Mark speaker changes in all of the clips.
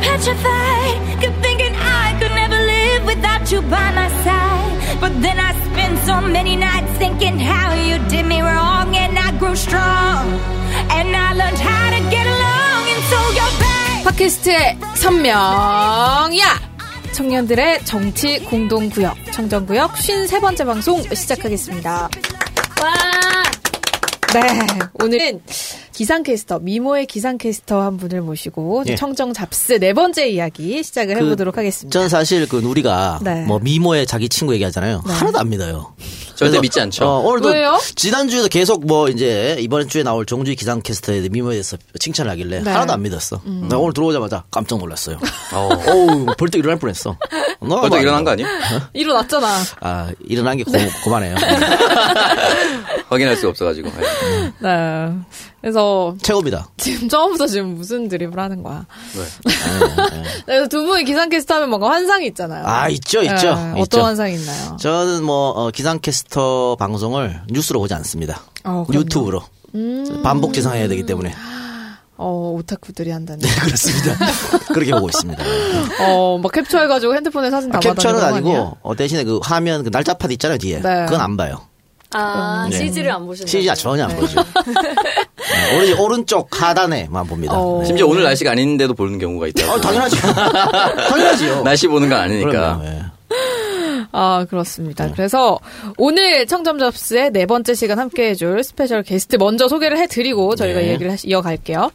Speaker 1: petrified. Keep thinking I could never live without you by my side. But then I spent so many nights thinking how you did me wrong, and I grew strong. And I learned how to get along, and so you're back.
Speaker 2: 팟캐스트의 선명야 청년들의 정치 공동구역 청정구역 53번째 방송 시작하겠습니다.
Speaker 3: 와,
Speaker 2: 네, 오늘은 기상캐스터 미모의 기상캐스터 한 분을 모시고
Speaker 4: 예. 그
Speaker 2: 청정 잡스 네 번째 이야기 시작을 해보도록 하겠습니다.
Speaker 4: 전 사실 그 우리가
Speaker 2: 네.
Speaker 4: 뭐 미모의 자기 친구 얘기하잖아요. 하나도 안 믿어요.
Speaker 5: 절대
Speaker 4: 그래서,
Speaker 5: 믿지 않죠.
Speaker 4: 어, 오늘도
Speaker 2: 왜요?
Speaker 4: 지난주에도 계속 뭐 이제 이번 주에 나올 종주의 기상캐스터에 대해 미모에 대해서 칭찬을 하길래
Speaker 2: 네.
Speaker 4: 하나도 안 믿었어. 나 오늘 들어오자마자 깜짝 놀랐어요. 어우, 벌떡 일어날 뻔했어. 너무
Speaker 5: 벌떡
Speaker 4: 안
Speaker 5: 일어난 거
Speaker 4: 믿어.
Speaker 5: 아니에요?
Speaker 2: 일어났잖아.
Speaker 4: 아, 일어난 게 고,
Speaker 2: 네.
Speaker 4: 고만해요. 네,
Speaker 5: 확인할 수가 없어가지고. 예.
Speaker 2: 네. 그래서
Speaker 4: 최고입니다. 네,
Speaker 2: 지금 처음부터 지금 무슨 드립을 하는 거야.
Speaker 5: 네.
Speaker 2: 네, 그래서 두 분이 기상캐스터 하면 뭔가 환상이 있잖아요.
Speaker 4: 아, 있죠, 있죠.
Speaker 2: 네,
Speaker 4: 있죠.
Speaker 2: 어떤 환상이 있나요?
Speaker 4: 저는 뭐 어, 기상캐스터 방송을 뉴스로 보지 않습니다.
Speaker 2: 어, 그럼요. 음.
Speaker 4: 유튜브로 반복 재상해야 되기 때문에
Speaker 2: 어, 오타쿠들이 한다는.
Speaker 4: 그렇습니다. 그렇게 보고 있습니다.
Speaker 2: 어, 막 캡처해가지고 핸드폰에 사진
Speaker 4: 아,
Speaker 2: 담아다니는
Speaker 4: 캡처는
Speaker 2: 거
Speaker 4: 아니고 어, 대신에 그 화면 그 날짜판 있잖아요 뒤에
Speaker 2: 네.
Speaker 4: 그건 안 봐요.
Speaker 3: 아,
Speaker 4: 네.
Speaker 3: CG를 안 보신다.
Speaker 4: CG 전혀 안 보죠. 네, 오른 오른쪽 하단에만 봅니다.
Speaker 2: 어.
Speaker 4: 네.
Speaker 5: 심지어 오늘 날씨가 아닌데도 보는 경우가 있대요.
Speaker 4: 어, 당연하죠. 당연하지요.
Speaker 5: 날씨 보는 건 아니니까.
Speaker 4: 그럼요, 예.
Speaker 2: 아, 그렇습니다. 그래서 오늘 청점 접수의 네 번째 시간 함께 해줄 스페셜 게스트 먼저 소개를 해드리고 저희가
Speaker 4: 네.
Speaker 2: 얘기를 하시- 이어갈게요.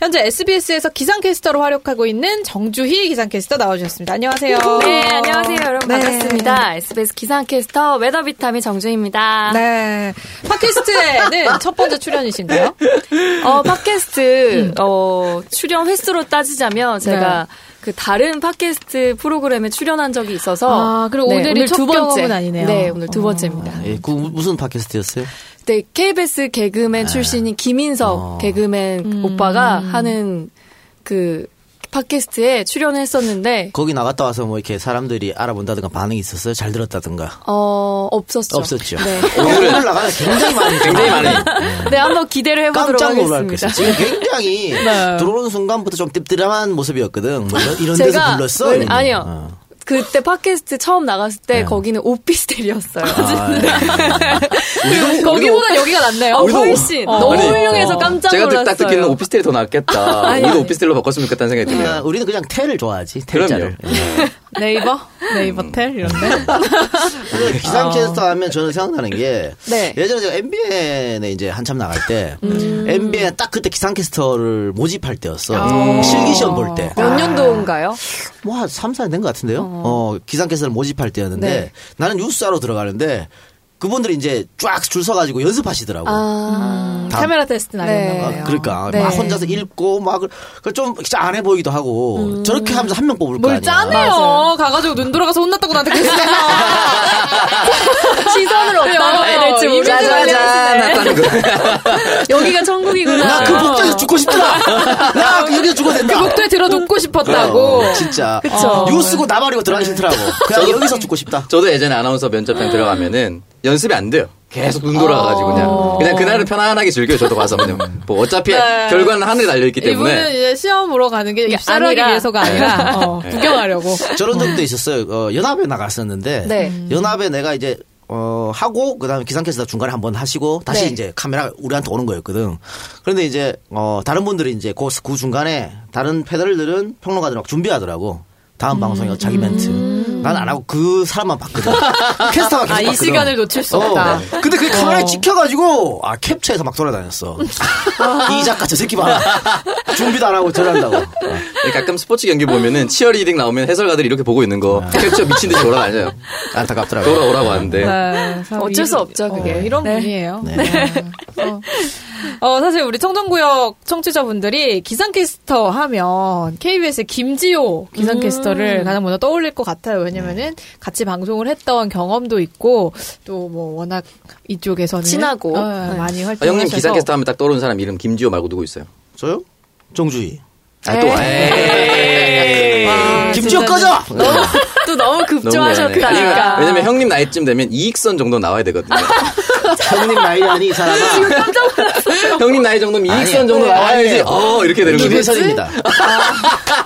Speaker 2: 현재 SBS에서 기상캐스터로 활약하고 있는 정주희 기상캐스터 나와주셨습니다. 안녕하세요.
Speaker 3: 네, 안녕하세요. 여러분
Speaker 2: 네.
Speaker 3: 반갑습니다. SBS 기상캐스터 웨더비타민 정주입니다.
Speaker 2: 네. 팟캐스트에는 첫 번째 출연이신가요?
Speaker 3: 어,
Speaker 2: 음.
Speaker 3: 팟캐스트, 어, 출연 횟수로
Speaker 2: 네.
Speaker 3: 따지자면 제가 그 다른 팟캐스트 프로그램에 출연한 적이 있어서. 네,
Speaker 2: 아, 그리고 오늘이 첫
Speaker 3: 두 번째.
Speaker 2: 경험은 아니네요.
Speaker 3: 네, 오늘 두
Speaker 2: 어.
Speaker 3: 번째입니다.
Speaker 4: 예, 그 무- 무슨 팟캐스트였어요?
Speaker 3: 네, KBS 개그맨
Speaker 2: 아.
Speaker 3: 출신인 김인석
Speaker 4: 아.
Speaker 3: 개그맨
Speaker 2: 음.
Speaker 3: 오빠가 하는 그 팟캐스트에 출연했었는데,
Speaker 4: 거기 나갔다 와서 뭐 이렇게 사람들이 알아본다든가 반응이 있었어요? 잘 들었다든가
Speaker 3: 어, 없었죠.
Speaker 4: 없었죠. 어,
Speaker 3: 네.
Speaker 4: 오늘 나가면 굉장히 많이
Speaker 5: 굉장히 많이.
Speaker 3: 네, 한번 기대를 해보도록
Speaker 4: 깜짝 놀랄 거어
Speaker 3: 하겠습니다. 네.
Speaker 4: 요 지금 굉장히 들어오는 순간부터 좀 찝찝한 모습이었거든. 뭐 이런, 이런 데서 불렀어?
Speaker 3: 왜-
Speaker 4: 이런 거.
Speaker 3: 네, 아니요.
Speaker 4: 어. 네.
Speaker 3: 그때 팟캐스트 처음 나갔을 때 거기는 오피스텔이었어요.
Speaker 4: 아, 예.
Speaker 2: 거기보다 여기가 낫네요.
Speaker 3: 어, 훨씬 너무
Speaker 5: 아니,
Speaker 3: 훌륭해서 깜짝
Speaker 5: 제가 듣-
Speaker 3: 놀랐어요.
Speaker 5: 딱 듣기는 오피스텔이 더 낫겠다.
Speaker 3: 아니, 아, 아니.
Speaker 5: 우리도 오피스텔로 바꿨으면 좋겠다는 생각이
Speaker 4: 그냥
Speaker 5: 드네요.
Speaker 4: 그러니까 우리는 그냥 테를 좋아하지.
Speaker 5: 그럼요.
Speaker 4: 테자를.
Speaker 3: 네.
Speaker 2: 네이버? 네이버텔? 이런데?
Speaker 5: 네.
Speaker 4: 그래서 기상캐스터 하면 저는 생각나는 게
Speaker 3: 네.
Speaker 4: 예전에 제가 MBN에 이제 한참 나갈 때 MBN 딱 그때 기상캐스터를 모집할 때였어. 실기시험 볼 때.
Speaker 2: 아.
Speaker 3: 몇 년도인가요?
Speaker 4: 뭐 한 3, 4년 된 것 같은데요. 어, 기상캐스터를 모집할 때였는데
Speaker 3: 네.
Speaker 4: 나는 뉴스하러 들어가는데 그분들이 이제 쫙 줄 서가지고 연습하시더라고.
Speaker 3: 아,
Speaker 4: 다음-
Speaker 2: 카메라 테스트는
Speaker 3: 네.
Speaker 2: 아니었나
Speaker 4: 아,
Speaker 2: 봐요.
Speaker 4: 그러니까
Speaker 3: 네.
Speaker 4: 막 혼자서 읽고 막좀 안해 보이기도 하고 저렇게 하면서 한 명 뽑을 거
Speaker 2: 뭘
Speaker 4: 아니야.
Speaker 2: 짜네요.
Speaker 3: 맞아요.
Speaker 2: 가가지고 눈 돌아가서 혼났다고 나한테 네, 그랬어요.
Speaker 3: 시선을 어디다 놔야 될지
Speaker 2: 이미지
Speaker 3: 모르겠어요.
Speaker 2: 관리하시네.
Speaker 3: 여기가 천국이구나.
Speaker 4: 나그 복도에서 죽고 싶더라. 나 여기서 죽어도
Speaker 2: 네.
Speaker 4: 된다.
Speaker 2: 어. 그 목도에 들어 눕고 싶었다고. 네.
Speaker 4: 어, 진짜.
Speaker 3: 그쵸.
Speaker 4: 뉴스고 나발이고 들어가기 싫더라고. 그냥 여기서 죽고 싶다.
Speaker 5: 저도 예전에 아나운서 면접형 들어가면은 연습이 안 돼요. 계속 눈 돌아가가지고 그냥 그냥 그날을 편안하게 즐겨요. 저도 가서 그냥 뭐 어차피
Speaker 2: 네.
Speaker 5: 결과는 하늘에 달려있기
Speaker 2: 이분은
Speaker 5: 때문에
Speaker 2: 이제 시험 보러 가는 게
Speaker 3: 이게
Speaker 2: 입사를 하기
Speaker 3: 아니라.
Speaker 2: 위해서가 아니라 어, 구경하려고.
Speaker 4: 저런 적도 있었어요. 어, 연합에 나갔었는데
Speaker 3: 네.
Speaker 4: 연합에 내가 이제 어 하고 그다음에 기상캐스터 중간에 한번 하시고 다시
Speaker 3: 네.
Speaker 4: 이제 카메라 우리한테 오는 거였거든. 그런데 이제 어 다른 분들이 이제 그, 그 중간에 다른 패널들은 평론가들 막 준비하더라고. 다음 방송에 자기 멘트. 난 안 하고 그 사람만 봤거든. 캐스터만 계속
Speaker 2: 음. 아, 이
Speaker 4: 봤거든.
Speaker 2: 시간을 놓칠 수
Speaker 4: 어,
Speaker 2: 없다.
Speaker 3: 네.
Speaker 4: 근데 그게 카메라에
Speaker 2: 어.
Speaker 4: 찍혀가지고 아 캡처해서 막 돌아다녔어. 이 작가 저 새끼 봐. 준비도 안 하고 저런다고. 어.
Speaker 5: 가끔 스포츠 경기 보면은 치어리딩 나오면 해설가들이 이렇게 보고 있는 거
Speaker 3: 네.
Speaker 5: 캡처 미친 듯이 돌아다녀요.
Speaker 4: 안타깝더라고.
Speaker 5: 돌아오라고 하는데
Speaker 2: 네, 참
Speaker 3: 어쩔 수
Speaker 2: 이런-
Speaker 3: 없죠, 그게.
Speaker 2: 어, 이런
Speaker 3: 네.
Speaker 2: 분이에요. 어, 어, 사실 우리 청정구역 청취자분들이 기상캐스터 하면 KBS의 김지호
Speaker 3: 음.
Speaker 2: 기상캐스터를 가장 먼저 떠올릴 것 같아요. 왜냐면은
Speaker 3: 네.
Speaker 2: 같이 방송을 했던 경험도 있고 또 뭐 워낙 이쪽에서는
Speaker 3: 친하고.
Speaker 2: 어,
Speaker 3: 네.
Speaker 2: 많이
Speaker 5: 아,
Speaker 2: 활동하셔서
Speaker 5: 형님 기상캐스터 하면 딱 떠오르는 사람 이름 김지호 말고 누구 있어요?
Speaker 4: 저요? 정주희.
Speaker 5: 아, 또
Speaker 3: 네.
Speaker 5: 에이.
Speaker 2: 와,
Speaker 4: 김지혁 꺼져! 어.
Speaker 3: 또 아, 너무
Speaker 5: 너무 미안해.
Speaker 3: 급조하셨다니까.
Speaker 5: 왜냐면 형님 나이쯤 되면 이익선 정도 나와야 되거든요.
Speaker 4: 형님 나이 아니 이 사람아
Speaker 5: 형님 나이 정도면
Speaker 4: 아니에요.
Speaker 5: 이익선 정도
Speaker 4: 네,
Speaker 5: 나와야지.
Speaker 4: 아니에요.
Speaker 5: 어, 이렇게 되는 거죠.
Speaker 4: 김혜선입니다.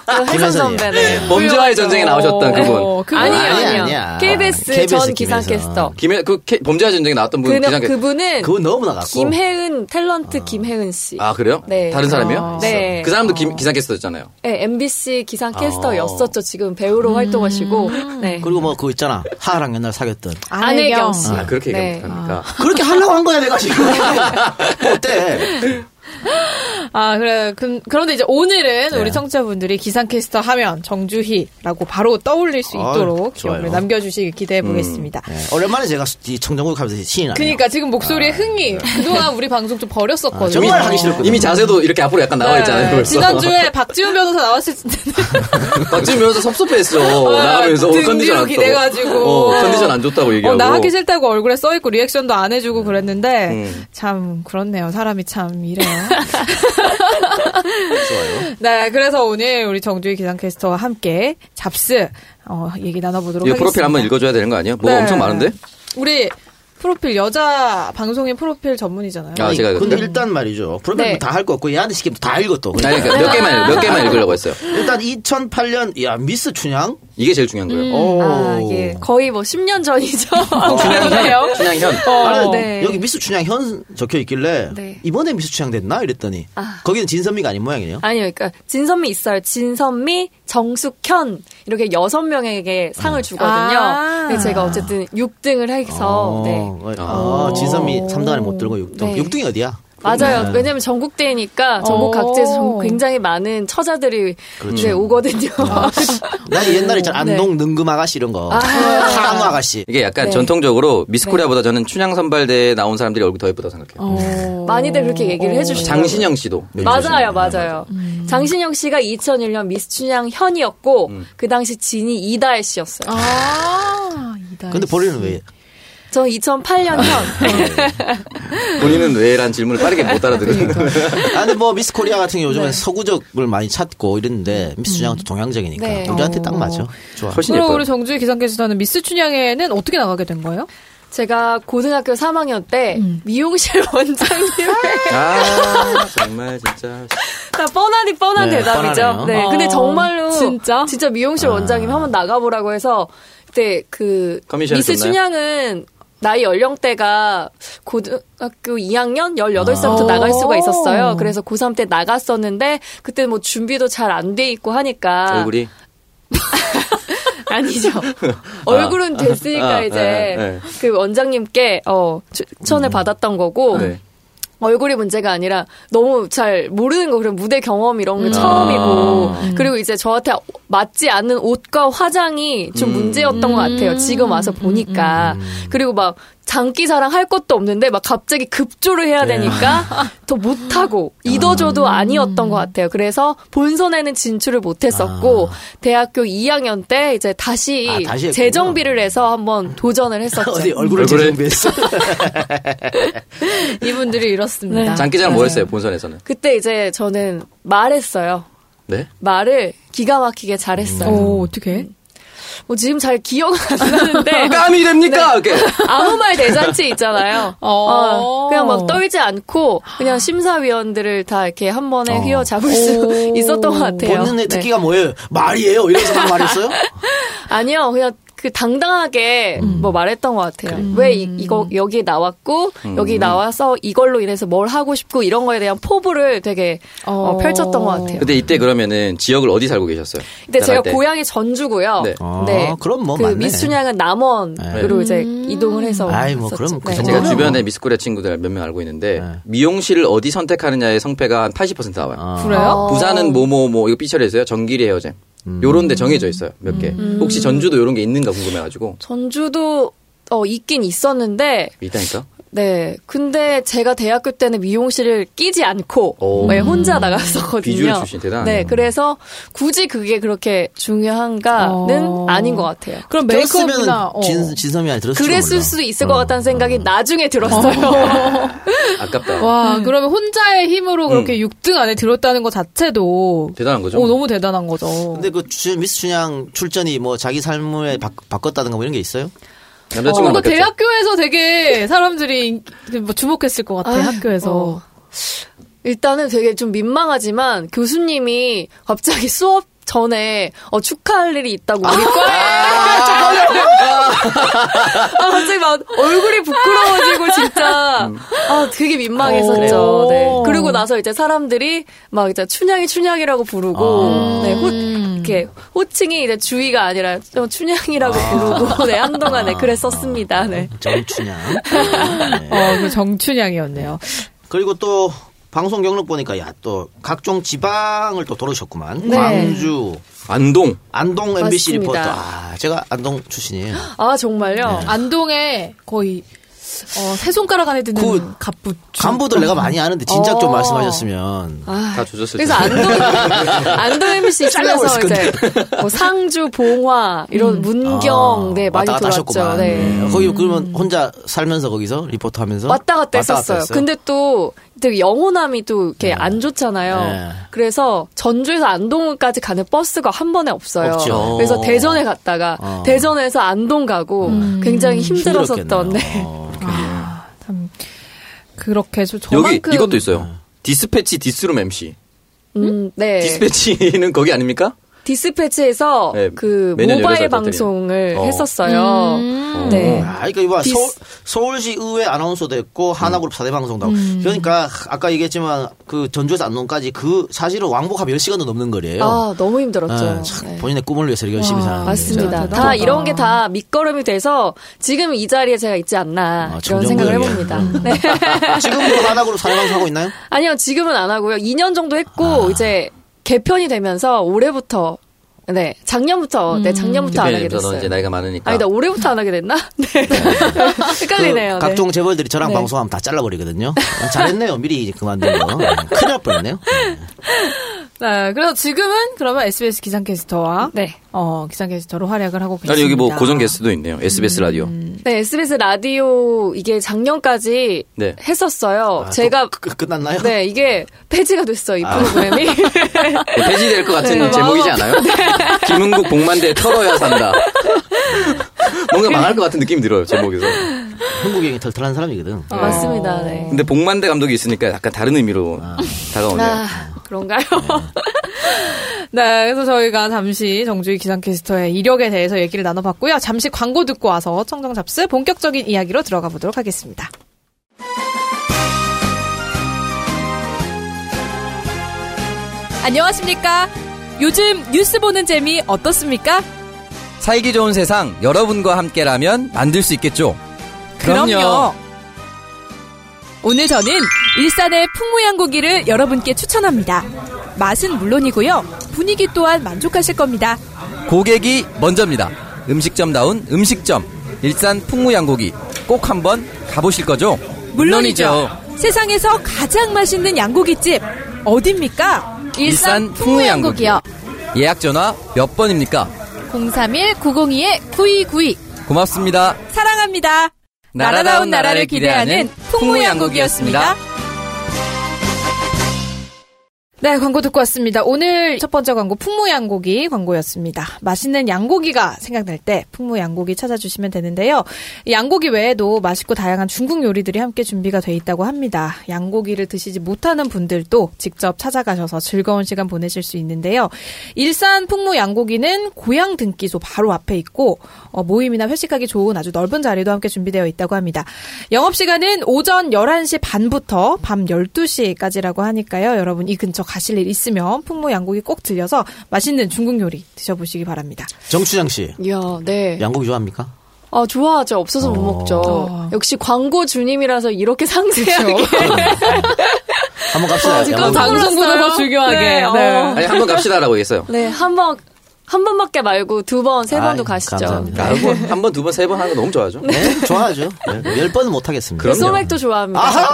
Speaker 3: 아, 그 해선 선배. 네.
Speaker 5: 범죄와의 전쟁에 나오셨던
Speaker 2: 어,
Speaker 5: 그분.
Speaker 2: 그분.
Speaker 3: 아니에요,
Speaker 4: 아니야,
Speaker 3: 아니에요.
Speaker 4: 아니야.
Speaker 3: KBS,
Speaker 4: KBS
Speaker 3: 전
Speaker 4: 김혜선.
Speaker 3: 기상캐스터.
Speaker 5: 김해 그 K- 범죄와 전쟁에 나왔던 분
Speaker 3: 그는,
Speaker 5: 기상
Speaker 3: 그분은
Speaker 4: 그건 너무 나갔고.
Speaker 3: 김혜은, 탤런트 김혜은 씨.
Speaker 5: 아 그래요?
Speaker 3: 네.
Speaker 5: 다른 사람이요?
Speaker 2: 아.
Speaker 3: 네.
Speaker 5: 그 사람도 김- 기상캐스터였잖아요.
Speaker 3: 네, MBC 기상캐스터였었죠.
Speaker 5: 어.
Speaker 3: 지금 배우로
Speaker 2: 음.
Speaker 3: 활동하시고. 네.
Speaker 4: 그리고 뭐 그거 있잖아. 하하랑 옛날 사귀었던.
Speaker 3: 안혜경 씨.
Speaker 5: 아 그렇게
Speaker 3: 네.
Speaker 5: 얘기합니까?
Speaker 4: 그렇게 하려고 한 거야 내가 지금. 어때?
Speaker 2: 아, 그래. 그, 그런데 이제 오늘은 우리
Speaker 5: 네.
Speaker 2: 청취자분들이 기상캐스터 하면 정주희라고 바로 떠올릴 수
Speaker 4: 아유,
Speaker 2: 있도록
Speaker 4: 좋아요.
Speaker 2: 기억을 남겨주시길
Speaker 5: 음.
Speaker 2: 기대해 보겠습니다.
Speaker 4: 네, 오랜만에 제가 이 청정국 하면서 신이 나네요.
Speaker 2: 그니까 지금 목소리의
Speaker 5: 아.
Speaker 2: 흥이 그동안 우리 방송 좀 버렸었거든요.
Speaker 4: 아, 정말 하기 싫었거든요.
Speaker 5: 이미 자세도 이렇게 앞으로 약간 나와 있잖아요.
Speaker 2: 네,
Speaker 5: 벌써.
Speaker 2: 지난주에 박지훈 변호사 나왔을 때
Speaker 5: 아, 박지민 변호사 섭섭했어. 나가면서
Speaker 2: 등
Speaker 5: 컨디션
Speaker 2: 뒤로
Speaker 5: 안 좋다고.
Speaker 2: 기대가지고.
Speaker 5: 어, 컨디션 안 좋다고 얘기하고.
Speaker 2: 어, 나 하기 싫다고 얼굴에 써있고 리액션도 안 해주고 그랬는데
Speaker 5: 음.
Speaker 2: 참 그렇네요. 사람이 참 이래요. 네, 그래서 오늘 우리 정주희 기상캐스터와 함께 잡스 어, 얘기 나눠보도록 하겠습니다.
Speaker 5: 이거 예, 프로필 한번 읽어줘야 되는 거 아니에요? 뭐
Speaker 2: 네.
Speaker 5: 엄청 많은데?
Speaker 2: 우리 프로필 여자 방송인 프로필 전문이잖아요.
Speaker 5: 아, 제가
Speaker 4: 근데
Speaker 5: 그때.
Speaker 4: 일단 말이죠. 프로그램
Speaker 3: 네.
Speaker 4: 다할 거 없고 얘한테 시키면 다 읽었어.
Speaker 5: 아니, 그러니까 몇 개만, 읽- 몇 개만 읽으려고 했어요.
Speaker 4: 일단 2008년 야 미스 춘향.
Speaker 5: 이게 제일 중요한 거예요. 어,
Speaker 3: 아,
Speaker 4: 오.
Speaker 3: 예. 거의 뭐 10년 전이죠.
Speaker 5: 춘향현. 춘향현.
Speaker 4: 아니,
Speaker 3: 네.
Speaker 4: 여기 미스 춘향 현 적혀 있길래
Speaker 3: 네. 아.
Speaker 4: 이번에 미스 춘향 됐나 이랬더니 거기는 진선미가 아닌 모양이네요.
Speaker 3: 아니요, 그러니까 진선미 있어요. 진선미, 정숙현 이렇게 여섯 명에게 상을 주거든요.
Speaker 2: 아.
Speaker 3: 근데 제가 어쨌든 6등을 해서
Speaker 4: 어,
Speaker 3: 네.
Speaker 4: 아, 진선미 3등 안에 못 들고 6등.
Speaker 3: 네.
Speaker 4: 6등이 어디야?
Speaker 3: 맞아요.
Speaker 4: 네.
Speaker 3: 왜냐면 전국 대회니까 전국
Speaker 2: 어.
Speaker 3: 각지에서 전- 굉장히 많은 처자들이 이제 오거든요.
Speaker 4: 난 옛날에 있잖아. 안동 능금 아가씨 이런 거. 사람 아가씨.
Speaker 5: 이게 약간
Speaker 3: 네.
Speaker 5: 전통적으로 미스코리아보다 저는 춘향 선발대에 나온 사람들이 얼굴 더 예쁘다고 생각해요.
Speaker 3: 어. 많이들 그렇게 얘기를 해주시죠.
Speaker 5: 어, 장신영 씨도.
Speaker 3: 어. 맞아요, 맞아요.
Speaker 5: 음.
Speaker 3: 장신영 씨가 2001년 미스 춘향 현이었고 그 당시 진이 이다혜 씨였어요.
Speaker 2: 아, 이다.
Speaker 4: 근데 본인은 왜?
Speaker 3: 전 2008년
Speaker 5: 네.
Speaker 3: 현.
Speaker 5: 본인은 왜란 질문을 빠르게 못 알아들으는 거예요.
Speaker 3: 그러니까.
Speaker 4: 아, 근데 뭐 미스 코리아 같은 경우
Speaker 3: 네.
Speaker 4: 요즘에 서구적을 많이 찾고 이랬는데 미스 춘향은 또 동양적이니까
Speaker 3: 음. 네.
Speaker 4: 우리한테 딱 맞죠. 좋아.
Speaker 5: 훨씬
Speaker 2: 그럼
Speaker 5: 예뻐요.
Speaker 2: 우리 정주희 기상캐스터는 미스 춘향에는 어떻게 나가게 된 거예요?
Speaker 3: 제가 고등학교 3학년 때
Speaker 5: 음.
Speaker 3: 미용실 원장님을
Speaker 5: 아, 정말 진짜.
Speaker 3: 다 뻔하니 뻔한
Speaker 4: 네,
Speaker 3: 대답이죠.
Speaker 4: 뻔하네요.
Speaker 3: 네,
Speaker 2: 어.
Speaker 3: 근데 정말로
Speaker 2: 진짜?
Speaker 3: 미용실
Speaker 5: 아.
Speaker 3: 원장님 한번 나가보라고 해서 그때 그
Speaker 5: 커미션을
Speaker 3: 미스
Speaker 5: 줬나요?
Speaker 3: 춘향은 나이 연령대가 고등학교 2학년 18살부터
Speaker 2: 아.
Speaker 3: 나갈 수가
Speaker 2: 오.
Speaker 3: 있었어요. 그래서 고3 때 나갔었는데 그때 뭐 준비도 잘 안 돼 있고 하니까
Speaker 5: 얼굴이.
Speaker 3: 아니죠.
Speaker 2: 어,
Speaker 3: 얼굴은 됐으니까
Speaker 5: 아,
Speaker 3: 이제
Speaker 5: 네, 네.
Speaker 3: 그 원장님께 어 추천을 받았던 거고
Speaker 5: 네.
Speaker 3: 얼굴이 문제가 아니라 너무 잘 모르는 거 그런 무대 경험 이런 게 처음이고
Speaker 4: 아.
Speaker 3: 그리고 이제 저한테 맞지 않는 옷과 화장이 좀
Speaker 4: 음.
Speaker 3: 문제였던 것 같아요 지금 와서 보니까 그리고 막 장기 자랑 할 것도 없는데 막 갑자기 급조를 해야 되니까 더 못하고 이도저도 아니었던 것 같아요 그래서 본선에는 진출을 못했었고 대학교 2학년 때 이제 다시,
Speaker 4: 아, 다시 했구나.
Speaker 3: 재정비를 해서 한번 도전을 했었죠
Speaker 4: 어디 얼굴을
Speaker 5: 얼굴에-
Speaker 4: 재정비했어.
Speaker 2: 이분들이
Speaker 4: 네.
Speaker 2: 이렇습니다.
Speaker 5: 장기자랑
Speaker 3: 네.
Speaker 5: 뭐 했어요, 본선에서는?
Speaker 3: 그때 이제 저는 말했어요.
Speaker 5: 네?
Speaker 3: 말을 기가 막히게 잘했어요.
Speaker 4: 음.
Speaker 2: 오, 어떻게?
Speaker 3: 뭐 지금 잘 기억은 안 나는데
Speaker 5: 깜이 됩니까?
Speaker 3: 네.
Speaker 5: 이렇게.
Speaker 3: 아무 말 대잔치 있잖아요.
Speaker 2: 어.
Speaker 3: 어, 그냥 막 떨지 않고 그냥 심사위원들을 다 이렇게 한 번에 휘어잡을 수
Speaker 2: 오.
Speaker 3: 있었던 것 같아요. 네.
Speaker 4: 본인의 특기가 뭐예요? 말이에요. 이래서 막 말했어요?
Speaker 3: 아니요, 그냥 그 당당하게
Speaker 4: 음.
Speaker 3: 뭐 말했던 것 같아요. 왜 이, 이거 여기 나왔고
Speaker 4: 음.
Speaker 3: 여기 나와서 이걸로 인해서 뭘 하고 싶고 이런 거에 대한 포부를 되게 어,
Speaker 2: 어.
Speaker 3: 펼쳤던 것 같아요.
Speaker 5: 근데 이때 그러면은 지역을 어디 살고 계셨어요?
Speaker 3: 근데 제가
Speaker 5: 나갈 때?
Speaker 3: 고향이 전주고요.
Speaker 5: 네.
Speaker 4: 아, 그럼 뭐
Speaker 3: 그
Speaker 4: 맞네. 네.
Speaker 3: 미수냥은 남원으로 이제 이동을 해서.
Speaker 4: 아이, 뭐
Speaker 3: 왔었죠.
Speaker 4: 그럼 그
Speaker 3: 네.
Speaker 4: 정도면-
Speaker 5: 제가
Speaker 4: 그러면
Speaker 5: 주변에
Speaker 4: 뭐.
Speaker 5: 미스코리아 친구들 몇 명 알고 있는데
Speaker 4: 네.
Speaker 5: 미용실을 어디 선택하느냐의 성패가 한 80% 나와요.
Speaker 4: 아. 음.
Speaker 2: 그래요?
Speaker 5: 부산은 뭐뭐뭐 이거 삐처리 있어요. 정길이 헤어잼. 요런 데 정해져 있어요. 몇 개. 혹시 전주도 요런 게 있는가 궁금해 가지고.
Speaker 3: 전주도 어, 있긴 있었는데,
Speaker 5: 있다니까.
Speaker 3: 네. 근데 제가 대학교 때는 미용실을 끼지 않고,
Speaker 5: 오.
Speaker 3: 네, 혼자 나갔었거든요.
Speaker 5: 비주얼 출신 대단하네요.
Speaker 3: 네. 그래서 굳이 그게 그렇게 중요한가는
Speaker 2: 어.
Speaker 3: 아닌 것 같아요.
Speaker 2: 그럼 메이크업이나
Speaker 4: 들었으면
Speaker 2: 어.
Speaker 4: 진, 진섬이 아니 들었을
Speaker 3: 그랬을
Speaker 4: 몰라.
Speaker 3: 수도 있을 것 같다는
Speaker 4: 어.
Speaker 3: 생각이 나중에 들었어요.
Speaker 5: 아깝다.
Speaker 2: 와,
Speaker 3: 음.
Speaker 2: 그러면 혼자의 힘으로 그렇게 6등 안에 들었다는 것 자체도
Speaker 5: 음. 대단한 거죠.
Speaker 2: 오, 어, 너무 대단한 거죠.
Speaker 4: 근데 그 주- 미스 춘향 출전이 뭐 자기 삶을 바, 꿨다든가뭐 이런 뭐 게 있어요?
Speaker 5: 남자친구
Speaker 2: 뭔가
Speaker 5: 는 맞겠죠.
Speaker 2: 대학교에서 되게 사람들이 인- 뭐 주목했을 것 같아
Speaker 3: 아유,
Speaker 2: 학교에서.
Speaker 3: 어. 일단은 되게 좀 민망하지만 교수님이 갑자기 수업 전에 어, 축하할 일이 있다고 우리 과에 아, 갑자기 막 얼굴이 부끄러워지고 진짜 아 되게 민망했었죠.
Speaker 2: 오.
Speaker 3: 네. 그리고 나서 이제 사람들이 막 이제 춘향이 춘향이라고 부르고 네, 호, 이렇게 호칭이 이제 주희가 아니라 좀 춘향이라고 부르고 네 한동안 네, 그랬었습니다. 네.
Speaker 4: 정춘향.
Speaker 2: 어, 그 정춘향이었네요.
Speaker 4: 그리고 또 방송 경력 보니까 야 또 각종 지방을 또 돌으셨구만. 광주,
Speaker 5: 안동.
Speaker 4: 안동 MBC
Speaker 3: 네. 맞습니다.
Speaker 4: 리포터. 아, 제가 안동 출신이에요.
Speaker 3: 아
Speaker 5: 어.
Speaker 3: 정말요.
Speaker 2: 안동에 거의 어, 세 손가락 안에 드는
Speaker 4: 그
Speaker 2: 갑부.
Speaker 4: 간부들 내가 많이 아는데 진작 좀
Speaker 3: 어.
Speaker 4: 말씀하셨으면.
Speaker 5: 다 조졌을
Speaker 3: 아, 그래서
Speaker 5: 텐데.
Speaker 3: 안동 안동 MBC
Speaker 4: 잘라버렸을
Speaker 3: 중에서 이제 뭐 상주, 봉화 이런 문경
Speaker 4: 아,
Speaker 3: 네 많이
Speaker 4: 왔다 갔다
Speaker 3: 돌았죠.
Speaker 4: 하셨구만.
Speaker 3: 네.
Speaker 4: 네. 거기 그러면 혼자 살면서 거기서 리포터 하면서
Speaker 3: 왔다 갔다 했었어요. 근데 또 되게 영호남이 또 이렇게 안 좋잖아요.
Speaker 4: 네.
Speaker 3: 그래서 전주에서 안동까지 가는 버스가 한 번에 없어요.
Speaker 4: 없죠.
Speaker 3: 그래서 대전에 갔다가
Speaker 4: 어. 음.
Speaker 3: 대전에서 안동 가고 굉장히 힘들었었던. 네.
Speaker 4: 어,
Speaker 2: 아, 참 그렇게 저-
Speaker 5: 예. 여기
Speaker 2: 저만큼
Speaker 5: 이것도
Speaker 4: 네.
Speaker 5: 있어요. 디스패치 디스룸 MC.
Speaker 3: 음, 네.
Speaker 5: 디스패치는 거기 아닙니까?
Speaker 3: 디스패치에서
Speaker 5: 네,
Speaker 3: 그
Speaker 5: 매년
Speaker 3: 모바일
Speaker 5: 열애설 때들이요.
Speaker 3: 방송을
Speaker 5: 어.
Speaker 3: 했었어요.
Speaker 2: 음.
Speaker 5: 음.
Speaker 3: 네.
Speaker 4: 아, 그러니까 이봐
Speaker 3: 디스- 음.
Speaker 4: 서울, 서울시 의회 아나운서도 했고 하나그룹 사대 방송도 하고 그러니까 아까 얘기했지만 그 전주에서 안동까지 그 사실은 왕복하면 10시간도 넘는 거리예요.
Speaker 3: 아, 너무 힘들었죠.
Speaker 4: 아, 참
Speaker 3: 네.
Speaker 4: 본인의 꿈을 위해서 이렇게 열심히 사는
Speaker 3: 맞습니다.
Speaker 4: 여자들.
Speaker 2: 대단하다.
Speaker 3: 다 이런 게 다 밑거름이 돼서 지금 이 자리에 제가 있지 않나
Speaker 4: 아,
Speaker 3: 이런 생각을
Speaker 4: 정정부역이야.
Speaker 3: 해봅니다.
Speaker 4: 음.
Speaker 3: 네.
Speaker 4: 지금도 하나그룹 사대 방송 하고 있나요?
Speaker 3: 아니요, 지금은 안 하고요. 2년 정도 했고 이제 개편이 되면서 올해부터 네 작년부터 네 작년부터 안 하게
Speaker 5: 대표님께서는 이제
Speaker 3: 됐어요.
Speaker 5: 나이가 많으니까.
Speaker 3: 아니다 올해부터 안 하게 됐나? 네. 헷갈리네요.
Speaker 4: 그
Speaker 3: 네.
Speaker 4: 각종 재벌들이 저랑
Speaker 3: 네.
Speaker 4: 방송하면 다 잘라버리거든요. 잘했네요. 미리 그만둔 거. 큰일 날 뻔했네요.
Speaker 2: 네, 그래서 지금은 그러면 SBS 기상캐스터와
Speaker 3: 네.
Speaker 2: 어 기상캐스터로 활약을 하고 계십니다.
Speaker 5: 아니 여기 뭐 고정 게스트도 있네요. SBS 라디오.
Speaker 3: 네, SBS 라디오 이게 작년까지
Speaker 5: 네.
Speaker 3: 했었어요.
Speaker 4: 아,
Speaker 3: 제가
Speaker 4: 또 끝- 끝났나요?
Speaker 3: 네 이게 폐지가 됐어 이 프로그램이.
Speaker 5: 네, 폐지될 것 같은
Speaker 3: 네.
Speaker 5: 제목이지 않아요? 김은국 복만대 털어야 산다. 뭔가 망할 것 같은 느낌이 들어요 제목에서.
Speaker 4: 한국이 형이 털털한 사람이거든.
Speaker 3: 어, 맞습니다. 네.
Speaker 5: 근데 복만대 감독이 있으니까 약간 다른 의미로 다가오네요.
Speaker 3: 아 그런가요?
Speaker 2: 네, 그래서 저희가 잠시 정주희 기상캐스터의 이력에 대해서 얘기를 나눠봤고요. 잠시 광고 듣고 와서 청정 잡스 본격적인 이야기로 들어가 보도록 하겠습니다. 안녕하십니까? 요즘 뉴스 보는 재미 어떻습니까?
Speaker 6: 살기 좋은 세상 여러분과 함께라면 만들 수 있겠죠.
Speaker 2: 오늘 저는 일산의 풍무양고기를 여러분께 추천합니다. 맛은 물론이고요. 분위기 또한 만족하실 겁니다.
Speaker 6: 고객이 먼저입니다. 음식점다운 음식점 일산 풍무양고기 꼭 한번 가보실 거죠?
Speaker 2: 물론이죠. 세상에서 가장 맛있는 양고기집 어딥니까?
Speaker 6: 일산 풍무양고기요. 예약 전화 몇 번입니까?
Speaker 2: 031-902-9292
Speaker 6: 고맙습니다.
Speaker 2: 사랑합니다. 나라다운 나라를 기대하는 풍무양국이었습니다. 네, 광고 듣고 왔습니다. 오늘 첫 번째 광고 풍무양고기 광고였습니다. 맛있는 양고기가 생각날 때 풍무양고기 찾아주시면 되는데요. 이 양고기 외에도 맛있고 다양한 중국 요리들이 함께 준비가 돼 있다고 합니다. 양고기를 드시지 못하는 분들도 직접 찾아가셔서 즐거운 시간 보내실 수 있는데요. 일산 풍무양고기는 고향 등기소 바로 앞에 있고 어, 모임이나 회식하기 좋은 아주 넓은 자리도 함께 준비되어 있다고 합니다. 영업시간은 오전 11시 반부터 밤 12시까지라고 하니까요. 여러분 이 근처 가실 일 있으면 풍무양고기 꼭 들려서 맛있는 중국 요리 드셔보시기 바랍니다.
Speaker 4: 정춘향 씨.
Speaker 3: 이야, 네.
Speaker 4: 양고기 좋아합니까?
Speaker 3: 아, 좋아하죠. 없어서 그렇죠. 못 먹죠.
Speaker 2: 어.
Speaker 3: 역시 광고 주님이라서 이렇게 상세하게.
Speaker 4: 네. 한번 갑시다.
Speaker 3: 아, 지금
Speaker 4: 양고기.
Speaker 3: 깜짝 네. 놀랐어요.
Speaker 2: 방송보다 더 중요하게.
Speaker 3: 네, 어.
Speaker 2: 네.
Speaker 5: 아니 한번 갑시다라고 얘기했어요.
Speaker 3: 네, 한 번, 한 번밖에 말고 두 번, 세 번도
Speaker 4: 아이,
Speaker 3: 가시죠.
Speaker 4: 감사합니다.
Speaker 5: 한번 두 번 세 번 하는 거 너무 좋아하죠.
Speaker 4: 네, 좋아하죠. 네, 열 번은 못 하겠습니다.
Speaker 5: 그럼요.
Speaker 3: 소맥도 좋아합니다.
Speaker 4: 아하!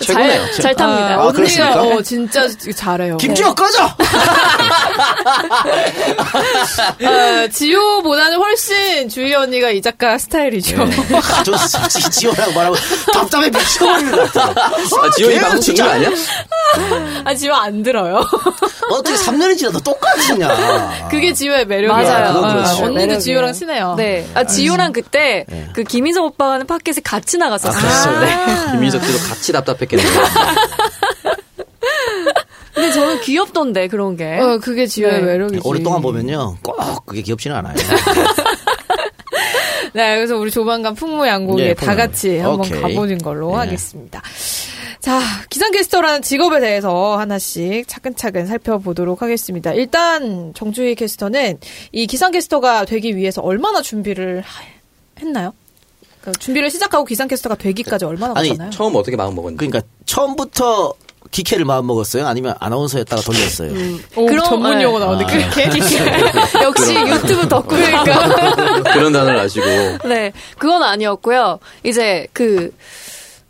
Speaker 5: 최고네요.
Speaker 3: 잘, 잘 탑니다.
Speaker 4: 아,
Speaker 2: 언니가,
Speaker 4: 그렇습니까?
Speaker 2: 어, 진짜 잘해요.
Speaker 4: 김지혁
Speaker 3: 네.
Speaker 4: 꺼져!
Speaker 2: 어, 지효보다는 훨씬 주희 언니가 이 작가 스타일이죠.
Speaker 4: 아, 저 솔직히 지호라고 말하고 답답해 미쳐버리는 것 같아요. 어,
Speaker 5: 아, 지효이
Speaker 4: 걔는
Speaker 5: 방송 듣는 거 아니야?
Speaker 2: 아, 지효 안 들어요.
Speaker 4: 어떻게 3년이 지나도 똑같으냐.
Speaker 2: 그게 지효의 매력이에요.
Speaker 3: 맞아요.
Speaker 4: 그건
Speaker 2: 아,
Speaker 4: 그렇죠.
Speaker 2: 언니도
Speaker 3: 매력이에요.
Speaker 2: 지효랑 친해요.
Speaker 3: 네. 아, 지효랑 그때 그 김희석 오빠가 하는 팟캐스트 같이
Speaker 4: 아,
Speaker 3: 나갔었어요.
Speaker 4: 네.
Speaker 3: 네.
Speaker 5: 김민석 씨도 같이 답답했겠네요.
Speaker 3: 근데 저는 귀엽던데 그런 게.
Speaker 2: 어, 그게 지효의
Speaker 3: 네.
Speaker 2: 매력이지.
Speaker 4: 오랫동안 보면요. 꼭 그게 귀엽지는 않아요.
Speaker 2: 네, 그래서 우리 조만간 풍무양곡에
Speaker 4: 네,
Speaker 2: 다 같이
Speaker 4: 풍무.
Speaker 2: 한번
Speaker 4: 오케이.
Speaker 2: 가보는 걸로
Speaker 4: 네.
Speaker 2: 하겠습니다. 자, 기상캐스터라는 직업에 대해서 하나씩 차근차근 살펴보도록 하겠습니다. 일단 정주희 캐스터는 이 기상캐스터가 되기 위해서 얼마나 준비를 하- 했나요? 그러니까 준비를 시작하고 기상캐스터가 되기까지 얼마나
Speaker 4: 아니,
Speaker 2: 걸렸나요?
Speaker 5: 처음 어떻게 마음 먹었는지.
Speaker 4: 그러니까 처음부터 기캐를 마음 먹었어요? 아니면 아나운서였다가 돌렸어요?
Speaker 2: 오,
Speaker 3: 그럼-
Speaker 2: 전문
Speaker 3: 네.
Speaker 2: 용어 나오는데
Speaker 4: 아.
Speaker 2: 그렇게
Speaker 3: 역시 유튜브 덕후니까.
Speaker 5: 그런 단어를 아시고.
Speaker 3: 네, 그건 아니었고요. 이제 그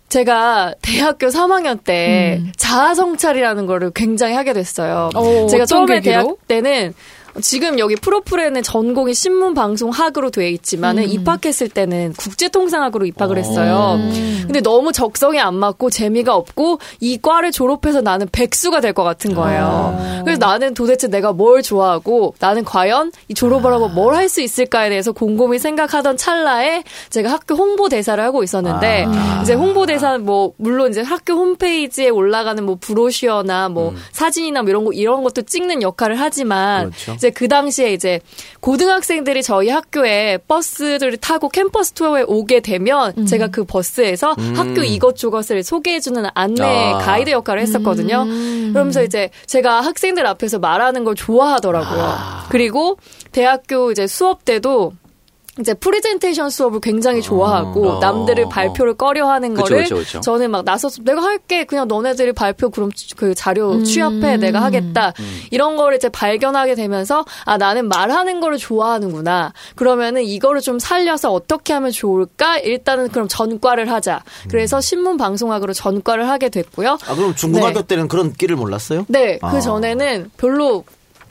Speaker 3: 제가 대학교 3학년 때 자아 성찰이라는 거를 굉장히 하게 됐어요.
Speaker 2: 오,
Speaker 3: 제가
Speaker 2: 음. 어떤
Speaker 3: 처음에
Speaker 2: 계기로?
Speaker 3: 대학 때는 지금 여기 프로프레는 전공이 신문방송학으로 되어 있지만은
Speaker 2: 음.
Speaker 3: 입학했을 때는 국제통상학으로 입학을 했어요. 근데 너무 적성에 안 맞고 재미가 없고 이 과를 졸업해서 나는 백수가 될 것 같은 거예요.
Speaker 2: 아.
Speaker 3: 그래서 나는 도대체 내가 뭘 좋아하고 나는 과연 이 졸업을 하고 뭘
Speaker 4: 아.
Speaker 3: 할 수 있을까에 대해서 곰곰이 생각하던 찰나에 제가 학교 홍보 대사를 하고 있었는데
Speaker 4: 아.
Speaker 3: 이제 홍보 대사 뭐 물론 이제 학교 홈페이지에 올라가는 뭐 브로셔나
Speaker 4: 음.
Speaker 3: 뭐 사진이나 뭐 이런 거 이런 것도 찍는 역할을 하지만
Speaker 4: 그렇죠.
Speaker 3: 이제 그 당시에 이제 고등학생들이 저희 학교에 버스를 타고 캠퍼스 투어에 오게 되면 제가 그 버스에서
Speaker 4: 음.
Speaker 3: 학교 이것저것을 소개해주는 안내
Speaker 5: 아.
Speaker 3: 가이드 역할을 했었거든요. 그러면서 이제 제가 학생들 앞에서 말하는 걸 좋아하더라고요. 그리고 대학교 이제 수업 때도 이제 프레젠테이션 수업을 굉장히 좋아하고
Speaker 5: 어.
Speaker 3: 남들을 발표를 꺼려하는
Speaker 5: 그쵸,
Speaker 3: 거를
Speaker 5: 그쵸, 그쵸.
Speaker 3: 저는 막 나서서 내가 할게 그냥 너네들이 발표 그럼 취- 그 자료 취합해 내가 하겠다
Speaker 4: 음.
Speaker 3: 이런 거를 이제 발견하게 되면서 아 나는 말하는 거를 좋아하는구나 그러면은 이거를 좀 살려서 어떻게 하면 좋을까 일단은 그럼 전과를 하자 그래서 신문 방송학으로 전과를 하게 됐고요
Speaker 4: 음. 아, 그럼 중고등학교
Speaker 3: 네.
Speaker 4: 때는 그런 끼를 몰랐어요?
Speaker 3: 네,
Speaker 4: 아.
Speaker 3: 그 전에는 별로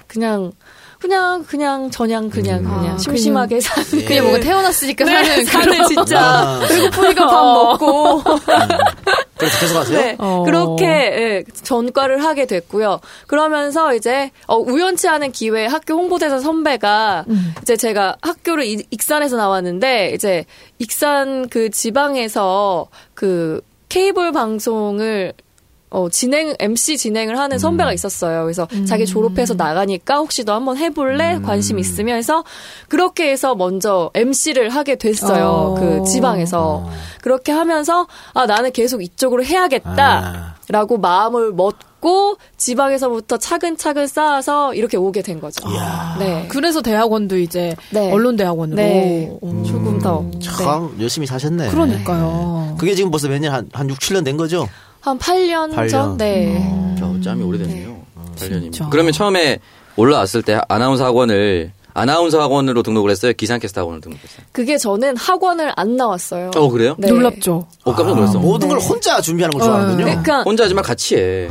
Speaker 3: 그냥 그냥 그냥 저냥 그냥
Speaker 4: 음.
Speaker 3: 아, 그냥 예. 심심하게
Speaker 4: 예.
Speaker 3: 뭐 사는
Speaker 2: 그냥 뭔가 태어났으니까 네, 사는
Speaker 3: 사는 진짜
Speaker 2: 배고프니까
Speaker 3: 밥 먹고
Speaker 4: 아, 그래서 계속 하세요?
Speaker 3: 네,
Speaker 2: 어.
Speaker 3: 그렇게 예, 전과를 하게 됐고요. 그러면서 이제 어, 우연치 않은 기회에 학교 홍보대사 선배가 이제 제가 학교를 이- 익산에서 나왔는데 이제 익산 그 지방에서 그 케이블 방송을 어, 진행, MC 진행을 하는 선배가 있었어요. 그래서
Speaker 2: 음.
Speaker 3: 자기 졸업해서 나가니까 혹시 너 한번 해볼래? 관심 있으면 해서 그렇게 해서 먼저 MC를 하게 됐어요.
Speaker 2: 어.
Speaker 3: 그 지방에서. 그렇게 하면서 아, 나는 계속 이쪽으로
Speaker 4: 아.
Speaker 3: 해야겠다. 라고 마음을 먹고 지방에서부터 차근차근 쌓아서 이렇게 오게 된 거죠. 네.
Speaker 2: 그래서 대학원도 이제
Speaker 3: 네.
Speaker 2: 언론대학원으로
Speaker 3: 네.
Speaker 2: 오.
Speaker 3: 조금 더.
Speaker 4: 음, 참 열심히 사셨네.
Speaker 2: 그러니까요.
Speaker 4: 그게 지금 벌써 몇 년, 한, 한 6, 7년 된 거죠?
Speaker 3: 한 8년,
Speaker 4: 8년.
Speaker 3: 전? 네.
Speaker 5: 저 짬이 오래됐네요. 아, 관련이
Speaker 2: 진짜.
Speaker 5: 그러면 처음에 올라왔을 때 아나운서 학원을 아나운서 학원으로 등록을 했어요. 기상캐스터 학원으로 등록했어요.
Speaker 3: 그게 저는 학원을 안 나왔어요.
Speaker 5: 어 그래요?
Speaker 3: 네.
Speaker 2: 놀랍죠.
Speaker 5: 어 깜짝 놀랐어.
Speaker 4: 모든 걸 혼자 준비하는 걸 좋아하는군요.
Speaker 3: 그러니까
Speaker 5: 혼자 하지 만 같이 해.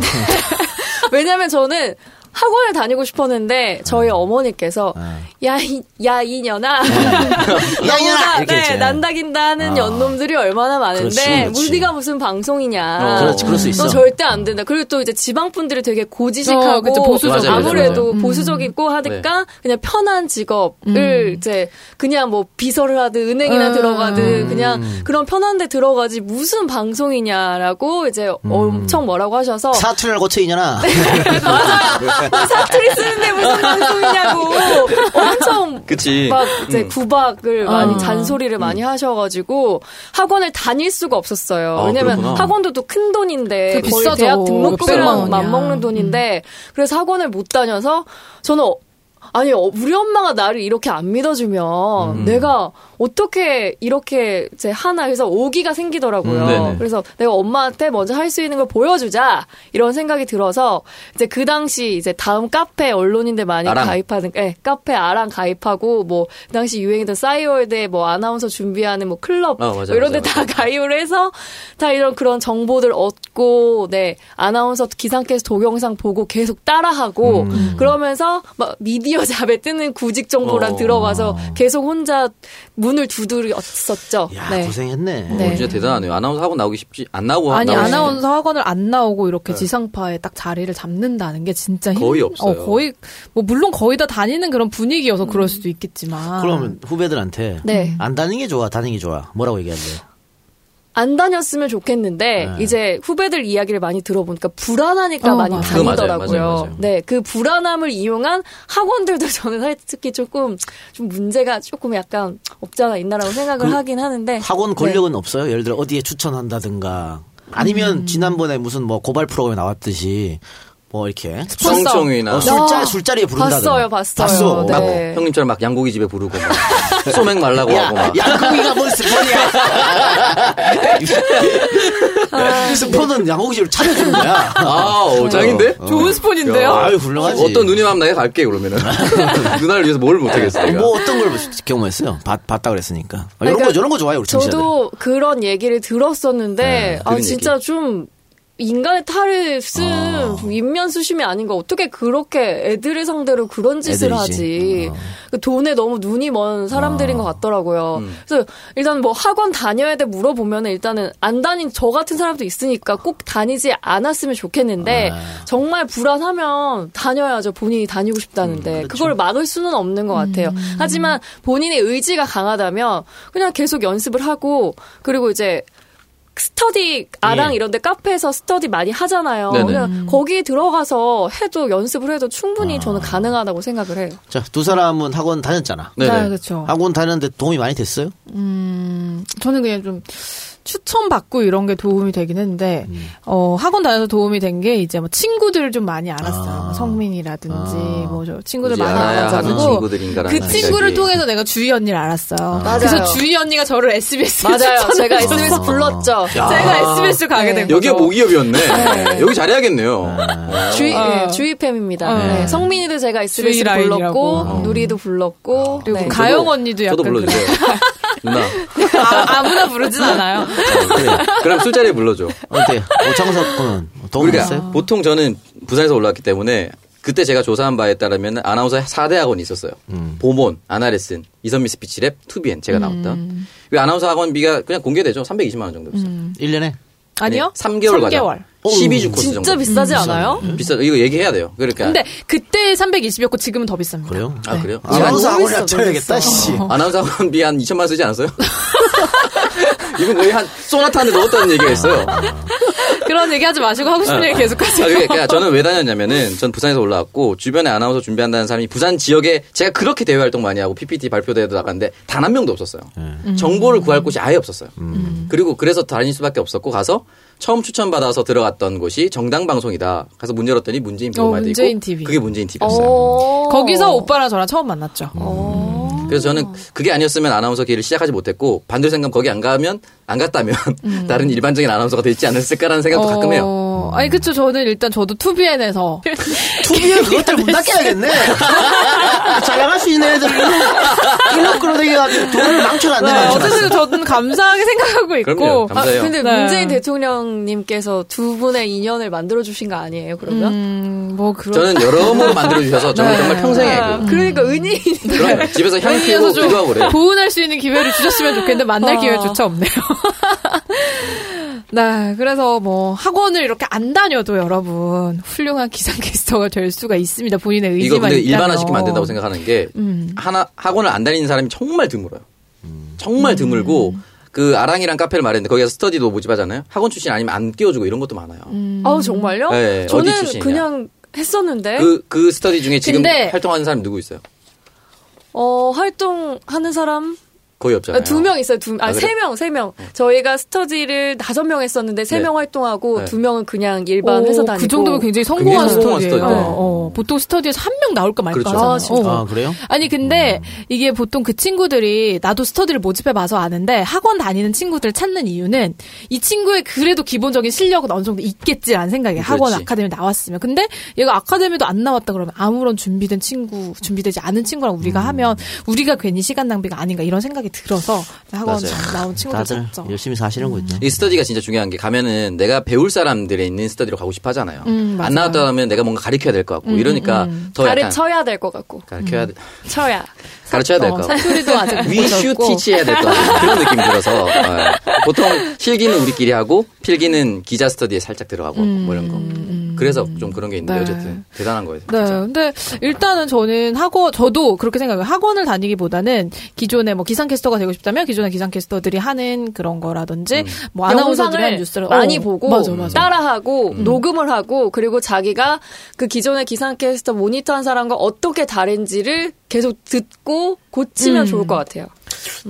Speaker 3: 왜냐면 저는 학원을 다니고 싶었는데
Speaker 4: 아.
Speaker 3: 저희 어머니께서 야, 이, 야 이년아
Speaker 4: 야, 이년아!
Speaker 3: 너무나
Speaker 4: 이렇게 했지. 아.
Speaker 3: 네, 난다긴다는 연놈들이 얼마나
Speaker 4: 그렇지,
Speaker 3: 많은데
Speaker 4: 그렇지.
Speaker 3: 물디가 무슨 방송이냐
Speaker 5: 어,
Speaker 4: 그렇지, 그럴 수 있어.
Speaker 3: 너 절대 안 된다. 그리고 또 이제 지방 분들이 되게
Speaker 2: 어, 그쵸,
Speaker 3: 고지식하고
Speaker 2: 보수적이죠.
Speaker 5: 맞아요,
Speaker 3: 아무래도
Speaker 4: 음.
Speaker 5: 맞아요.
Speaker 3: 보수적이고 하니까
Speaker 4: 네.
Speaker 3: 그냥 편한 직업을 이제 그냥 뭐 비서를 하든 은행이나
Speaker 2: 음.
Speaker 3: 들어가든 그냥 그런 편한데 들어가지 무슨 방송이냐라고 이제 엄청 뭐라고 하셔서
Speaker 4: 음. 사투리를 고쳐 이년아.
Speaker 3: 네. 뭐 사투리 쓰는데 무슨 방송이냐고 엄청
Speaker 5: 그치.
Speaker 2: 뭐,
Speaker 3: 막 이제
Speaker 5: 음.
Speaker 3: 구박을 많이
Speaker 2: 아.
Speaker 3: 잔소리를 많이 하셔가지고 학원을 다닐 수가 없었어요.
Speaker 5: 아,
Speaker 3: 왜냐면
Speaker 5: 그렇구나.
Speaker 3: 학원도 또 큰 돈인데 거의
Speaker 2: 그 비싸죠.
Speaker 3: 대학
Speaker 2: 몇백만
Speaker 3: 등록금이랑
Speaker 2: 원이야. 음.
Speaker 3: 맞먹는 돈인데 그래서 학원을 못 다녀서 저는 어- 아니 어, 우리 엄마가 나를 이렇게 안 믿어주면
Speaker 5: 음.
Speaker 3: 내가 어떻게 이렇게 제 하나 해서 오기가 생기더라고요.
Speaker 5: 음, 네네.
Speaker 3: 그래서 내가 엄마한테 먼저 할 수 있는 걸 보여주자 이런 생각이 들어서 이제 그 당시 이제 다음 카페 언론인들 많이
Speaker 5: 아랑.
Speaker 3: 가입하는 예, 카페 아랑 가입하고 뭐 그 당시 유행이던 싸이월드에 뭐 아나운서 준비하는 뭐 클럽
Speaker 5: 아, 맞아요,
Speaker 3: 뭐 이런
Speaker 5: 맞아요,
Speaker 3: 데 다 가입을 해서 다 이런 그런 정보들 얻고 네 아나운서 기상캐스 동영상 보고 계속 따라하고 그러면서 막 미디어 잡에 뜨는 구직 정보랑
Speaker 5: 음. 어.
Speaker 3: 들어가서 계속 혼자 문을 두드렸었죠.
Speaker 4: 야
Speaker 3: 네.
Speaker 4: 고생했네.
Speaker 2: 네.
Speaker 5: 어, 진짜 대단하네요. 아나운서 하고 나오기 쉽지 안뭐 나오고
Speaker 2: 아니
Speaker 5: 나오기
Speaker 2: 아나운서 학원을 안 나오고 이렇게 지상파에 딱 자리를 잡는다는 게 진짜 힘...
Speaker 5: 네. 거의 없어요.
Speaker 2: 어, 거의 뭐 물론 거의 다 다니는 그런 분위기여서 그럴 수도 있겠지만.
Speaker 4: 그러면 후배들한테
Speaker 3: 네.
Speaker 4: 안 다니는 게 좋아, 다니는 게 좋아. 뭐라고 얘기하는데요?
Speaker 3: 안 다녔으면 좋겠는데
Speaker 4: 네.
Speaker 3: 이제 후배들 이야기를 많이 들어보니까 불안하니까
Speaker 2: 어,
Speaker 3: 많이
Speaker 2: 맞아요.
Speaker 5: 그거 맞아요,
Speaker 3: 다니더라고요.
Speaker 5: 맞아요, 맞아요.
Speaker 3: 네, 그 불안함을 이용한 학원들도 저는 솔직히 조금 좀 문제가 조금 약간 없잖아 있나라고 생각을
Speaker 4: 그
Speaker 3: 하긴 하는데
Speaker 4: 학원 권력은 없어요. 예를 들어 어디에 추천한다든가 아니면
Speaker 3: 음.
Speaker 4: 지난번에 무슨 뭐 고발 프로그램에 나왔듯이 뭐 이렇게
Speaker 5: 성청이나
Speaker 4: 어, 술자 술자리에 부른다든가.
Speaker 3: 봤어요, 봤어요.
Speaker 4: 봤어.
Speaker 3: 네.
Speaker 5: 막
Speaker 4: 막
Speaker 5: 형님처럼 막 양고기 집에 부르고 막 소맥 말라고
Speaker 4: 야,
Speaker 5: 하고
Speaker 3: 아.
Speaker 5: 막
Speaker 4: 양고기가 뭔
Speaker 3: 아.
Speaker 4: 스폰이야. 스폰은 양고기를 차려주는 거야.
Speaker 5: 아, 어, 짱인데?
Speaker 3: 네.
Speaker 2: 좋은 스폰인데요?
Speaker 4: 아유, 훌륭하지.
Speaker 5: 어떤 누님 하면 나에 갈게, 그러면은. 누나를 위해서 뭘 못하겠어, 내가.
Speaker 4: 뭐 어떤 걸 경험했어요? 봤, 봤다 그랬으니까. 아, 이런
Speaker 3: 그러니까
Speaker 4: 거, 이런 거 좋아요, 우리 청취자들. 네,
Speaker 3: 저도 그런 얘기를 들었었는데 아
Speaker 5: 들은
Speaker 3: 진짜 좀 인간의 탈을 쓴
Speaker 4: 아.
Speaker 3: 윗면 수심이 아닌가 어떻게 그렇게 애들을 상대로 그런 짓을
Speaker 4: 애들이지. 어.
Speaker 3: 하지 그 돈에 너무 눈이 먼 사람들인 것 같더라고요 그래서 일단 뭐 학원 다녀야 돼 물어보면 일단은 안 다닌 저 같은 사람도 있으니까 꼭 다니지 않았으면 좋겠는데 정말 불안하면 다녀야죠 본인이 다니고 싶다는데 그걸 막을 수는 없는 것 같아요 하지만 본인의 의지가 강하다면 그냥 계속 연습을 하고 그리고 이제 스터디 아랑
Speaker 4: 예.
Speaker 3: 이런데 카페에서 스터디 많이 하잖아요.
Speaker 5: 네네.
Speaker 3: 그냥 거기에 들어가서 해도 연습을 해도 충분히 저는 가능하다고 생각을 해요.
Speaker 4: 자, 두 사람은 학원 다녔잖아.
Speaker 2: 아,
Speaker 5: 네네.
Speaker 2: 그렇죠.
Speaker 4: 학원 다녔는데 도움이 많이 됐어요?
Speaker 2: 저는 그냥 좀 추천받고 이런 게 도움이 되긴 했는데
Speaker 5: 음.
Speaker 2: 어 학원 다녀서 도움이 된 게 이제 뭐 친구들을 좀 많이 알았어요.
Speaker 4: 아.
Speaker 2: 뭐 성민이라든지
Speaker 4: 아.
Speaker 2: 뭐 저 친구들
Speaker 5: 굳이
Speaker 2: 많이
Speaker 5: 알아야 하는
Speaker 2: 알아가지고
Speaker 5: 친구들인가라는
Speaker 2: 그 친구를
Speaker 5: 생각이.
Speaker 2: 통해서 내가 주희 언니를 알았어요. 그래서
Speaker 3: 맞아요.
Speaker 2: 주희 언니가 저를 SBS
Speaker 3: 맞아요. 제가
Speaker 2: 추천해서
Speaker 3: SBS 불렀죠.
Speaker 2: 제가 SBS 가게 된 거죠.
Speaker 5: 여기가 모기업이었네. 여기 잘해야겠네요.
Speaker 3: 주위
Speaker 2: 아.
Speaker 3: 네, 주위팸입니다.
Speaker 2: 네.
Speaker 3: 네, 성민이도 제가 SBS
Speaker 2: 주위라인이라고. 어.
Speaker 3: 불렀고 누리도 불렀고
Speaker 2: 그리고
Speaker 3: 네.
Speaker 2: 가영 언니도
Speaker 5: 저도
Speaker 2: 약간
Speaker 5: 불러주세요. 누나. 어,
Speaker 2: 그래요. 아, 아무나 부르진 않아요.
Speaker 4: 그래요.
Speaker 5: 그럼 술자리에 불러줘.
Speaker 4: 어때요? 오창석 군은 도움이
Speaker 5: 우리가
Speaker 3: 아.
Speaker 4: 됐어요?
Speaker 5: 보통 저는 부산에서 올라왔기 때문에 그때 제가 조사한 바에 따르면 아나운서 4대 학원이 있었어요.
Speaker 4: 음.
Speaker 5: 보몬, 아나레슨, 이선미 스피치랩, 투비엔 제가
Speaker 2: 음.
Speaker 5: 나왔던. 그 아나운서 학원비가 그냥 공개되죠. 320만 원 정도 있어요.
Speaker 4: 1년에?
Speaker 2: 아니요?
Speaker 5: 네, 3개월 과정. 12주 코스 정도. 음,
Speaker 3: 진짜 비싸지 않아요?
Speaker 5: 비싸. 이거 얘기해야 돼요. 그러니까.
Speaker 2: 근데 그때 320이었고 지금은 더 비쌉니다. 네.
Speaker 4: 그래요?
Speaker 5: 아, 그래요?
Speaker 4: 아나운서
Speaker 3: 너무
Speaker 4: 학원이라
Speaker 3: 비싸,
Speaker 4: 쳐야겠다,
Speaker 3: 너무
Speaker 4: 씨.
Speaker 5: 아나운서 학원비 한 2천만 원 쓰지 않았어요? 이분 거의 한 소나타 안에 넣었다는 얘기가 있어요.
Speaker 2: 그런 얘기 하지 마시고 하고 싶은 얘기 계속 하세요.
Speaker 5: 아, 그게- 그러니까 저는 왜 다녔냐면은 전 부산에서 올라왔고 주변에 아나운서 준비한다는 사람이 부산 지역에 제가 그렇게 대외 활동 많이 하고 PPT 발표대회도 나갔는데 단 한 명도 없었어요.
Speaker 2: 음.
Speaker 5: 정보를 구할 곳이 아예 없었어요. 그리고 그래서 다닐 수밖에 없었고 가서 처음 추천받아서 들어갔던 곳이 정당 방송이다. 가서 문 열었더니 문재인
Speaker 2: 어,
Speaker 5: 프로마이드
Speaker 2: 문재인
Speaker 5: 있고
Speaker 2: TV.
Speaker 5: 그게 문재인 TV였어요.
Speaker 3: 오.
Speaker 2: 거기서 오빠랑 저랑 처음 만났죠.
Speaker 3: 어.
Speaker 5: 그래서 저는 그게 아니었으면 아나운서 길을 시작하지 못했고 반대로 생각하면 거기 안 가면 안 갔다면 다른 일반적인 아나운서가 되지 않았을까라는 생각도 가끔 해요.
Speaker 2: 음. 어, 아니 그쵸 저는 일단 저도 투비엔에서
Speaker 4: 투비에 그것들 문 닫혀야겠네. 잘 나갈 수 있는 애들 일로, 일로 끌어대기가 돈을 망쳐놨네,
Speaker 2: 어쨌든
Speaker 4: 망쳐놨어.
Speaker 2: 저는 감사하게 생각하고 있고
Speaker 5: 그럼요.
Speaker 2: 아,
Speaker 5: 감사해요.
Speaker 3: 근데
Speaker 2: 네.
Speaker 3: 문재인 대통령님께서 두 분의 인연을 만들어 주신 거 아니에요? 그러면
Speaker 2: 음, 뭐 그런
Speaker 5: 저는 여러모로 만들어 주셔서 저는
Speaker 2: 네.
Speaker 5: 정말 평생에
Speaker 3: 아,
Speaker 5: 그
Speaker 3: 그러니까 은인
Speaker 5: 그럼 집에서 향 피우고
Speaker 2: 회의에서 네. 좀
Speaker 5: 기도하고 그래요.
Speaker 2: 보은할 수 있는 기회를 주셨으면 좋겠는데 만날
Speaker 3: 어.
Speaker 2: 기회조차 없네요. 네, 그래서 뭐 학원을 이렇게 안 다녀도 여러분 훌륭한 기상캐스터가 될 수가 있습니다. 본인의 의지만 음.
Speaker 5: 이거 근데
Speaker 2: 있다면.
Speaker 5: 일반화시키면 안 된다고 생각하는 게 하나 학원을 안 다니는 사람이 정말 드물어요. 정말
Speaker 2: 음.
Speaker 5: 드물고 그 아랑이랑 카페를 말했는데 거기서 스터디도 모집하잖아요. 학원 출신 아니면 안 끼워주고 이런 것도 많아요.
Speaker 2: 음.
Speaker 3: 아우 정말요?
Speaker 5: 네, 어디
Speaker 3: 저는
Speaker 5: 출신이냐?
Speaker 3: 그냥 했었는데
Speaker 5: 그, 그 스터디 중에 지금
Speaker 2: 네? 근데-
Speaker 5: 활동하는 사람 누구 있어요?
Speaker 3: 어 활동하는 사람
Speaker 5: 거의 없잖아요.
Speaker 3: 두 명 있어요. 두, 아,
Speaker 5: 아, 그래요?
Speaker 3: 세 명, 세 명. 저희가 스터디를 다섯 명 했었는데 세
Speaker 5: 네.
Speaker 3: 명 활동하고
Speaker 5: 네.
Speaker 3: 두 명은 그냥 일반 회사
Speaker 2: 오,
Speaker 3: 다니고.
Speaker 2: 그 정도면 굉장히 성공한
Speaker 5: 굉장히 성공한
Speaker 2: 스터디예요.
Speaker 5: 스터디죠.
Speaker 2: 어, 어. 보통 스터디에서 한 명 나올까 말까.
Speaker 5: 그렇죠.
Speaker 2: 하잖아요.
Speaker 5: 아, 음.
Speaker 4: 진짜.
Speaker 2: 어.
Speaker 4: 아, 그래요?
Speaker 2: 아니 근데 이게 보통 그 친구들이 나도 스터디를 모집해 봐서 아는데 학원 다니는 친구들 찾는 이유는 이 친구의 그래도 기본적인 실력은 어느 정도 있겠지라는 생각이 에요 학원
Speaker 5: 그렇지.
Speaker 2: 아카데미 나왔으면 근데 얘가 아카데미도 안 나왔다 그러면 아무런 준비된 친구 준비되지 않은 친구랑 우리가
Speaker 5: 음.
Speaker 2: 하면 우리가 괜히 시간 낭비가 아닌가 이런 생각이 들어서 학원
Speaker 5: 맞아요.
Speaker 2: 나온 친구들
Speaker 4: 다들
Speaker 2: 찾죠.
Speaker 4: 열심히 사시는 거
Speaker 3: 음.
Speaker 4: 있죠.
Speaker 5: 이 스터디가 진짜 중요한 게 가면은 내가 배울 사람들에 있는 스터디로 가고 싶어 하잖아요.
Speaker 2: 음, 맞아요. 음,
Speaker 5: 안 나왔다 하면 내가 뭔가 가르쳐야 될 것 같고 이러니까 더 약간
Speaker 3: 가르쳐야 될 것 같고.
Speaker 5: 가르쳐야 돼.
Speaker 3: 쳐야.
Speaker 5: 가르쳐야 될
Speaker 2: 어,
Speaker 5: 것 같고.
Speaker 2: 사투리도 아직 못
Speaker 5: 위슈
Speaker 2: 익었고.
Speaker 5: 티치 해야 될 것 같은 그런 느낌이 들어서 어, 보통 실기는 우리끼리 하고 필기는 기자 스터디에 살짝 들어가고 뭐 이런 거 그래서 좀 그런 게 있는데
Speaker 2: 네.
Speaker 5: 어쨌든 대단한 거예요
Speaker 2: 네,
Speaker 5: 진짜.
Speaker 2: 근데 일단은 저는 학원 저도 그렇게 생각해요. 학원을 다니기보다는 기존에 뭐 기상캐스터가 되고 싶다면 기존의 기상캐스터들이 하는 그런 거라든지 뭐 아나운서들이
Speaker 3: 영상을
Speaker 2: 하는 뉴스를
Speaker 3: 많이
Speaker 2: 어,
Speaker 3: 보고
Speaker 2: 맞아, 맞아.
Speaker 3: 따라하고 녹음을 하고 그리고 자기가 그 기존의 기상캐스터 모니터한 사람과 어떻게 다른지를 계속 듣고 고치면
Speaker 2: 음.
Speaker 3: 좋을 것 같아요.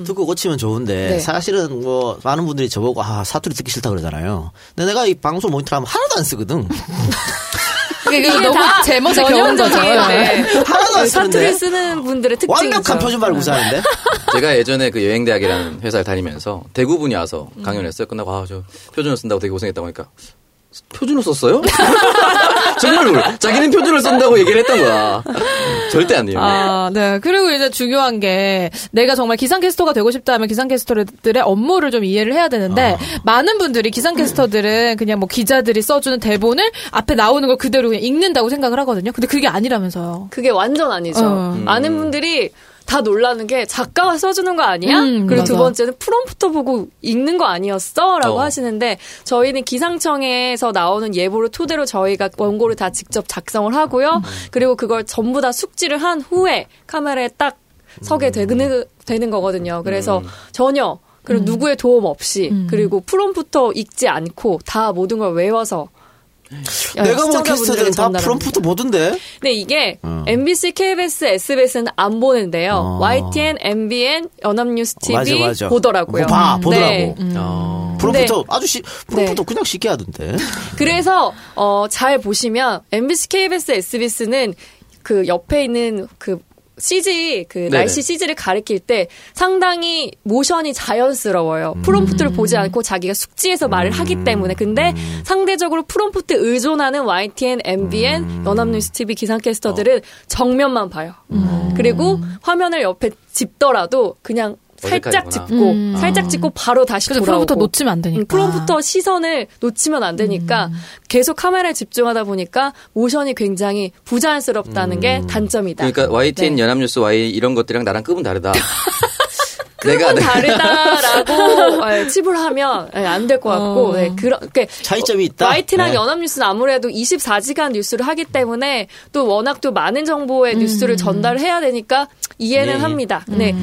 Speaker 4: 듣고 고치면 좋은데
Speaker 3: 네.
Speaker 4: 사실은 뭐 많은 분들이 저보고 아 사투리 듣기 싫다 그러잖아요. 근데 내가 이 방송 모니터하면 하나도 안 쓰거든.
Speaker 2: 그러니까 이거 너무 제멋에 겨운 거죠.
Speaker 3: 전형적이에요.
Speaker 2: 네.
Speaker 3: 네.
Speaker 4: 하나도 안 쓰는데
Speaker 3: 사투리 네. 쓰는 분들의 특징이죠.
Speaker 4: 완벽한 표준말을 구사하는데
Speaker 5: 제가 예전에 그 여행대학이라는 회사를 다니면서 대구분이 와서 강연했어요 끝나고 아 저 표준어 쓴다고 되게 고생했다고 하니까 표준어 썼어요? 정말 몰라 자기는 표준어 쓴다고 얘기를 했던 거야 절대 아니에요
Speaker 2: 아, 네. 그리고 이제 중요한 게 내가 정말 기상캐스터가 되고 싶다 하면 기상캐스터들의 업무를 좀 이해를 해야 되는데 많은 분들이 기상캐스터들은 그냥 뭐 기자들이 써주는 대본을 앞에 나오는 걸 그대로 그냥 읽는다고 생각을 하거든요. 근데 그게 아니라면서요.
Speaker 3: 그게 완전 아니죠.
Speaker 2: 어.
Speaker 4: 음.
Speaker 3: 많은 분들이 다 놀라는 게 작가가 써주는 거 아니야?
Speaker 2: 음,
Speaker 3: 그리고
Speaker 2: 맞아.
Speaker 3: 두 번째는 프롬프터 보고 읽는 거 아니었어? 라고
Speaker 5: 어.
Speaker 3: 하시는데 저희는 기상청에서 나오는 예보를 토대로 저희가 원고를 다 직접 작성을
Speaker 4: 음.
Speaker 3: 하고요. 그리고 그걸 전부 다 숙지를 한 후에 카메라에 딱
Speaker 4: 음.
Speaker 3: 서게 되는, 되는 거거든요. 그래서 전혀
Speaker 2: 음.
Speaker 3: 그리고 누구의 도움 없이 그리고 프롬프터 읽지 않고 다 모든 걸 외워서
Speaker 4: 내가 본
Speaker 3: 시청자분들에게
Speaker 4: 캐스터들은 다
Speaker 3: 전달합니다.
Speaker 4: 프롬프트 보던데
Speaker 3: 근데 네, 이게
Speaker 4: 어.
Speaker 3: MBC, KBS, SBS는 안 보는데요.
Speaker 4: 어.
Speaker 3: YTN, MBN, 연합뉴스 TV
Speaker 4: 맞아, 맞아.
Speaker 3: 보더라고요.
Speaker 4: 그거 뭐 봐, 보더라고.
Speaker 3: 네.
Speaker 5: 어.
Speaker 4: 프롬프트
Speaker 3: 네.
Speaker 4: 아주 시, 프롬프트 그냥 쉽게 하던데
Speaker 3: 그래서 어, 잘 보시면 MBC, KBS, SBS는 그 옆에 있는 그 CG 그
Speaker 5: 네네.
Speaker 3: 날씨 CG를 가리킬 때 상당히 모션이 자연스러워요. 프롬프트를
Speaker 5: 음.
Speaker 3: 보지 않고 자기가 숙지해서 말을 하기 때문에 근데 상대적으로 프롬프트 의존하는 YTN, MBN,
Speaker 5: 음.
Speaker 3: 연합뉴스 TV 기상캐스터들은
Speaker 5: 어.
Speaker 3: 정면만 봐요.
Speaker 5: 음.
Speaker 3: 그리고 화면을 옆에 짚더라도 그냥 살짝
Speaker 5: 어색하겠구나.
Speaker 3: 짚고
Speaker 2: 음.
Speaker 3: 살짝 짚고 바로 다시
Speaker 2: 그래서
Speaker 3: 돌아오고
Speaker 2: 프롬부터 놓치면 안 되니까.
Speaker 3: 음, 프롬프터 시선을 놓치면 안 되니까 계속 카메라에 집중하다 보니까 모션이 굉장히 부자연스럽다는 게 단점이다.
Speaker 5: 그러니까 YTN 연합뉴스 Y 이런 것들이랑 나랑 급은 다르다
Speaker 3: 내가 다르다라고 예, 칩을 하면 안 될 것 같고 예, 그런 게
Speaker 4: 차이점이
Speaker 3: 어,
Speaker 4: 있다?
Speaker 3: YT랑
Speaker 4: 네.
Speaker 3: 연합뉴스는 아무래도 24시간 뉴스를 하기 때문에 또 워낙 또 많은 정보의 뉴스를 전달해야 되니까 이해는
Speaker 4: 예, 예.
Speaker 3: 합니다. 네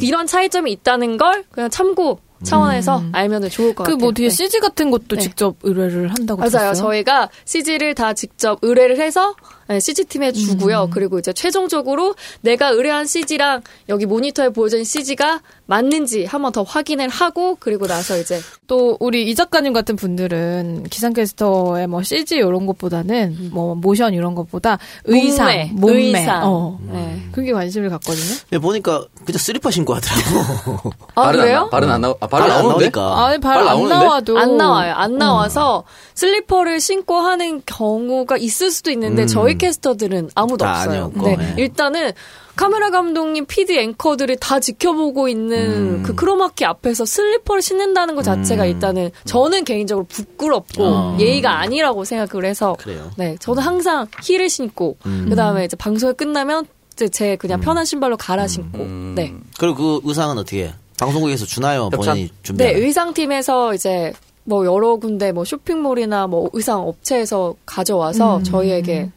Speaker 3: 이런 차이점이 있다는 걸 그냥 참고 차원에서 알면 좋을 것 같아요.
Speaker 2: 그 뭐 뒤에
Speaker 3: 네.
Speaker 2: CG 같은 것도
Speaker 3: 네.
Speaker 2: 직접 의뢰를 한다고
Speaker 3: 맞아요.
Speaker 2: 들었어요.
Speaker 3: 저희가 CG를 다 직접 의뢰를 해서 예, CG팀에 주고요.
Speaker 2: 음.
Speaker 3: 그리고 이제 최종적으로 내가 의뢰한 CG랑 여기 모니터에 보여진 CG가 맞는지 한번 더 확인을 하고 그리고 나서 이제
Speaker 2: 또 우리 이 작가님 같은 분들은 기상캐스터의 뭐 CG 이런 것보다는 뭐 모션 이런 것보다 의상,
Speaker 3: 몸매,
Speaker 2: 몸매,
Speaker 3: 의상.
Speaker 2: 어.
Speaker 3: 네.
Speaker 2: 그게 관심을 갖거든요.
Speaker 4: 근데 보니까 그냥 슬리퍼 신고 하더라고
Speaker 3: 아
Speaker 5: 발은
Speaker 3: 그래요?
Speaker 5: 안, 나- 발은 안 나오 아, 발은
Speaker 4: 발은 안
Speaker 5: 나오는데
Speaker 4: 나오니까
Speaker 2: 아니 발
Speaker 5: 발
Speaker 2: 안
Speaker 5: 나오는데?
Speaker 2: 나와도
Speaker 3: 안 나와요.
Speaker 4: 음.
Speaker 3: 안 나와서 슬리퍼를 신고 하는 경우가 있을 수도 있는데
Speaker 4: 음.
Speaker 3: 저희 캐스터들은 아무도
Speaker 4: 다
Speaker 3: 없어요.
Speaker 4: 아니었고, 네.
Speaker 3: 일단은 카메라 감독님, PD 앵커들이 다 지켜보고 있는
Speaker 4: 음.
Speaker 3: 그 크로마키 앞에서 슬리퍼를 신는다는 것 자체가 일단은 저는 개인적으로 부끄럽고
Speaker 4: 아.
Speaker 3: 예의가 아니라고 생각을 해서
Speaker 4: 그래요.
Speaker 3: 네, 저는 항상 힐을 신고 그다음에 이제 방송이 끝나면 이제 제
Speaker 4: 음.
Speaker 3: 그냥 편한 신발로 갈아 신고 네.
Speaker 4: 그리고 그 의상은 어떻게 해? 방송국에서 주나요?
Speaker 5: 협찬?
Speaker 4: 본인이 준비
Speaker 3: 네, 의상팀에서 이제 뭐 여러 군데 뭐 쇼핑몰이나 뭐 의상 업체에서 가져와서
Speaker 4: 음.
Speaker 3: 저희에게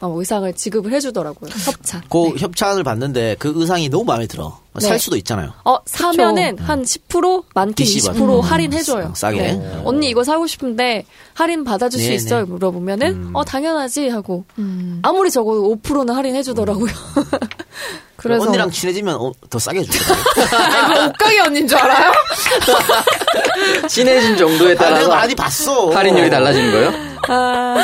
Speaker 3: 어, 의상을 지급을 해주더라고요. 협찬.
Speaker 4: 그 협찬을 받는데 그 의상이 너무 마음에 들어 살
Speaker 3: 네.
Speaker 4: 수도 있잖아요
Speaker 3: 어, 사면은 한 10%, 많게
Speaker 4: DC
Speaker 3: 20%
Speaker 4: 받아요.
Speaker 3: 할인해줘요.
Speaker 4: 음, 싸게. 음.
Speaker 3: 네. 언니 이거 사고 싶은데 할인 받아줄 수
Speaker 4: 네네. 음.
Speaker 3: 있어요? 물어보면은, 어, 당연하지 하고.
Speaker 2: 음.
Speaker 3: 아무리 적어도 5%는 할인해주더라고요.
Speaker 2: 그래서
Speaker 4: 음. 언니랑 친해지면 어, 더 싸게 해줄게
Speaker 2: 아, 옷가게 언니인 줄 알아요?
Speaker 5: 친해진
Speaker 4: 아,
Speaker 5: 정도에
Speaker 4: 내가
Speaker 5: 따라서
Speaker 4: 많이 봤어
Speaker 5: 할인율이 달라지는 거예요?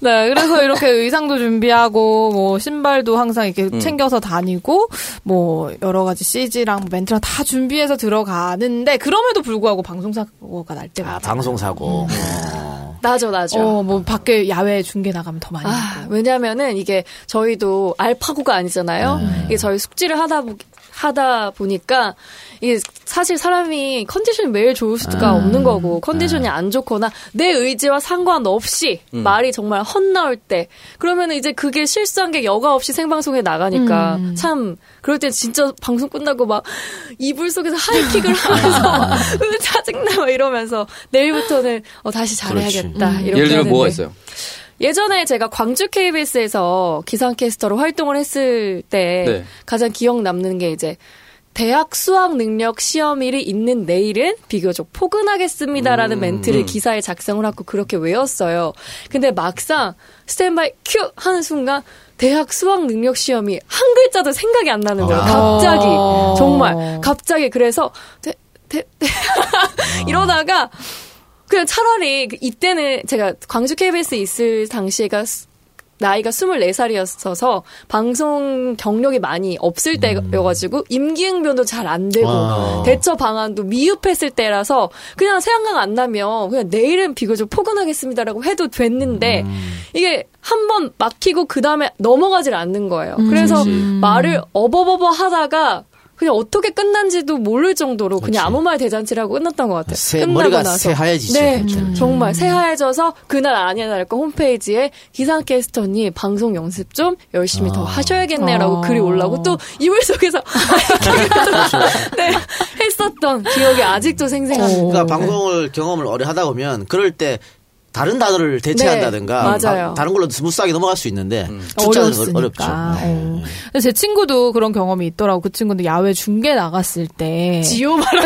Speaker 2: 네, 그래서 이렇게 의상도 준비하고, 뭐, 신발도 항상 이렇게
Speaker 5: 음.
Speaker 2: 챙겨서 다니고, 뭐, 여러 가지 CG랑 뭐 멘트랑 다 준비해서 들어가는데, 그럼에도 불구하고 방송사고가 날 때가.
Speaker 4: 아,
Speaker 2: 있잖아요.
Speaker 4: 방송 사고.
Speaker 3: 음. 나죠, 나죠.
Speaker 2: 어, 뭐, 밖에 야외 중계 나가면 더 많이.
Speaker 3: 아, 왜냐면은 이게 저희도 알파고가 아니잖아요.
Speaker 5: 네.
Speaker 3: 이게 저희 숙지를 하다 보, 하다 보니까 이게 사실 사람이 컨디션이 매일 좋을
Speaker 5: 아.
Speaker 3: 수가 없는 거고 컨디션이
Speaker 5: 네.
Speaker 3: 안 좋거나 내 의지와 상관없이
Speaker 5: 음.
Speaker 3: 말이 정말 헛나올 때 그러면은 이제 그게 실수한 게 여과 없이 생방송에 나가니까
Speaker 5: 음.
Speaker 3: 참 그럴 때 진짜 방송 끝나고 막 이불 속에서 하이킥을
Speaker 5: 아.
Speaker 3: 하면서 짜증나 막 이러면서 내일부터는 어, 다시 잘해야겠다 이렇게
Speaker 5: 음. 예를 들면 뭐가
Speaker 3: 하는데.
Speaker 5: 있어요?
Speaker 3: 예전에 제가 광주 KBS에서 기상캐스터로 활동을 했을 때
Speaker 5: 네.
Speaker 3: 가장 기억 남는 게 이제 대학 수학 능력 시험일이 있는 내일은 비교적 포근하겠습니다라는 멘트를 기사에 작성을 하고 그렇게 외웠어요. 근데 막상 스탠바이 큐 하는 순간 대학 수학 능력 시험이 한 글자도 생각이 안 나는 거예요.
Speaker 2: 아.
Speaker 3: 갑자기
Speaker 2: 어.
Speaker 3: 정말 갑자기 그래서 대, 대, 대 이러다가 그냥 차라리 그 이때는 제가 광주 KBS 있을 당시가 수- 나이가 24살이었어서 방송 경력이 많이 없을 때여가지고 임기응변도 잘 안 되고
Speaker 4: 와.
Speaker 3: 대처 방안도 미흡했을 때라서 그냥 생각 안 나면 그냥 내일은 비교적 포근하겠습니다라고 해도 됐는데
Speaker 4: 음.
Speaker 3: 이게 한 번 막히고 그 다음에 넘어가질 않는 거예요.
Speaker 4: 음,
Speaker 3: 그래서 말을 어버버버 하다가 그냥 어떻게 끝난지도 모를 정도로 그냥 아무 말 대잔치라고 끝났던 것 같아요.
Speaker 4: 새-
Speaker 3: 끝나고
Speaker 4: 머리가
Speaker 3: 나서.
Speaker 4: 새하얘지죠, 음.
Speaker 3: 네,
Speaker 4: 그때는.
Speaker 3: 정말 새하얘져서 그날 아니야 날거 홈페이지에 기상캐스터님 방송 연습 좀 열심히 더 하셔야겠네라고
Speaker 2: 아.
Speaker 3: 글이 올라오고 또 이불 속에서 네, 했었던 기억이 아직도 생생합니다.
Speaker 4: 그러니까 방송을 경험을 오래 하다 보면 그럴 때 다른 단어를 대체한다든가
Speaker 3: 네, 맞아요.
Speaker 4: 다- 다른 걸로 스무스하게 넘어갈 수 있는데
Speaker 5: 음.
Speaker 4: 투자는 어렵죠.
Speaker 2: 어렵으니까.
Speaker 4: 네.
Speaker 2: 어. 근데 제 친구도 그런 경험이 있더라고. 그 친구도 야외 중계 나갔을 때.
Speaker 3: 지오 말로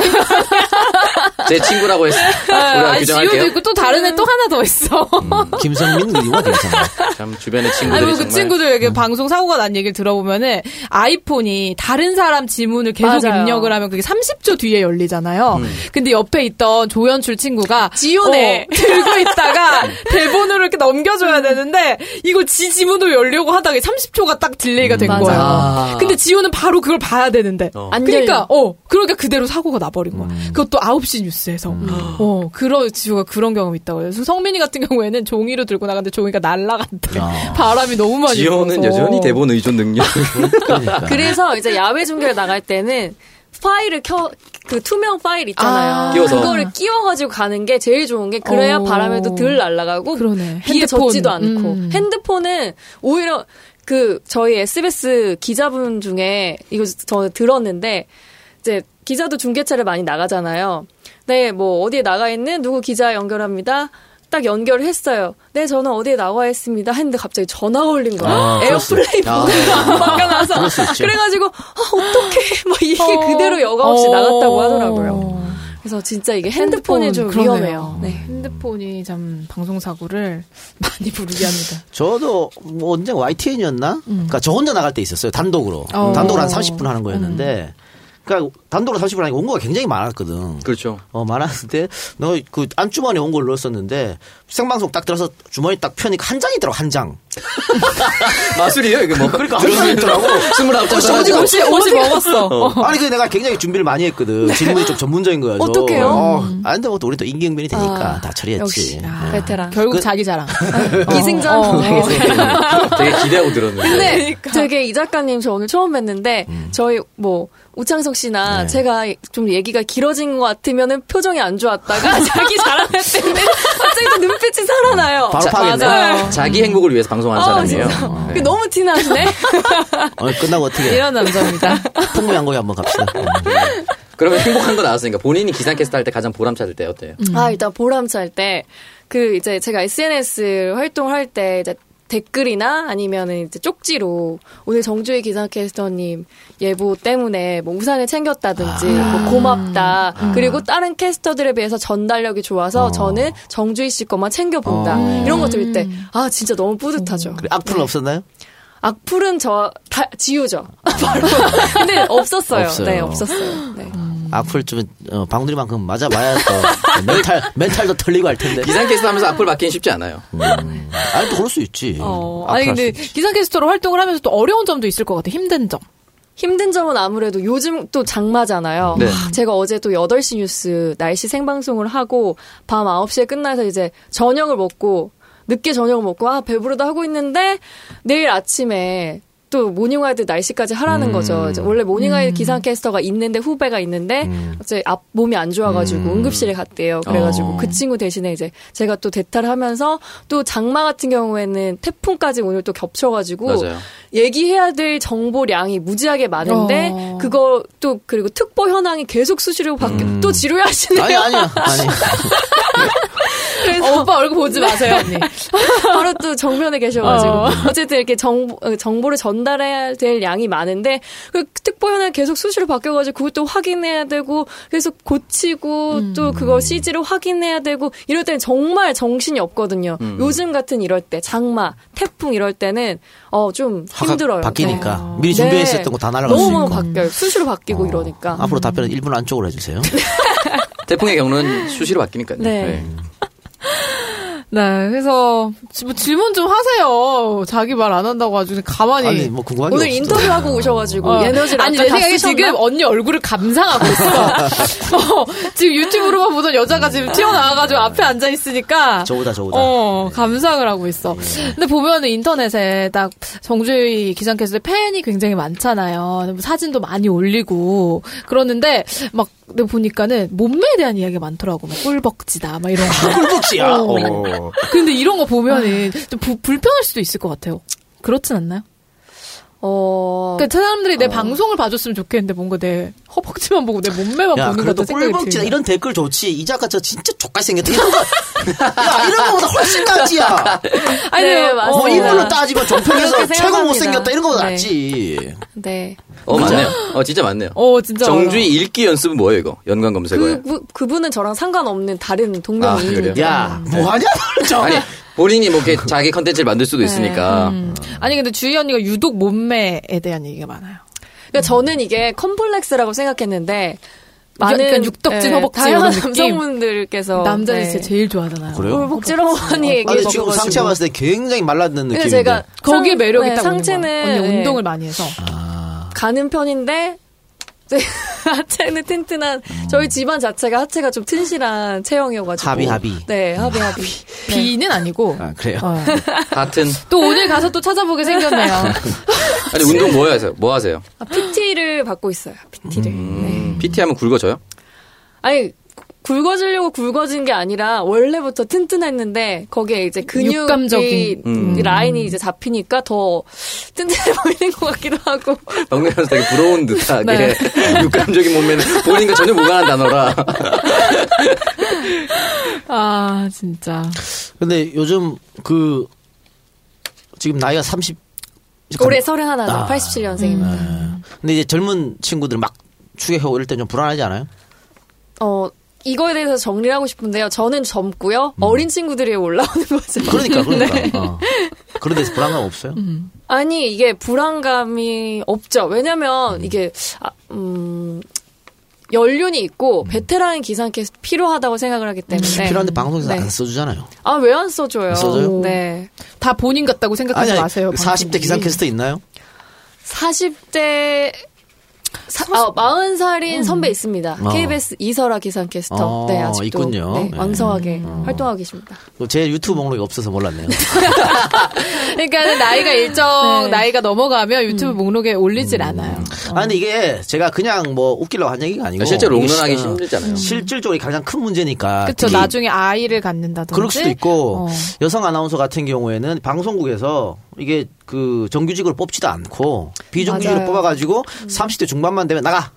Speaker 5: 제 친구라고 했어. 우리가
Speaker 2: 아, 지효도
Speaker 5: 규정할게요.
Speaker 2: 있고 또 다른 애 또 하나 더 있어.
Speaker 4: 음, 김성민 의원 괜찮아요.
Speaker 5: 참 주변의 친구들이
Speaker 2: 아니 뭐그
Speaker 5: 네. 정말
Speaker 2: 친구들 얘기 방송 사고가 난 얘기를 들어보면은 아이폰이 다른 사람 지문을 계속
Speaker 3: 맞아요.
Speaker 2: 입력을 하면 그게 30초 뒤에 열리잖아요. 근데 옆에 있던 조연출 친구가
Speaker 3: 지효네.
Speaker 2: 어, 들고 있다가 대본으로 이렇게 넘겨줘야 되는데 이걸 지 지문으로 열려고 하다가 30초가 딱 딜레이가 된
Speaker 3: 음, 맞아.
Speaker 2: 거야. 근데 지효는 바로 그걸 봐야 되는데.
Speaker 3: 안
Speaker 2: 그러니까
Speaker 3: 열려.
Speaker 2: 어 그러니까 그대로 사고가 나버린 거야.
Speaker 5: 음.
Speaker 2: 그것도 9시 뉴스에서 어 그런 지우가 그런 경험 이 있다고 해요. 그래서 성민이 같은 경우에는 종이로 들고 나갔는데 종이가 날라갔대. 바람이 너무 많이
Speaker 5: 아. 지효는
Speaker 2: 불어서.
Speaker 5: 여전히 대본 의존 능력.
Speaker 4: 그러니까.
Speaker 3: 그래서 이제 야외 중계를 나갈 때는 파일을 켜, 그 투명 파일 있잖아요.
Speaker 2: 아.
Speaker 5: 끼워서.
Speaker 3: 그거를 끼워가지고 가는 게 제일 좋은 게 그래야
Speaker 2: 어.
Speaker 3: 바람에도 덜 날아가고
Speaker 2: 그러네.
Speaker 3: 비에
Speaker 2: 핸드폰.
Speaker 3: 젖지도 않고
Speaker 2: 음.
Speaker 3: 핸드폰은 오히려 그 저희 SBS 기자분 중에 이거 저 들었는데 이제 기자도 중계차를 많이 나가잖아요. 네, 뭐 어디에 나가 있는 누구 기자 연결합니다. 딱 연결을 했어요. 네, 저는 어디에 나와 있습니다. 했는데 갑자기 전화가 울린 거예요.
Speaker 4: 아, 그럴 수
Speaker 3: 에어플레이
Speaker 4: 있- 아,
Speaker 3: 번호가 바뀌어나서
Speaker 4: 그럴 수 있죠.
Speaker 3: 그래가지고 아, 어떡해 막 이게
Speaker 2: 어.
Speaker 3: 그대로 여과 없이
Speaker 2: 어. 음.
Speaker 3: 나갔다고 하더라고요. 그래서 진짜 이게 핸드폰이 좀
Speaker 2: 핸드폰, 그러네요.
Speaker 3: 위험해요. 네.
Speaker 2: 핸드폰이 참 방송 사고를 많이 부르게 합니다.
Speaker 4: 저도 뭐 언제 YTN이었나?
Speaker 3: 음.
Speaker 4: 그러니까 저 혼자 나갈 때 있었어요. 단독으로.
Speaker 2: 어.
Speaker 4: 단독으로 한 30분 하는 거였는데
Speaker 3: 음.
Speaker 4: 그러니까 단독으로 30분 하니까 온거가 굉장히 많았거든.
Speaker 5: 그렇죠.
Speaker 4: 어, 많았는데, 너, 그, 안주머니에 온 걸 넣었었는데, 생방송 딱 들어서 주머니 딱 펴니까 한 장이 들어, 한 장.
Speaker 5: 마술이에요 이게 뭐.
Speaker 4: 그러니까 한 장이 있더라고.
Speaker 5: 스물아홉 장.
Speaker 4: 어디
Speaker 5: 사가지고.
Speaker 2: 옷이 옷이 먹었어.
Speaker 4: 아니, 그 내가 굉장히 준비를 많이 했거든. 질문이 좀 전문적인 거여서.
Speaker 3: 네. 어떡해요? 음. 아,
Speaker 4: 어, 안 되면 또 우리 또 인기응변이 되니까 다 처리했지. 네.
Speaker 3: 역시 아.
Speaker 2: 아,
Speaker 3: 베테랑.
Speaker 2: 결국 자기 자랑.
Speaker 3: 기승전
Speaker 2: 어.
Speaker 3: 분이에요.
Speaker 5: 되게 기대하고 들었는데.
Speaker 3: 근데 되게 이 작가님 저 오늘 처음 뵀는데 저희 뭐 우창석 씨나 제가 좀 얘기가 길어진 것 같으면은 표정이 안 좋았다가 자기 자랑할 때는 갑자기 또 눈빛이 살아나요.
Speaker 4: 바로 파겠네.
Speaker 3: 맞아요.
Speaker 5: 자기 행복을 위해서 방송하는
Speaker 3: 아,
Speaker 5: 사람이에요.
Speaker 3: 진짜.
Speaker 5: 네.
Speaker 3: 그게 너무 티나시네.
Speaker 4: 오늘 끝나고 어떻게.
Speaker 3: 예.
Speaker 2: 이런 남자입니다.
Speaker 4: 풍미 양고기 한번 갑시다. 음.
Speaker 5: 그러면 행복한 거 나왔으니까 본인이 기상캐스터 할 때 가장 보람 찾을 때 어때요?
Speaker 4: 음.
Speaker 3: 아, 일단 보람찰 때, 그 이제 제가 SNS 활동할 때 이제 댓글이나 아니면은 이제 쪽지로 오늘 정주희 기상캐스터님 예보 때문에 뭐 우산을 챙겼다든지
Speaker 4: 아.
Speaker 3: 뭐 고맙다 그리고 다른 캐스터들에 비해서 전달력이 좋아서
Speaker 4: 어.
Speaker 3: 저는 정주희 씨 것만 챙겨본다 이런 거 들을 때 아 진짜 너무 뿌듯하죠.
Speaker 4: 음. 그래, 악플은 없었나요?
Speaker 3: 아, 악플은 저 다 지우죠. 바로. 근데 없었어요.
Speaker 4: 없어요.
Speaker 3: 네 없었어요. 네.
Speaker 4: 악플 좀 어, 방들이만큼 맞아봐야 또 멘탈 멘탈도 털리고 할 텐데.
Speaker 5: 네, 기상캐스터 하면서 악플 받기는 쉽지 않아요.
Speaker 4: 음. 아니 또 그럴 수 있지.
Speaker 2: 어,
Speaker 4: 악플
Speaker 2: 아니
Speaker 4: 할수
Speaker 2: 근데
Speaker 4: 있지.
Speaker 2: 기상캐스터로 활동을 하면서 또 어려운 점도 있을 것 같아. 힘든 점.
Speaker 3: 힘든 점은 아무래도 요즘 또 장마잖아요.
Speaker 5: 네.
Speaker 3: 하, 제가 어제 또 8시 뉴스 날씨 생방송을 하고 밤 9시에 끝나서 이제 저녁을 먹고 늦게 저녁을 먹고 아 배부르다 하고 있는데 내일 아침에 또 모닝와이드 날씨까지 하라는
Speaker 5: 음.
Speaker 3: 거죠. 이제 원래 모닝와이드 기상캐스터가 있는데 후배가 있는데 이제 앞 몸이 안 좋아가지고 응급실에 갔대요. 그래가지고
Speaker 5: 음. 어.
Speaker 3: 그 친구 대신에 이제 제가 또 대타를 하면서 또 장마 같은 경우에는 태풍까지 오늘 또 겹쳐가지고
Speaker 5: 맞아요.
Speaker 3: 얘기해야 될 정보량이 무지하게 많은데
Speaker 2: 어.
Speaker 3: 그거 또 그리고 특보 현황이 계속 수시로 바뀌어
Speaker 4: 음.
Speaker 3: 또 지루해하시네요.
Speaker 4: 아니 아니요 아니.
Speaker 2: 어, 오빠 얼굴 보지 마세요 언니.
Speaker 3: 아, 바로 또 정면에 계셔가지고 어. 쨌든 이렇게 정보, 어, 정보를 전달해야 될 양이 많은데 그 특보 현황이 계속 수시로 바뀌어가지고 그것도 확인해야 되고 계속 고치고 또 그거 CG로 확인해야 되고 이럴 때는 정말 정신이 없거든요.
Speaker 4: 음.
Speaker 3: 요즘 같은 이럴 때 장마, 태풍 이럴 때는 어 좀
Speaker 4: 화가
Speaker 3: 힘들어요.
Speaker 4: 바뀌니까
Speaker 2: 네.
Speaker 4: 미리
Speaker 3: 네.
Speaker 4: 준비했었던 거 다 날아갈 수
Speaker 3: 너무
Speaker 4: 있고.
Speaker 3: 바뀌어요. 수시로 바뀌고
Speaker 4: 어,
Speaker 3: 이러니까.
Speaker 4: 앞으로 답변은 1분 안쪽으로 해주세요.
Speaker 5: 태풍의 경로는 수시로 바뀌니까요.
Speaker 3: 네.
Speaker 2: 네, 그래서 지- 뭐 질문 좀 하세요. 자기 말 안 한다고 아주 그냥 가만히.
Speaker 4: 아니 뭐 궁금한 게
Speaker 3: 오늘
Speaker 4: 없어.
Speaker 3: 인터뷰하고 오셔가지고
Speaker 2: 어.
Speaker 3: 에너지를
Speaker 2: 아니
Speaker 3: 아까
Speaker 2: 내
Speaker 3: 다
Speaker 2: 생각에
Speaker 3: 쓰셨나?
Speaker 2: 지금 언니 얼굴을 감상하고 있어. 어, 지금 유튜브로만 보던 여자가 지금 튀어나와가지고 앞에 앉아 있으니까.
Speaker 4: 저보다 저보다. 네.
Speaker 2: 어 감상을 하고 있어. 근데 보면은 인터넷에 딱 정주희 기상캐스터 팬이 굉장히 많잖아요. 뭐 사진도 많이 올리고 그러는데 막 내가 보니까는 몸매에 대한 이야기가 많더라고. 막 꿀벅지다 막 이런 거.
Speaker 4: 꿀복지야.
Speaker 2: 어. 근데 이런 거 보면은 좀 부- 불편할 수도 있을 것 같아요. 그렇진 않나요?
Speaker 3: 어.
Speaker 2: 그러니까 사람들이 내 방송을 봐줬으면 좋겠는데 뭔가 내 허벅지만 보고 내 몸매만
Speaker 4: 야,
Speaker 2: 보는 것
Speaker 4: 그래도
Speaker 2: 같은 생각이
Speaker 4: 꿀벅지다
Speaker 2: 들어요.
Speaker 4: 이런 댓글 좋지. 이 작가 저 진짜 족같이 생겼다. 이런 거, 야, 이런 거보다 훨씬 낫지야.
Speaker 2: 아니
Speaker 3: 네,
Speaker 2: 네,
Speaker 3: 맞아요.
Speaker 4: 뭐
Speaker 3: 맞습니다.
Speaker 4: 이걸로 따지면 종편에서
Speaker 3: 그렇게
Speaker 4: 최고
Speaker 3: 생각합니다.
Speaker 4: 못생겼다 이런 거보다
Speaker 3: 네.
Speaker 4: 낫지.
Speaker 3: 네.
Speaker 5: 어, 맞네요. 어, 진짜 맞네요.
Speaker 2: 어 진짜
Speaker 5: 정주희 읽기 연습은 뭐예요, 이거? 연관 검색어에.
Speaker 3: 그, 그, 그분은 저랑 상관없는 다른
Speaker 5: 아,
Speaker 3: 동명이인.
Speaker 5: 그래요?
Speaker 4: 야,
Speaker 3: 네.
Speaker 4: 뭐하냐, 저.
Speaker 5: 아니, 본인이 뭐 이렇게 자기 컨텐츠를 만들
Speaker 3: 네.
Speaker 5: 수도
Speaker 3: 음.
Speaker 5: 있으니까.
Speaker 2: 어려워요. 음. 아니 근데 주희 언니가 유독 몸매에 대한 얘기가 많아요.
Speaker 3: 그러니까 저는 이게 컴플렉스라고 생각했는데 많은
Speaker 2: 그러니까 육덕진,
Speaker 3: 예,
Speaker 2: 허벅지
Speaker 3: 다양한
Speaker 2: 이런 느낌.
Speaker 3: 남성분들께서
Speaker 2: 남자들 진짜
Speaker 3: 네.
Speaker 2: 제일 좋아하잖아요.
Speaker 4: 어, 그래요?
Speaker 3: 꿀복지로 많이
Speaker 4: 아니,
Speaker 3: 얘기해
Speaker 4: 지금
Speaker 3: 먹어가지고.
Speaker 4: 상체 봤을 때 굉장히 말랐는
Speaker 3: 그러니까
Speaker 4: 느낌인데.
Speaker 3: 제가
Speaker 2: 거기에
Speaker 3: 상-
Speaker 2: 매력이
Speaker 3: 네,
Speaker 2: 딱 오는 거야.
Speaker 3: 상체는
Speaker 2: 언니
Speaker 3: 네,
Speaker 2: 운동을 많이 해서.
Speaker 3: 가는 편인데 이제 하체는 튼튼한 저희 집안 자체가 하체가 좀 튼실한 체형이어가지고
Speaker 4: 합이, 합이.
Speaker 3: 네 합이 합이
Speaker 2: 비는 아니고.
Speaker 4: 아, 그래요.
Speaker 2: 어.
Speaker 5: 같은.
Speaker 2: 또 오늘 가서 또 찾아보게 생겼네요.
Speaker 5: 아니, 운동 뭐 하세요? 뭐 하세요?
Speaker 3: 아, PT를 받고 있어요 PT를 네.
Speaker 5: 음, PT 하면 굵어져요?
Speaker 3: 아니 굵어지려고 굵어진 게 아니라 원래부터 튼튼했는데 거기에 이제 근육이
Speaker 2: 육감적인.
Speaker 5: 음.
Speaker 3: 라인이 이제 잡히니까 더 튼튼해 보이는 것 같기도 하고
Speaker 5: 박명수 되게 부러운 듯하게
Speaker 2: 네.
Speaker 5: 육감적인 몸매는 본인과 전혀 무관한 단어라.
Speaker 2: 아 진짜.
Speaker 4: 근데 요즘 그, 지금 나이가 30.
Speaker 3: 올해 서른 하나죠
Speaker 4: 아.
Speaker 3: 87년생입니다.
Speaker 4: 근데 이제 젊은 친구들 막 추격하고 이럴 때 좀 불안하지 않아요?
Speaker 3: 어 이거에 대해서 정리를 하고 싶은데요. 저는 젊고요. 어린 친구들이 올라오는 거죠.
Speaker 4: 음. 그러니까, 그러니까.
Speaker 3: 네.
Speaker 4: 어. 그런 데서 불안감 없어요?
Speaker 2: 음.
Speaker 3: 아니 이게 불안감이 없죠. 왜냐면 이게 아, 음. 연륜이 있고 베테랑 기상캐스트 필요하다고 생각을 하기 때문에
Speaker 4: 음. 필요한데 방송에서
Speaker 3: 네.
Speaker 4: 안 써주잖아요.
Speaker 3: 아 왜 안 써줘요?
Speaker 4: 안 써줘요?
Speaker 3: 네.
Speaker 2: 다 본인 같다고 생각하지 마세요.
Speaker 4: 그 40대
Speaker 2: 방송이.
Speaker 4: 기상캐스터 있나요?
Speaker 3: 40대 사, 아, 40살인 선배 있습니다.
Speaker 4: 어.
Speaker 3: KBS 이설아 기상캐스터.
Speaker 4: 어,
Speaker 3: 네, 아직도
Speaker 4: 있군요.
Speaker 3: 네,
Speaker 4: 네.
Speaker 3: 왕성하게 활동하고 계십니다.
Speaker 4: 제 유튜브 목록이 없어서 몰랐네요.
Speaker 2: 그러니까 나이가 일정
Speaker 3: 네.
Speaker 2: 나이가 넘어가면 유튜브 목록에 올리질 않아요.
Speaker 4: 아, 근데 이게 제가 그냥 뭐 웃기려고 한 얘기가 아니고.
Speaker 5: 그러니까 실제로
Speaker 4: 이게
Speaker 5: 롱런하기
Speaker 4: 시- 어,
Speaker 5: 힘들잖아요.
Speaker 4: 실질적으로 가장 큰 문제니까.
Speaker 2: 그쵸
Speaker 4: 특히
Speaker 2: 나중에 아이를 갖는다든지.
Speaker 4: 아, 그럴 수도 있고
Speaker 2: 어.
Speaker 4: 여성 아나운서 같은 경우에는 방송국에서 이게 그 정규직으로 뽑지도 않고 비정규직으로
Speaker 3: 맞아요. 음.
Speaker 4: 뽑아가지고 30대 중반만 되면 나가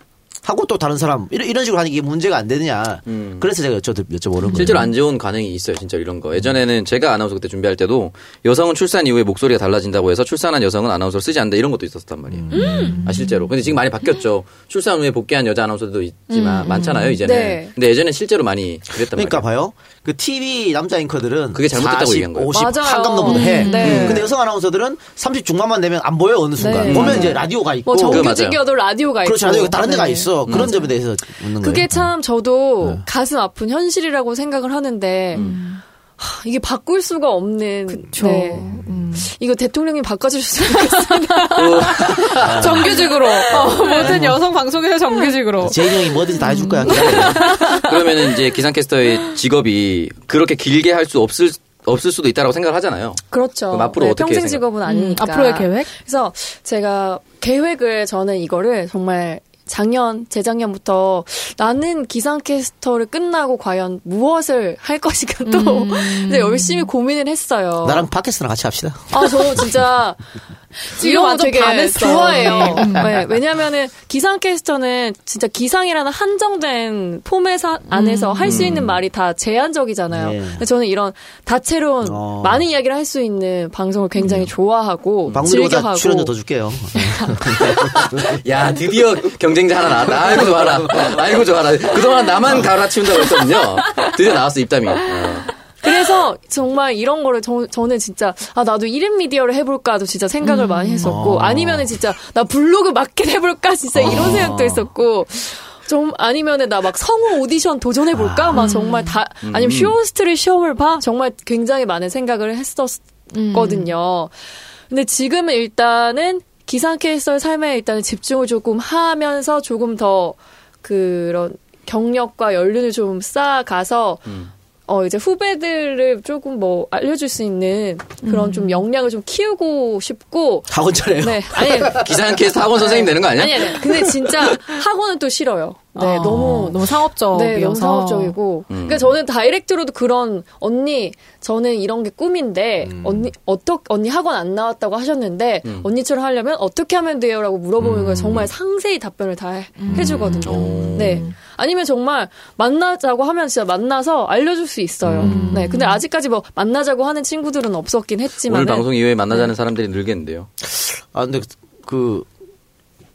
Speaker 4: 하고 또 다른 사람 이런, 이런 식으로 하는 게 문제가 안 되느냐 그래서 제가 여쭤 여쭤보는 거예요.
Speaker 5: 음. 실제로 안 좋은 관행이 있어요, 진짜 이런 거. 예전에는 제가 아나운서 그때 준비할 때도 여성은 출산 이후에 목소리가 달라진다고 해서 출산한 여성은 아나운서를 쓰지 않는다 이런 것도 있었단 말이에요.
Speaker 3: 음.
Speaker 5: 아, 실제로. 근데 지금 많이 바뀌었죠. 출산 후에 복귀한 여자 아나운서들도 있지만 많잖아요, 이제는.
Speaker 3: 네.
Speaker 5: 근데 예전엔 실제로 많이 그랬단
Speaker 4: 그러니까
Speaker 5: 말이에요.
Speaker 4: 봐요. 그 TV 남자 앵커들은
Speaker 5: 그게 잘못됐다고
Speaker 4: 40,
Speaker 5: 얘기한 거예요.
Speaker 4: 50
Speaker 3: 맞아요.
Speaker 4: 한감 넘어도 해.
Speaker 3: 음, 네.
Speaker 4: 근데 여성 아나운서들은 30 중반만 되면 안 보여 어느 순간.
Speaker 3: 네,
Speaker 4: 보면
Speaker 3: 맞아요.
Speaker 4: 이제 라디오가 있고 그러니까
Speaker 3: 뭐
Speaker 5: 맞아요.
Speaker 3: 정규직이어도 라디오가 있고.
Speaker 4: 그렇지 않아요. 다른 데가
Speaker 3: 네.
Speaker 4: 있어. 네. 그런 점에 대해서 묻는 거예요.
Speaker 3: 그게 참 저도 가슴 아픈 현실이라고 생각을 하는데 하, 이게 바꿀 수가 없는.
Speaker 2: 그쵸.
Speaker 3: 네.
Speaker 2: 음.
Speaker 3: 이거 대통령님 바꿔주셨으면 좋겠어요.
Speaker 2: 정규직으로 어, 모든 여성 방송에서 정규직으로
Speaker 4: 제인 형이 뭐든지 다 해줄 거야.
Speaker 3: 음.
Speaker 4: 기다려.
Speaker 5: 그러면은 이제 기상캐스터의 직업이 그렇게 길게 할 수 없을 없을 수도 있다라고 생각을 하잖아요.
Speaker 3: 그렇죠.
Speaker 5: 그럼 앞으로 어떻게
Speaker 3: 평생
Speaker 5: 생각-
Speaker 3: 직업은 아니니까.
Speaker 2: 음, 앞으로의 계획?
Speaker 3: 음, 그래서 제가 계획을 저는 이거를 정말 작년, 재작년부터 나는 기상캐스터를 끝나고 과연 무엇을 할 것인가 또 이제 열심히 고민을 했어요.
Speaker 4: 나랑 팟캐스트랑 같이 합시다.
Speaker 3: 아, 저 진짜
Speaker 2: 지금
Speaker 3: 이런 거
Speaker 2: 완전
Speaker 3: 되게
Speaker 2: 반했어.
Speaker 4: 음,
Speaker 3: 좋아해요. 네, 왜냐면은 기상캐스터는 진짜 기상이라는 한정된 폼에 서 안에서 할 수 있는 말이 다 제한적이잖아요.
Speaker 4: 음, 네.
Speaker 3: 근데 저는 이런 다채로운
Speaker 4: 어. 네.
Speaker 3: 많은 이야기를 할 수 있는 방송을 굉장히 좋아하고
Speaker 4: 방문보다
Speaker 3: 즐겨하고
Speaker 4: 뭐 출연료 더 줄게요.
Speaker 5: 야 드디어 경쟁자 하나 나왔다. 아이고 좋아라. 아이고 좋아라. 그동안 나만 갈아치운다고 했거든요. 드디어 나왔어 입담이. 어.
Speaker 3: 그래서 정말 이런 거를 저, 저는 진짜 아 나도 1인 미디어를 해볼까도 진짜 생각을 많이 했었고
Speaker 4: 어.
Speaker 3: 아니면은 진짜 나 블로그 마켓 해볼까 진짜 이런 생각도 했었고 좀 아니면은 나 막 성우 오디션 도전해볼까 막 정말 다 아니면 쇼호스트를 시험을 봐 정말 굉장히 많은 생각을 했었거든요. 근데 지금은 일단은 기상캐스터의 삶에 일단은 집중을 조금 하면서 조금 더 그런 경력과 연륜을 좀 쌓아가서
Speaker 5: 음.
Speaker 3: 어 이제 후배들을 조금 뭐 알려줄 수 있는 그런 좀 역량을 좀 키우고 싶고
Speaker 4: 학원 차려요.
Speaker 3: 네 아니
Speaker 5: 기상캐스터 학원 선생님 되는 거 아니야?
Speaker 3: 아니 아니 근데 진짜 학원은 또 싫어요 네
Speaker 2: 아,
Speaker 3: 너무
Speaker 2: 너무 상업적이어서
Speaker 3: 네, 너무 상업적이고.
Speaker 4: 음.
Speaker 3: 그러니까 저는 다이렉트로도 그런 언니 저는 이런 게 꿈인데
Speaker 4: 음.
Speaker 3: 언니 어떻 언니 학원 안 나왔다고 하셨는데 언니처럼 하려면 어떻게 하면 돼요라고 물어보는
Speaker 4: 음.
Speaker 3: 걸 정말 상세히 답변을 다 해, 주거든요 네. 아니면 정말 만나자고 하면 진짜 만나서 알려줄 수 있어요.
Speaker 4: 음.
Speaker 3: 네. 근데 아직까지 뭐 만나자고 하는 친구들은 없었긴 했지만
Speaker 5: 오늘 방송 이후에 만나자는 사람들이 늘겠는데요.
Speaker 4: 아 근데 그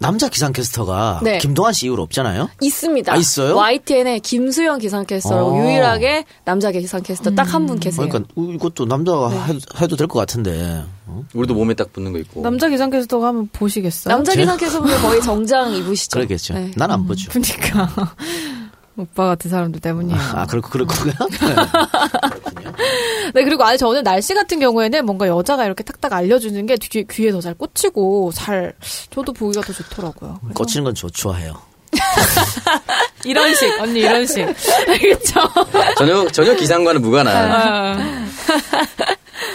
Speaker 4: 남자 기상캐스터가
Speaker 3: 네.
Speaker 4: 김동완 씨 이후로 없잖아요.
Speaker 3: 있습니다.
Speaker 4: 아, 있어요?
Speaker 3: YTN의 김수영 기상캐스터라고
Speaker 4: 아.
Speaker 3: 유일하게 남자 기상캐스터 딱 한 분 계세요.
Speaker 4: 그러니까 이것도 남자가
Speaker 3: 네.
Speaker 4: 해도, 해도 될 것 같은데. 어?
Speaker 5: 우리도 몸에 딱 붙는 거 있고.
Speaker 2: 남자 기상캐스터가 하면 보시겠어요?
Speaker 3: 남자 기상캐스터분들 거의 정장 입으시죠.
Speaker 4: 그러겠죠.
Speaker 3: 네.
Speaker 4: 난 안 보죠.
Speaker 2: 그러니까 오빠 같은 사람들
Speaker 3: 음.
Speaker 2: 때문이에요.
Speaker 4: 아 그럴 그럴 거야.
Speaker 2: 네, 그리고 아예 저는 날씨 같은 경우에는 뭔가 여자가 이렇게 탁탁 알려주는 게 귀, 귀에 더 잘 꽂히고 잘 저도 보기가 더 좋더라고요. 그래서
Speaker 4: 네. 꽂히는 건 좋, 좋아해요.
Speaker 2: 이런 식 언니 이런 식 알겠죠?
Speaker 5: 전혀 전혀 기상과는 무관한.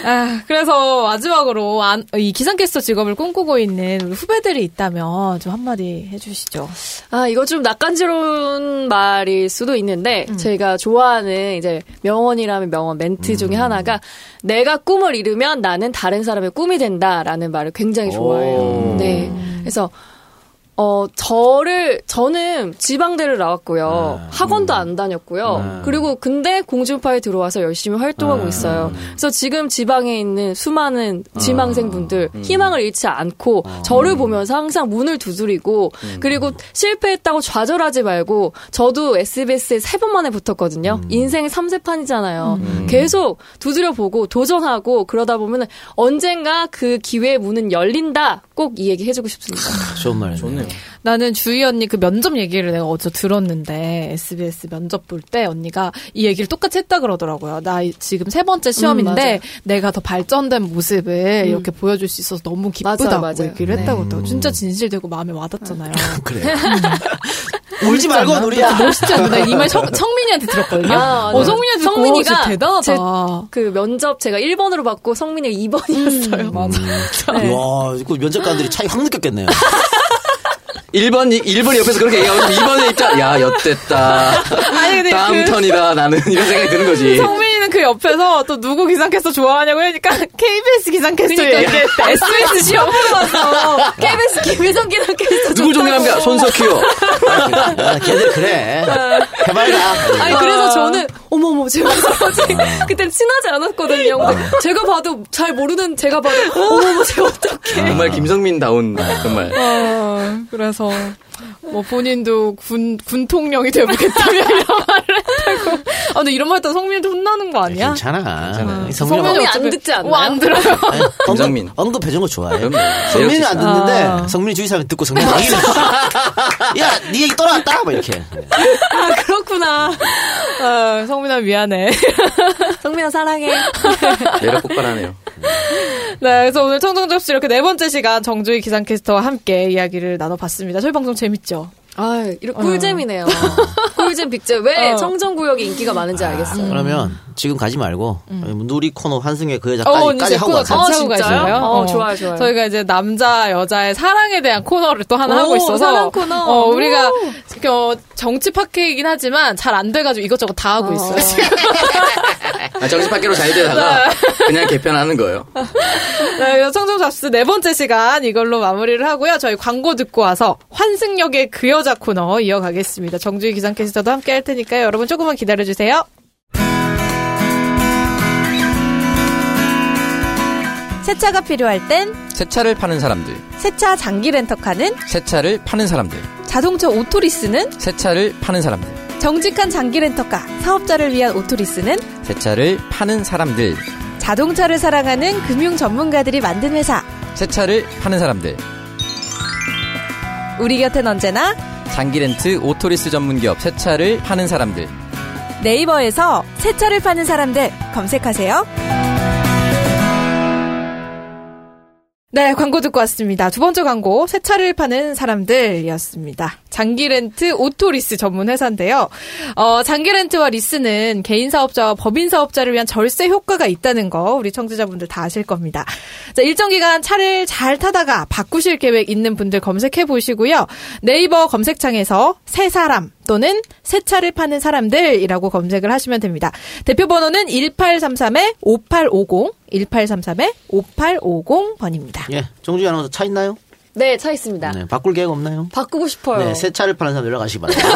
Speaker 2: 아, 그래서 마지막으로 안- 이 기상캐스터 직업을 꿈꾸고 있는 우리 후배들이 있다면 좀 한마디 해주시죠.
Speaker 3: 아, 이거 좀 낯간지러운 말일 수도 있는데, 제가 좋아하는 이제 명언이라면 명언 멘트
Speaker 4: 음.
Speaker 3: 중에 하나가, 내가 꿈을 이루면 나는 다른 사람의 꿈이 된다. 라는 말을 굉장히 좋아해요.
Speaker 5: 오.
Speaker 3: 네. 그래서, 어, 저를, 저는 지방대를 나왔고요.
Speaker 4: 아.
Speaker 3: 학원도
Speaker 4: 음.
Speaker 3: 안 다녔고요. 어, 그리고 근데 공중파에 들어와서 열심히 활동하고 있어요. 그래서 지금 지방에 있는 수많은 지망생분들 희망을 잃지 않고 저를 보면서 항상 문을 두드리고 그리고 실패했다고 좌절하지 말고 저도 SBS에 세 번 만에 붙었거든요. 인생 3세판이잖아요. 계속 두드려보고 도전하고 그러다 보면 언젠가 그 기회의 문은 열린다. 꼭 이 얘기 해주고 싶습니다.
Speaker 4: 좋은 말이네.
Speaker 5: 좋네요.
Speaker 2: 나는 주희 언니 그 면접 얘기를 내가 어제 들었는데 SBS 면접 볼 때 언니가 이 얘기를 똑같이 했다 그러더라고요. 나 이- 지금 세 번째 시험인데
Speaker 3: 맞아요.
Speaker 2: 내가 더 발전된 모습을 이렇게 보여줄 수 있어서 너무 기쁘다고
Speaker 3: 맞아요, 맞아요.
Speaker 2: 얘기를
Speaker 3: 네.
Speaker 2: 했다고 하더라고요. 진짜 진실되고 마음에 와닿잖아요.
Speaker 4: 그래. 울지 말고 누리야.
Speaker 2: 멋있지 않나? 이말 성민이한테 들었거든요.
Speaker 3: 아,
Speaker 2: 어,
Speaker 3: 네.
Speaker 2: 성민이한테
Speaker 3: 성민이가
Speaker 2: 성민이가 대단하다.
Speaker 3: 제- 그 면접 제가 1번으로 받고 성민이가 2번이었어요. 네.
Speaker 4: 와, 그 면접관들이 차이 확 느꼈겠네요.
Speaker 5: 1번, 1번이 옆에서 그렇게 얘기하고 2번에 입장, 야, 엿됐다.
Speaker 2: 아니, 근데
Speaker 5: 다음
Speaker 2: 그-
Speaker 5: 턴이다, 나는. 이런 생각이 드는 거지.
Speaker 2: 성민이는 그 옆에서 또 누구 기상캐스터 좋아하냐고 하니까 KBS 기상캐스터
Speaker 3: 그러니까.
Speaker 2: 얘기했다. SBS 시험 보러 와서
Speaker 3: KBS 김혜성 기자께서
Speaker 5: 누굴 존경합니까? 손석희요.
Speaker 4: 야, 걔들 그래. 해봐라.
Speaker 3: 네. 아니 그래서 저는 어머 어머 제가 어떡하지? 그때 친하지 않았거든요. 근데 제가 봐도 잘 모르는 제가 봐도 어머 어머 제가 어떡해.
Speaker 5: 정말 김성민다운, 정말.
Speaker 2: 어, 그래서 뭐 본인도 군 군통령이 되보겠다며 이런 말을 했다고. 아, 근데 이런 말 했다 성민이한테 혼나는 거 아니야?
Speaker 4: 괜찮아.
Speaker 5: 괜찮아요.
Speaker 4: 성민이
Speaker 3: 성민이
Speaker 4: 막-
Speaker 3: 안
Speaker 2: 네, 어차피-
Speaker 3: 듣지 않나요?
Speaker 2: 어, 안 들어요.
Speaker 4: 아니, 언급-
Speaker 5: 김성민.
Speaker 4: 언급해준 거 좋아해.
Speaker 5: 그럼요.
Speaker 4: 성민이 안 듣는데
Speaker 2: 아.
Speaker 4: 성민이 주위 사람이 듣고 성민이 막 이래. 야, 네 얘기 떠나왔다. 막 이렇게.
Speaker 2: 아, 그렇구나. 아, 성민아 미안해. 네,
Speaker 3: 성민아 사랑해.
Speaker 5: 매력 폭발하네요.
Speaker 2: 네, 그래서 오늘 청정 접수 이렇게 네 번째 시간 정주희 기상캐스터와 함께 이야기를 나눠봤습니다. 저희 방송 재밌죠?
Speaker 3: 아, 이런 꿀잼이네요. 꿀잼 빅잼. 왜 청정구역이 인기가 많은지 알겠어요.
Speaker 4: 그러면 지금 가지 말고 누리 코너 환승의 그
Speaker 2: 어,
Speaker 4: 여자까지
Speaker 2: 언니
Speaker 4: 까지
Speaker 2: 제
Speaker 4: 하고
Speaker 2: 코너 같이
Speaker 3: 어,
Speaker 4: 가세요.
Speaker 2: 하고
Speaker 3: 진짜요?
Speaker 2: 가실래요?
Speaker 3: 어, 좋아요, 좋아요.
Speaker 2: 저희가 이제 남자, 여자의 사랑에 대한 코너를 또 하나
Speaker 3: 오,
Speaker 2: 하고 있어서.
Speaker 3: 사랑 코너.
Speaker 2: 어, 우리가
Speaker 3: 오.
Speaker 2: 어, 정치 팟캐이긴 하지만 잘 안 돼가지고 이것저것 다 하고 있어요.
Speaker 5: 아, 정신 밖으로 잘 되다가 그냥 개편하는 거예요.
Speaker 2: 네, 그래서 청정 잡스 네 번째 시간 이걸로 마무리를 하고요. 저희 광고 듣고 와서 환승역의 그 여자 코너 이어가겠습니다. 정주희 기상캐스터도 함께 할 테니까요. 여러분 조금만 기다려주세요. 세차가 필요할 땐
Speaker 6: 새차를 파는 사람들,
Speaker 2: 세차 장기 렌터카는
Speaker 6: 새차를 파는 사람들,
Speaker 2: 자동차 오토리스는
Speaker 6: 새차를 파는 사람들,
Speaker 2: 정직한 장기 렌터카 사업자를 위한 오토리스는
Speaker 6: 새차를 파는 사람들,
Speaker 2: 자동차를 사랑하는 금융 전문가들이 만든 회사
Speaker 6: 새차를 파는 사람들.
Speaker 2: 우리 곁엔 언제나
Speaker 6: 장기 렌트 오토리스 전문 기업 새차를 파는 사람들.
Speaker 2: 네이버에서 세차를 파는 사람들 검색하세요. 네, 광고 듣고 왔습니다. 두 번째 광고, 새 차를 파는 사람들이었습니다. 장기 렌트 오토리스 전문 회사인데요. 어, 장기 렌트와 리스는 개인 사업자와 법인 사업자를 위한 절세 효과가 있다는 거 우리 청취자분들 다 아실 겁니다. 자, 일정 기간 차를 잘 타다가 바꾸실 계획 있는 분들 검색해 보시고요. 네이버 검색창에서 새 사람 또는 새 차를 파는 사람들이라고 검색을 하시면 됩니다. 대표 번호는 1833-5850, 1833-5850번입니다.
Speaker 4: 예, 정주희 아나운서 차 있나요?
Speaker 3: 네, 차 있습니다.
Speaker 4: 네, 바꿀 계획 없나요?
Speaker 3: 바꾸고 싶어요.
Speaker 4: 네, 새 차를 파는 사람 연락하시기 바랍니다.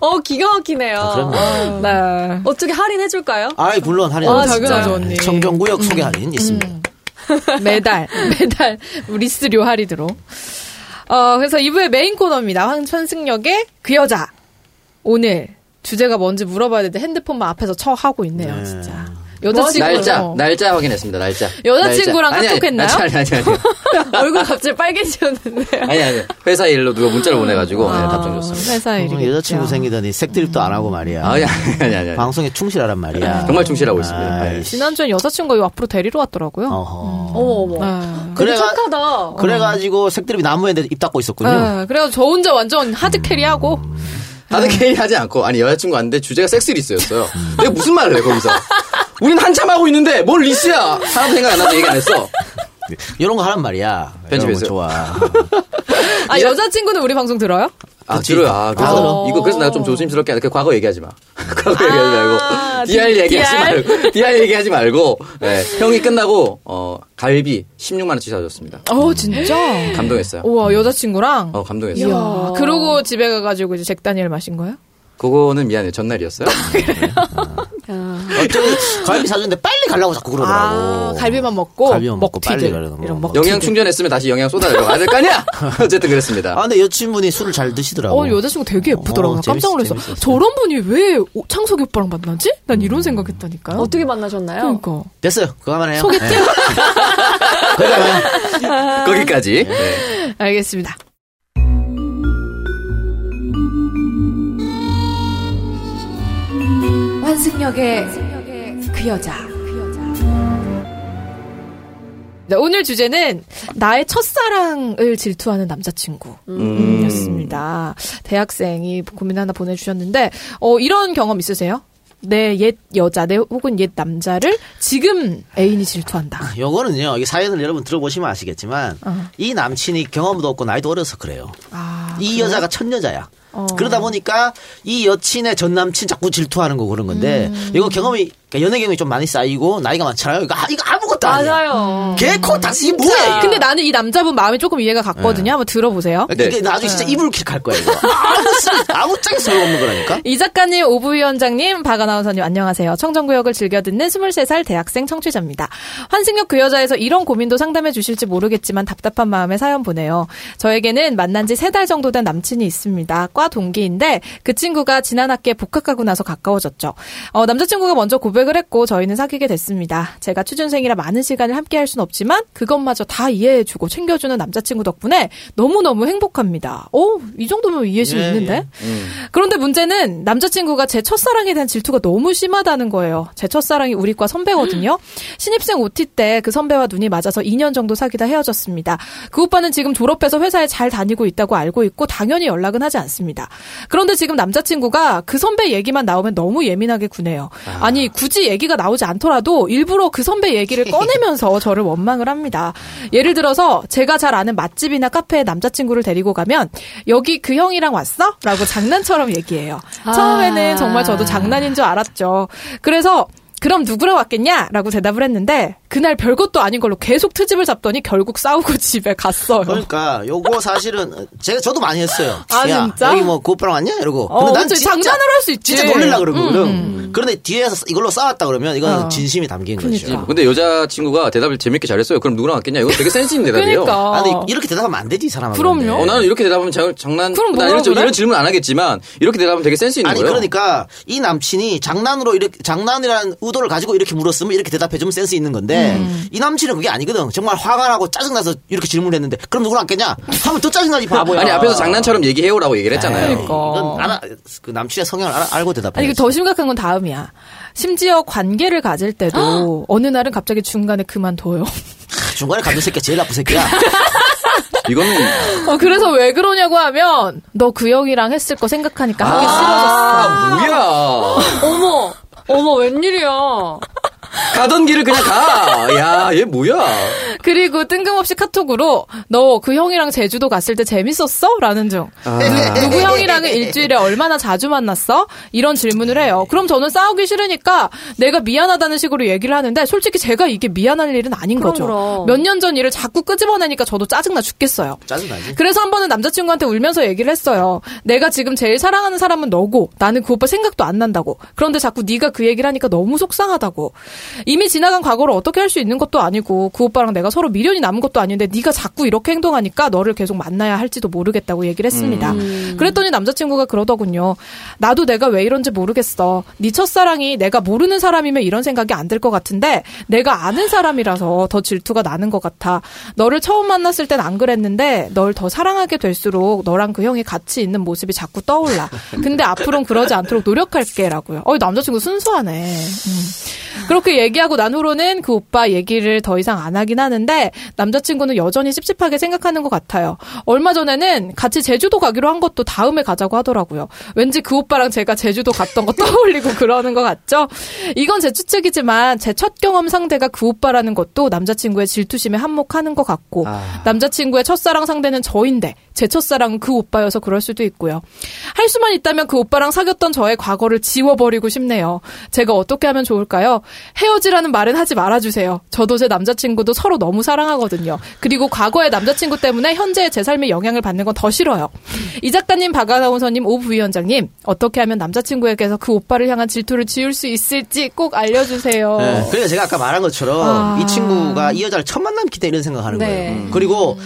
Speaker 3: 어, 기가 막히네요.
Speaker 4: 아, 그럼요.
Speaker 2: 네.
Speaker 3: 어떻게 할인해줄까요?
Speaker 4: 아이, 물론 할인.
Speaker 2: 아,
Speaker 4: 안 했습니다.
Speaker 2: 당연하죠, 언니.
Speaker 4: 청정구역 소개 할인 있습니다.
Speaker 2: 매달, 매달, 리스료 할인으로. 어, 그래서 2부의 메인 코너입니다. 황천승역의 그 여자. 오늘 주제가 뭔지 물어봐야 되는데 핸드폰만 앞에서 처하고 있네요,
Speaker 4: 네.
Speaker 2: 진짜. 여자친구.
Speaker 5: 날짜, 날짜 확인했습니다. 날짜.
Speaker 2: 여자친구랑
Speaker 5: 날짜. 아니, 아니,
Speaker 2: 카톡했나요?
Speaker 5: 날짜 아니, 아니, 아니.
Speaker 3: 얼굴 갑자기 빨개지셨는데.
Speaker 5: 아니, 아니. 회사 일로 누가 문자를 보내가지고 네, 답장 줬습니다.
Speaker 2: 회사 아, 일이.
Speaker 4: 어, 여자친구 생기더니 색드립도 안 하고 말이야.
Speaker 5: 아니, 아니, 아니, 아니. 아니.
Speaker 4: 방송에 충실하란 말이야.
Speaker 5: 정말 충실하고 있습니다.
Speaker 4: 아이,
Speaker 5: 네.
Speaker 2: 지난주엔 여자친구가 요 앞으로 데리러 왔더라고요.
Speaker 4: 어허.
Speaker 3: 어머, 어머.
Speaker 2: 아.
Speaker 3: 되게
Speaker 4: 그래가- 어?
Speaker 3: 착하다.
Speaker 4: 그래가지고 색드립이 나무에 입 닫고 있었군요. 음.
Speaker 2: 아, 그래서 저 혼자 완전 하드 캐리하고
Speaker 5: 다들 케이 하지 않고, 아니, 여자친구 왔는데 주제가 섹스 리스였어요. 내가 무슨 말을 해, 거기서. 우린 한참 하고 있는데, 뭘 리스야! 사람 생각 안 나서 얘기 안 했어.
Speaker 4: 네. 이런 거 하란 말이야. 이런
Speaker 5: 편집해서.
Speaker 4: 거 좋아. 예.
Speaker 2: 아 여자친구는 우리 방송 들어요?
Speaker 5: 아,
Speaker 4: 그치.
Speaker 5: 들어요. 아,
Speaker 4: 아,
Speaker 5: 그래서
Speaker 4: 들어.
Speaker 5: 이거 그래서 내가 좀 조심스럽게 하는 그 과거 얘기하지 마. 과거 얘기하지 말고. DR 얘기하지
Speaker 2: DR.
Speaker 5: 말고. DR 얘기하지 말고. 네, 형이 끝나고 어, 갈비 16만 원치 사줬습니다.
Speaker 2: 어 진짜.
Speaker 5: 감동했어요.
Speaker 2: 우와 여자친구랑.
Speaker 5: 어, 감동했어요.
Speaker 2: 이야. 그러고 집에 가가지고 이제 잭 다니엘 마신 거예요?
Speaker 5: 그거는 미안해요. 전날이었어요.
Speaker 4: 어쩌 갈비 사줬는데 빨리 가려고 자꾸 그러더라고.
Speaker 2: 아 갈비만 먹고
Speaker 4: 갈비만 먹고
Speaker 2: 먹튀들.
Speaker 4: 빨리 가려는 거.
Speaker 2: 이런 먹튀들.
Speaker 5: 영양 충전했으면 다시 영양 쏟아내려 가야 될 거 아니야? 어쨌든 그랬습니다.
Speaker 4: 아, 근데 여친분이 술을 잘 드시더라고.
Speaker 2: 어 여자친구 되게 예쁘더라고요.
Speaker 4: 어,
Speaker 2: 깜짝 놀랐어.
Speaker 4: 재밌- 재밌었어요.
Speaker 2: 저런 분이 왜 오- 창석이 오빠랑 만나지? 난 이런 생각했다니까요.
Speaker 3: 어떻게 만나셨나요?
Speaker 2: 그러니까.
Speaker 4: 됐어요. 그거만 해요. 네. 소개팅. 그거만 해요.
Speaker 5: 거기까지. 아. 네.
Speaker 2: 알겠습니다. 환승역의 그 여자. 네, 오늘 주제는 나의 첫사랑을 질투하는
Speaker 5: 음.
Speaker 2: 남자친구였습니다. 대학생이 고민 하나 보내주셨는데, 어, 이런 경험 있으세요? 내 옛 여자, 내 혹은 옛 남자를 지금 애인이 질투한다.
Speaker 4: 요거는요, 이 사연을 여러분 들어보시면 아시겠지만, 이 남친이 경험도 없고 나이도 어려서 그래요.
Speaker 2: 아,
Speaker 4: 이 여자가 첫 여자야. 그러다 보니까 이 여친의 전 남친 자꾸 질투하는 거 그런 건데, 이거 경험이, 그러니까 연애 경험이 좀 많이 쌓이고, 나이가 많잖아요. 이거, 아- 이거 아무것도 것도 아니야.
Speaker 3: 맞아요.
Speaker 4: 개코 다시 뭐야? 이게.
Speaker 2: 근데 나는 이 남자분 마음이 조금 이해가 갔거든요. 한번 들어보세요.
Speaker 4: 그게
Speaker 5: 네.
Speaker 4: 나중에 진짜 이불 킥할 거야 이거. 아무 쓸- 아무 짝에 소용없는 거라니까.
Speaker 2: 이 작가님, 오부위원장님, 박아나운서님 안녕하세요. 청정구역을 즐겨 듣는 23살 대학생 청취자입니다. 환승역 그 여자에서 이런 고민도 상담해 주실지 모르겠지만 답답한 마음에 사연 보내요. 저에게는 만난 지 세 달 정도 된 남친이 있습니다. 과 동기인데 그 친구가 지난 학기에 복학하고 나서 가까워졌죠. 어, 남자친구가 먼저 고백을 했고 저희는 사귀게 됐습니다. 제가 취준생이라 많은 시간을 함께 할 순 없지만 그것마저 다 이해해주고 챙겨주는 남자친구 덕분에 너무너무 행복합니다. 오, 이 정도면 이해심
Speaker 4: 예,
Speaker 2: 있는데?
Speaker 4: 예.
Speaker 2: 그런데 문제는 남자친구가 제 첫사랑에 대한 질투가 너무 심하다는 거예요. 제 첫사랑이 우리과 선배거든요. 신입생 OT 때 그 선배와 눈이 맞아서 2년 정도 사귀다 헤어졌습니다. 그 오빠는 지금 졸업해서 회사에 잘 다니고 있다고 알고 있고 당연히 연락은 하지 않습니다. 그런데 지금 남자친구가 그 선배 얘기만 나오면 너무 예민하게 구네요. 아니 굳이 얘기가 나오지 않더라도 일부러 그 선배 얘기를 꺼내면서 저를 원망을 합니다. 예를 들어서 제가 잘 아는 맛집이나 카페에 남자친구를 데리고 가면 여기 그 형이랑 왔어? 라고 장난처럼 얘기해요. 처음에는 정말 저도 장난인 줄 알았죠. 그래서 그럼 누구랑 왔겠냐? 라고 대답을 했는데 그날 별것도 아닌 걸로 계속 트집을 잡더니 결국 싸우고 집에 갔어요.
Speaker 4: 그러니까 요거 사실은 제가 저도 많이 했어요.
Speaker 2: 아,
Speaker 4: 야,
Speaker 2: 진짜?
Speaker 4: 여기 뭐그 오빠랑 왔냐 이러고.
Speaker 2: 어, 그치. 장난으로 할수 있지. 음,
Speaker 4: 진짜 놀리려 그러거든. 그런데 뒤에서 이걸로 싸웠다 그러면 이건
Speaker 2: 어.
Speaker 4: 진심이 담긴
Speaker 2: 그러니까.
Speaker 4: 거죠.
Speaker 5: 근데 여자친구가 대답을 재밌게 잘했어요. 그럼 누구랑 왔겠냐? 이거 되게 센스 있는 대답이에요.
Speaker 2: 그러니까.
Speaker 4: 아니 이렇게 대답하면 안 되지 이 네. 사람한테.
Speaker 2: 그럼요.
Speaker 5: 어, 나는 이렇게 대답하면 장, 장난,
Speaker 2: 그럼
Speaker 5: 나
Speaker 2: 뭐라
Speaker 5: 이런, 질-
Speaker 2: 그래?
Speaker 5: 이런 질문 안 하겠지만, 이렇게 대답하면 되게 센스 있는
Speaker 4: 아니
Speaker 5: 거예요.
Speaker 4: 그러니까 이 남친이 장난으로 이렇게 장난이라는 의도를 가지고 이렇게 물었으면 이렇게 대답해 주면 센스 있는 건데
Speaker 2: 음.
Speaker 4: 이 남친은 그게 아니거든. 정말 화가 나고 짜증 나서 이렇게 질문했는데 그럼 누구랑 왔겠냐? 하면 더 짜증 나지 바보야.
Speaker 5: 아니, 앞에서 장난처럼 얘기해요라고 얘기를 했잖아요.
Speaker 2: 그러니까.
Speaker 4: 이건 알아, 그 남친의 성향을 알아, 알고 대답해.
Speaker 2: 아니, 이게 더 심각한 건 다음이야. 심지어 관계를 가질 때도 어느 날은 갑자기 중간에 그만둬요.
Speaker 4: 중간에 감는 새끼 제일 나쁜 새끼야.
Speaker 5: 이거는.
Speaker 2: 어, 그래서 왜 그러냐고 하면 너 그 형이랑 했을 거 생각하니까 하기
Speaker 3: 아!
Speaker 2: 싫어졌어.
Speaker 5: 아, 뭐야.
Speaker 3: 어머, 어머, 웬일이야.
Speaker 5: 가던 길을 그냥 가. 야, 얘 뭐야.
Speaker 2: 그리고 뜬금없이 카톡으로 너 그 형이랑 제주도 갔을 때 재밌었어? 라는 중.
Speaker 3: 아.
Speaker 2: 누구 형이랑은 일주일에 얼마나 자주 만났어? 이런 질문을 해요. 그럼 저는 싸우기 싫으니까 내가 미안하다는 식으로 얘기를 하는데 솔직히 제가 이게 미안할 일은 아닌 거죠.
Speaker 3: 그럼.
Speaker 2: 몇 년 전 일을 자꾸 끄집어내니까 저도 짜증나 죽겠어요.
Speaker 4: 짜증 나지.
Speaker 2: 그래서 한 번은 남자친구한테 울면서 얘기를 했어요. 내가 지금 제일 사랑하는 사람은 너고 나는 그 오빠 생각도 안 난다고. 그런데 자꾸 네가 그 얘기를 하니까 너무 속상하다고. 이미 지나간 과거를 어떻게 할 수 있는 것도 아니고 그 오빠랑 내가 서로 미련이 남은 것도 아닌데 네가 자꾸 이렇게 행동하니까 너를 계속 만나야 할지도 모르겠다고 얘기를 했습니다. 그랬더니 남자친구가 그러더군요. 나도 내가 왜 이런지 모르겠어. 네 첫사랑이 내가 모르는 사람이면 이런 생각이 안 들 것 같은데 내가 아는 사람이라서 더 질투가 나는 것 같아. 너를 처음 만났을 땐 안 그랬는데 널 더 사랑하게 될수록 너랑 그 형이 같이 있는 모습이 자꾸 떠올라. 근데 앞으로는 그러지 않도록 노력할게라고요. 어, 이 남자친구 순수하네. 음. 그렇게 얘기하고 난 후로는 그 오빠 얘기를 더 이상 안 하긴 하는데 남자친구는 여전히 찝찝하게 생각하는 것 같아요. 얼마 전에는 같이 제주도 가기로 한 것도 다음에 가자고 하더라고요. 왠지 그 오빠랑 제가 제주도 갔던 거 떠올리고 그러는 것 같죠? 이건 제 추측이지만 제 첫 경험 상대가 그 오빠라는 것도 남자친구의 질투심에 한몫하는 것 같고 남자친구의 첫사랑 상대는 저인데 제 첫사랑은 그 오빠여서 그럴 수도 있고요. 할 수만 있다면 그 오빠랑 사귀었던 저의 과거를 지워버리고 싶네요. 제가 어떻게 하면 좋을까요? 헤어지라는 말은 하지 말아주세요. 저도 제 남자친구도 서로 너무 사랑하거든요. 그리고 과거의 남자친구 때문에 현재의 제 삶에 영향을 받는 건 더 싫어요. 이 작가님, 박아나운서님, 오 부위원장님, 어떻게 하면 남자친구에게서 그 오빠를 향한 질투를 지울 수 있을지 꼭 알려주세요.
Speaker 4: 네. 그러니까 제가 아까 말한 것처럼 이 친구가 이 여자를 처음 만남기 때 이런 생각하는
Speaker 3: 네.
Speaker 4: 거예요. 그리고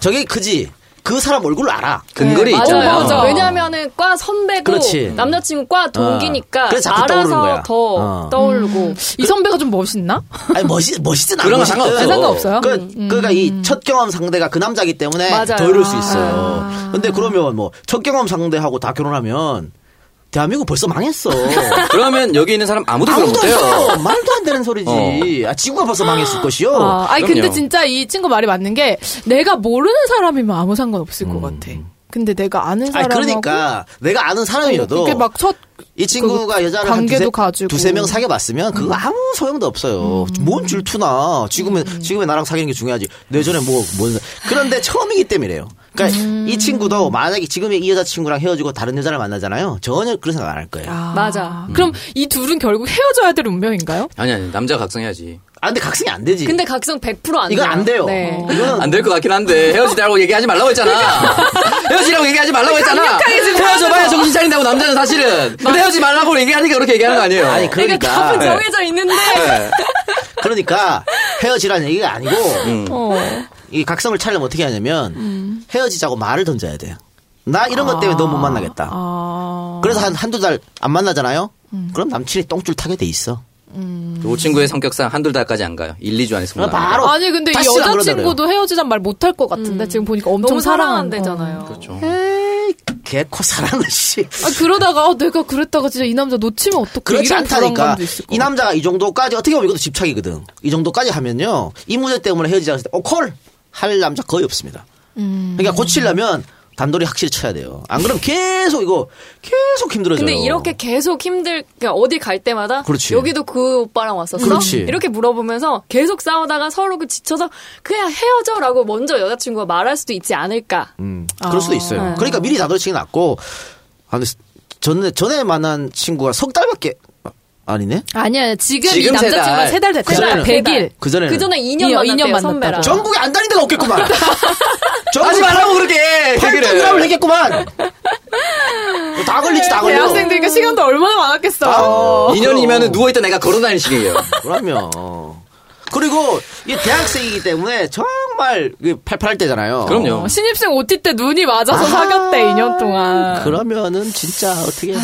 Speaker 4: 저게 크지. 그 사람 얼굴을 알아.
Speaker 5: 근거리
Speaker 3: 맞아요.
Speaker 5: 있잖아요.
Speaker 2: 네,
Speaker 5: 어.
Speaker 2: 맞아.
Speaker 3: 네, 왜냐면은 과 선배고
Speaker 4: 그렇지.
Speaker 3: 남자친구 과 동기니까
Speaker 4: 어. 그래서 자꾸 떠오르는 거야.
Speaker 3: 알아서 더
Speaker 4: 어.
Speaker 3: 떠오르고.
Speaker 2: 이 선배가 좀 멋있나?
Speaker 4: 아니 멋있 멋있진 않아.
Speaker 5: 그런 거 상관없어.
Speaker 2: 상관없어요?
Speaker 4: 그, 그러니까 이 첫 경험 상대가 그 남자기 때문에
Speaker 3: 맞아요.
Speaker 4: 더 이럴 수 있어요. 근데 그러면 뭐 첫 경험 상대하고 다 결혼하면 대한민국 벌써 망했어.
Speaker 5: 그러면 여기 있는 사람 아무도 그걸
Speaker 4: 아무도
Speaker 5: 못해요. 어.
Speaker 4: 없어. 말도 안 되는 소리지. 아, 지구가 벌써 망했을 것이요.
Speaker 2: 아, 아니
Speaker 5: 그럼요.
Speaker 2: 근데 진짜 이 친구 말이 맞는 게 내가 모르는 사람이면 아무 상관 없을 것 같아. 근데 내가 아는
Speaker 4: 음. 아니,
Speaker 2: 사람하고
Speaker 4: 그러니까 내가 아는 사람이어도 음.
Speaker 2: 이게 막첫
Speaker 4: 이 친구가
Speaker 2: 그
Speaker 4: 여자를 한
Speaker 2: 관계도
Speaker 4: 두세,
Speaker 2: 가지고.
Speaker 4: 두세 명 사귀어봤으면 그거 아무 소용도 없어요. 뭔 질투나. 지금은, 지금은 나랑 사귀는 게 중요하지. 내전에 뭐, 뭔. 그런데 처음이기 때문이래요. 그러니까 이 친구도 만약에 지금의 이 여자친구랑 헤어지고 다른 여자를 만나잖아요. 전혀 그런 생각 안 할 거예요.
Speaker 3: 맞아.
Speaker 2: 그럼 이 둘은 결국 헤어져야 될 운명인가요?
Speaker 5: 아니, 아니, 남자 각성해야지.
Speaker 4: 아, 근데 각성이 안 되지.
Speaker 3: 근데 각성 100%안 돼요.
Speaker 4: 이건 안 돼요.
Speaker 3: 네.
Speaker 4: 이거는
Speaker 5: 안 될 것 같긴 한데 헤어지라고 얘기하지 말라고 했잖아. 헤어지라고 얘기하지 말라고 했잖아. 헤어져봐야 정신 차린다고 남자는 사실은. 근데 헤어지 말라고 얘기하니까 그렇게 얘기하는 거 아니에요.
Speaker 4: 아니 그러니까
Speaker 3: 답은 정해져 있는데
Speaker 5: 네.
Speaker 4: 그러니까 헤어지라는 얘기가 아니고 이 각성을 차려면 어떻게 하냐면 헤어지자고 말을 던져야 돼요. 나 이런 것 때문에 너 못 만나겠다. 그래서 한 한두 달 안 만나잖아요. 그럼 남친이 똥줄 타게 돼 있어.
Speaker 5: 이 친구의 성격상 한둘 달까지 안 가요. 1, 2주 안에
Speaker 4: 그럼
Speaker 5: 승부.
Speaker 4: 바로
Speaker 2: 아니 근데 이
Speaker 4: 다시 안 그러잖아요.
Speaker 2: 여자친구도 헤어지잔 말 못할 것 같은데 지금 보니까 엄청
Speaker 3: 너무
Speaker 2: 음. 사랑한대잖아.
Speaker 4: 음,
Speaker 3: 사랑한대잖아요.
Speaker 5: 그렇죠.
Speaker 4: 에이, 개코 사랑을 씨.
Speaker 2: 아, 그러다가 어, 내가 그랬다가 진짜 이 남자 놓치면 어떡해
Speaker 4: 그렇지
Speaker 2: 이런
Speaker 4: 않다니까.
Speaker 2: 불안감도 있을 거
Speaker 4: 이 남자가 이 정도까지 어떻게 보면 이것도 집착이거든. 이 정도까지 하면요. 이 문제 때문에 헤어지자고 했을 때, 어, 콜! 할 남자 거의 없습니다. 그러니까 고치려면 단돌이 확실히 쳐야 돼요. 안 그러면 계속 이거 계속 힘들어져요.
Speaker 3: 근데 이렇게 계속 힘들 그러니까 어디 갈 때마다
Speaker 4: 그렇지.
Speaker 3: 여기도 그 오빠랑 왔었어
Speaker 4: 그렇지.
Speaker 3: 이렇게 물어보면서 계속 싸우다가 서로 그 지쳐서 그냥 헤어져라고 먼저 여자친구가 말할 수도 있지 않을까
Speaker 4: 음, 그럴
Speaker 2: 아.
Speaker 4: 수도 있어요.
Speaker 2: 네.
Speaker 4: 그러니까 미리 단돌치기 낫고, 아, 근데 전에, 전에 만난 친구가 석 달밖에, 아, 아니네?
Speaker 2: 아니야 지금, 이
Speaker 5: 지금 세
Speaker 2: 남자친구가
Speaker 5: 달.
Speaker 2: 세달
Speaker 4: 그
Speaker 2: 됐잖아.
Speaker 4: 전에는.
Speaker 2: 100일.
Speaker 4: 그 전에는.
Speaker 3: 그 전에 2년
Speaker 2: 이어-
Speaker 3: 만났대요
Speaker 2: 이년 만났다고.
Speaker 3: 선배랑
Speaker 4: 전국에 안 다닌 데가 없겠구만.
Speaker 5: 하지 말라고 그렇게
Speaker 4: 팔뚝이라고 했겠구만. 다 걸리지, 다 걸려.
Speaker 2: 대학생들니까 시간도 얼마나 많았겠어.
Speaker 4: 아,
Speaker 5: 2년이면 누워있던 애가 걸어다니는 시기예요.
Speaker 4: 그럼요. 그리고 이 대학생이기 때문에 정말 그 팔팔할 때잖아요.
Speaker 5: 그럼요.
Speaker 2: 신입생 OT 때 눈이 맞아서 사귀었대 2년 동안.
Speaker 4: 그러면은 진짜 어떻게 뭐